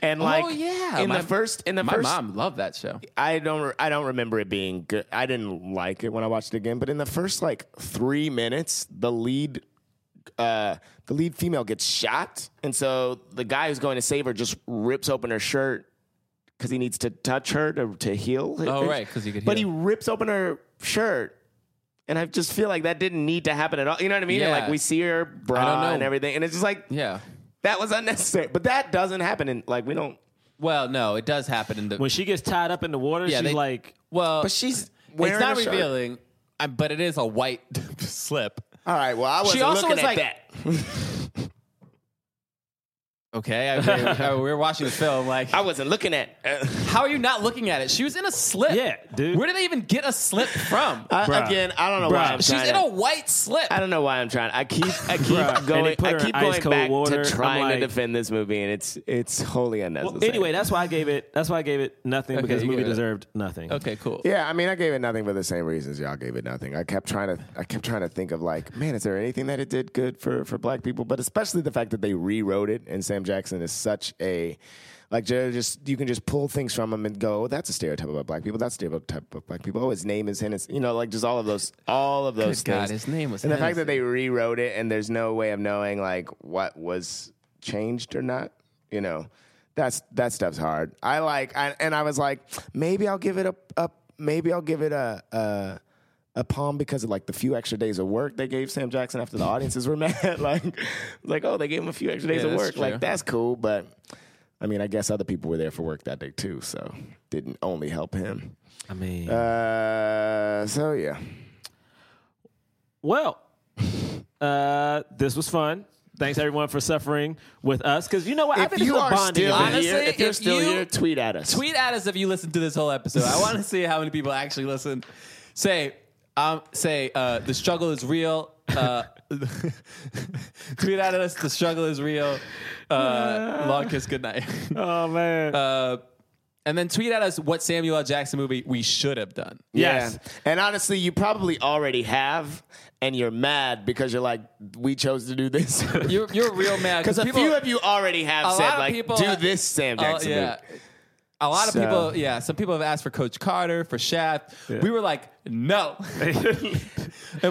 E: and like
F: Hmm. oh yeah,
E: in
F: my,
E: the first in the
F: my
E: first
F: mom loved that show.
E: I don't re- I don't remember it being good. I didn't like it when I watched it again, but in the first like 3 minutes, the lead uh, the lead female gets shot, and so the guy who's going to save her just rips open her shirt because he needs to touch her to, to heal.
F: Oh, right, 'cause he could
E: But he
F: heal.
E: rips open her shirt, and I just feel like that didn't need to happen at all. You know what I mean? And,
F: Yeah.
E: like we see her
F: don't
E: bra
F: know.
E: and everything, and it's just like
F: Yeah.
E: that was unnecessary. But that doesn't happen, and like we don't.
F: Well, no, it does happen in the.
G: when she gets tied up in the water,
F: Yeah,
G: she's
F: they-
G: like,
F: well,
E: But she's
F: it's
E: wearing
F: not
E: a shirt.
F: revealing, I, but it is a white slip.
E: All right. Well, I wasn't
F: She also
E: looking
F: was
E: at
F: like-
E: that.
F: Okay, I mean, I- we were watching the film. Like,
E: I wasn't looking at. Uh,
F: how are you not looking at it? She was in a slip.
G: Yeah, dude.
F: Where did they even get a slip from?
E: I, uh, again, I don't know why
G: Bruh.
E: I'm
F: She's
E: trying.
F: in a
E: to,
F: white slip.
E: I don't know why I'm trying. I keep, I
G: Bruh. And
E: keep
G: they
E: going,
G: put
E: I
G: her in
E: keep going
G: ice-cold
E: back
G: water. I'm
E: to trying
G: like-
E: to defend this movie, and it's it's wholly unnecessary.
G: well, anyway, that's why I gave it. That's why I gave it nothing
F: Okay,
G: because the
F: you
G: movie
F: gave it-
G: deserved nothing.
F: Okay, cool.
E: yeah, I mean, I gave it nothing for the same reasons y'all gave it nothing. I kept trying to, I kept trying to think of like, man, is there anything that it did good for for black people? But especially the fact that they rewrote it, and Sam Jackson is such a. Like Joe, just you can just pull things from him and go. Oh, that's a stereotype about black people. That's a stereotype of black people. Oh, his name is Hennessy. You know, like just all of those, all of those
F: Good God,
E: things.
F: his name was
E: And the fact that they rewrote it and there's no way of knowing like what was changed or not, you know, that's that stuff's hard. I like, I, and I was like, maybe I'll give it a, a maybe I'll give it a. a a palm because of like the few extra days of work they gave Sam Jackson after the audiences were mad. like, like oh, they gave him a few extra days of
F: Yeah, that's
E: work.
F: true.
E: Like that's cool, but I mean, I guess other people were there for work that day too, so didn't only help him.
G: I mean,
E: Uh, so yeah,
G: well, uh, this was fun. Thanks everyone for suffering with us because you know what? I
E: if
G: think this
E: you
G: is a
E: are
G: bonding
E: still here,
G: event.
F: Honestly,
E: if you're
F: if
E: still
F: you-
E: here, tweet at us.
F: Tweet at us if you listened to this whole episode. I want to see how many people actually listened. Say, um, say uh, the struggle is real. Uh, tweet at us. The struggle is real. Uh, long kiss. Good night.
G: Oh
E: Um.
G: man,
F: Uh, and then tweet at us what Samuel L. Jackson movie we should have done.
G: Yes.
E: Yeah. And honestly, you probably already have, and you're mad because you're like, we chose to do this.
F: You're, you're real mad
E: Because a
F: people-
E: few of you already have
F: a lot
E: said,
F: of
E: like,
F: people-
E: do this Sam
F: uh,
E: Jackson
F: yeah.
E: movie.
F: A lot of
E: So-
F: people, yeah. Some people have asked for Coach Carter, for Shaft. We were like, no. and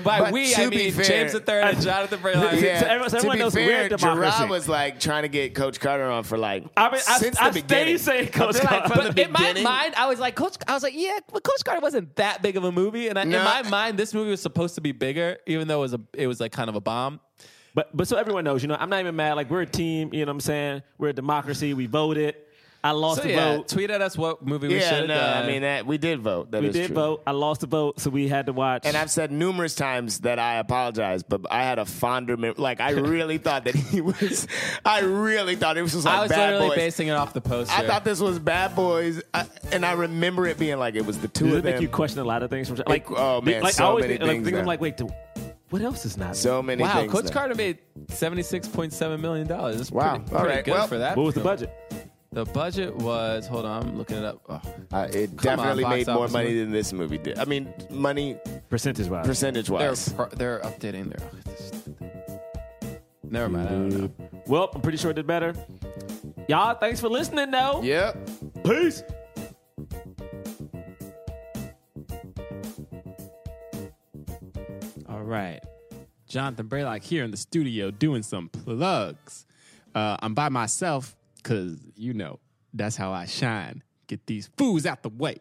F: by
E: But
F: we,
E: to
F: I
E: be
F: mean
E: fair-
F: James III and Jonathan Brayline.
G: Yeah. So everyone- so
E: to
G: everyone
E: be
G: knows we're
E: fair,
G: a democracy.
E: Gerard was like trying to get Coach Carter on for like
G: I mean, I,
E: since
G: I
E: the
G: stay
E: beginning.
G: saying Coach
E: feel like
G: Carter.
E: from the
F: But in my
E: beginning-
F: mind, I was like, Coach. I was like, yeah, but Coach Carter wasn't that big of a movie, and I, in
E: No.
F: my mind, this movie was supposed to be bigger, even though it was a, it was like kind of a bomb.
G: But but so everyone knows, you know, I'm not even mad. Like we're a team. You know what I'm saying? We're a democracy. We voted. I lost
F: So
G: the
F: yeah,
G: vote.
F: tweet at us what movie we should uh,
E: Yeah,
F: have
E: no,
F: done.
E: I mean that we did vote. That
G: We
E: is
G: did
E: true.
G: vote. I lost the vote, so we had to watch.
E: And I've said numerous times that I apologize, but I had a fonder mem- like I really thought that he was. I really thought it was just like
F: I was
E: bad
F: literally
E: boys.
F: basing it off the poster.
E: I thought this was Bad Boys, I, and I remember it being like it was the two
G: Does
E: of
G: it
E: them.
G: make you question a lot of things? From like,
E: oh, man,
G: like
E: so
G: I always
E: many
G: think- like,
E: things
G: think I'm
E: now.
G: like, wait, do- what else is not?
E: so many
F: wow,
E: things.
F: Coach
E: now.
F: Carter made seventy six point seven million dollars. That's
E: Wow,
F: pretty,
E: all
F: pretty
E: right,
F: good
E: well-
F: for that.
G: what was the
F: film.
G: budget?
F: The budget was hold on, I'm looking it up. Oh.
E: Uh, it
F: Come on,
E: definitely
F: box
E: made more
F: office
E: money
F: movie.
E: than this movie did. I mean, money
G: Percentage wise.
E: percentage
F: They're
E: wise.
F: pro- they're updating their. oh, Never mind. I don't know.
G: Well, I'm pretty sure it did better. Y'all, thanks for listening, though.
E: Yep.
G: Peace.
B: All right. Jonathan Braylock here in the studio doing some plugs. Uh, I'm by myself because, you know, that's how I shine. Get these fools out the way.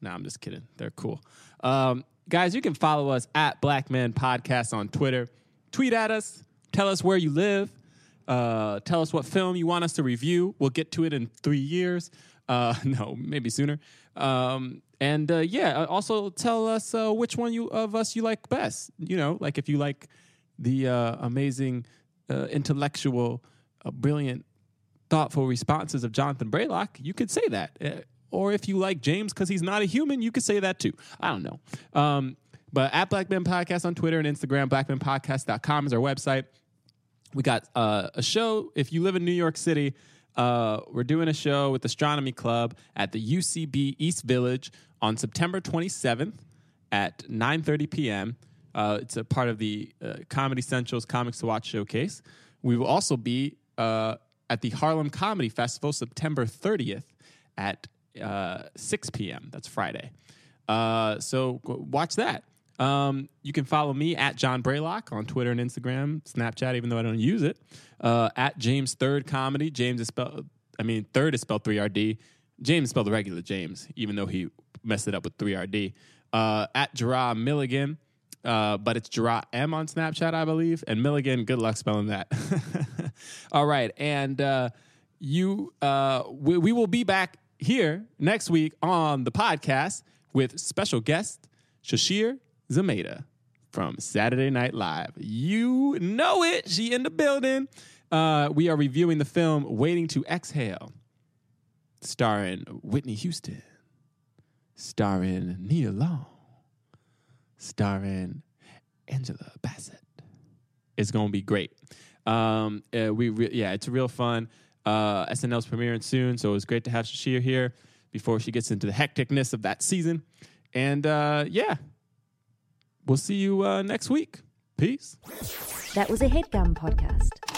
B: Nah, I'm just kidding. They're cool. Um, guys, you can follow us at Black Men Podcast on Twitter. Tweet at us.
F: Tell us where you live. Uh, tell us what film you want us to review. We'll get to it in three years. Uh, no, maybe sooner. Um, and uh, yeah, uh, also tell us uh, which one you of us you like best. You know, like if you like the uh, amazing, uh, intellectual, uh, brilliant thoughtful responses of Jonathan Braylock, you could say that. Uh, Or if you like James because he's not a human, you could say that too. I don't know. Um, but at Black Men Podcast on Twitter and Instagram, blackmenpodcast.com is our website. We got uh, a show. If you live in New York City, uh, we're doing a show with Astronomy Club at the UCB East Village on September 27th at 9:30 p.m. Uh, it's a part of the uh, Comedy Central's Comics to Watch showcase. We will also be uh, at the Harlem Comedy Festival September 30th at uh, 6 p.m. That's Friday. Uh, so go- watch that. Um, you can follow me at John Braylock on Twitter and Instagram, Snapchat, even though I don't use it. Uh, at James Third Comedy. James is spelled, I mean, Third is spelled 3RD. James is spelled the regular James, even though he messed it up with 3RD. Uh, at Gerard Milligan, uh, but it's Gerard M on Snapchat, I believe. And Milligan, good luck spelling that. All right. And uh, you, uh, we, we will be back here next week on the podcast with special guest Shashir Zameda from Saturday Night Live. You know it. She in the building. Uh, we are reviewing the film Waiting to Exhale, starring Whitney Houston, starring Nia Long, starring Angela Bassett. It's gonna be great. Um, uh, we re- yeah, it's real fun. Uh, SNL's premiering soon, so it was great to have Shashir here before she gets into the hecticness of that season. And uh, yeah, we'll see you uh, next week. Peace.
A: That was a headgum podcast.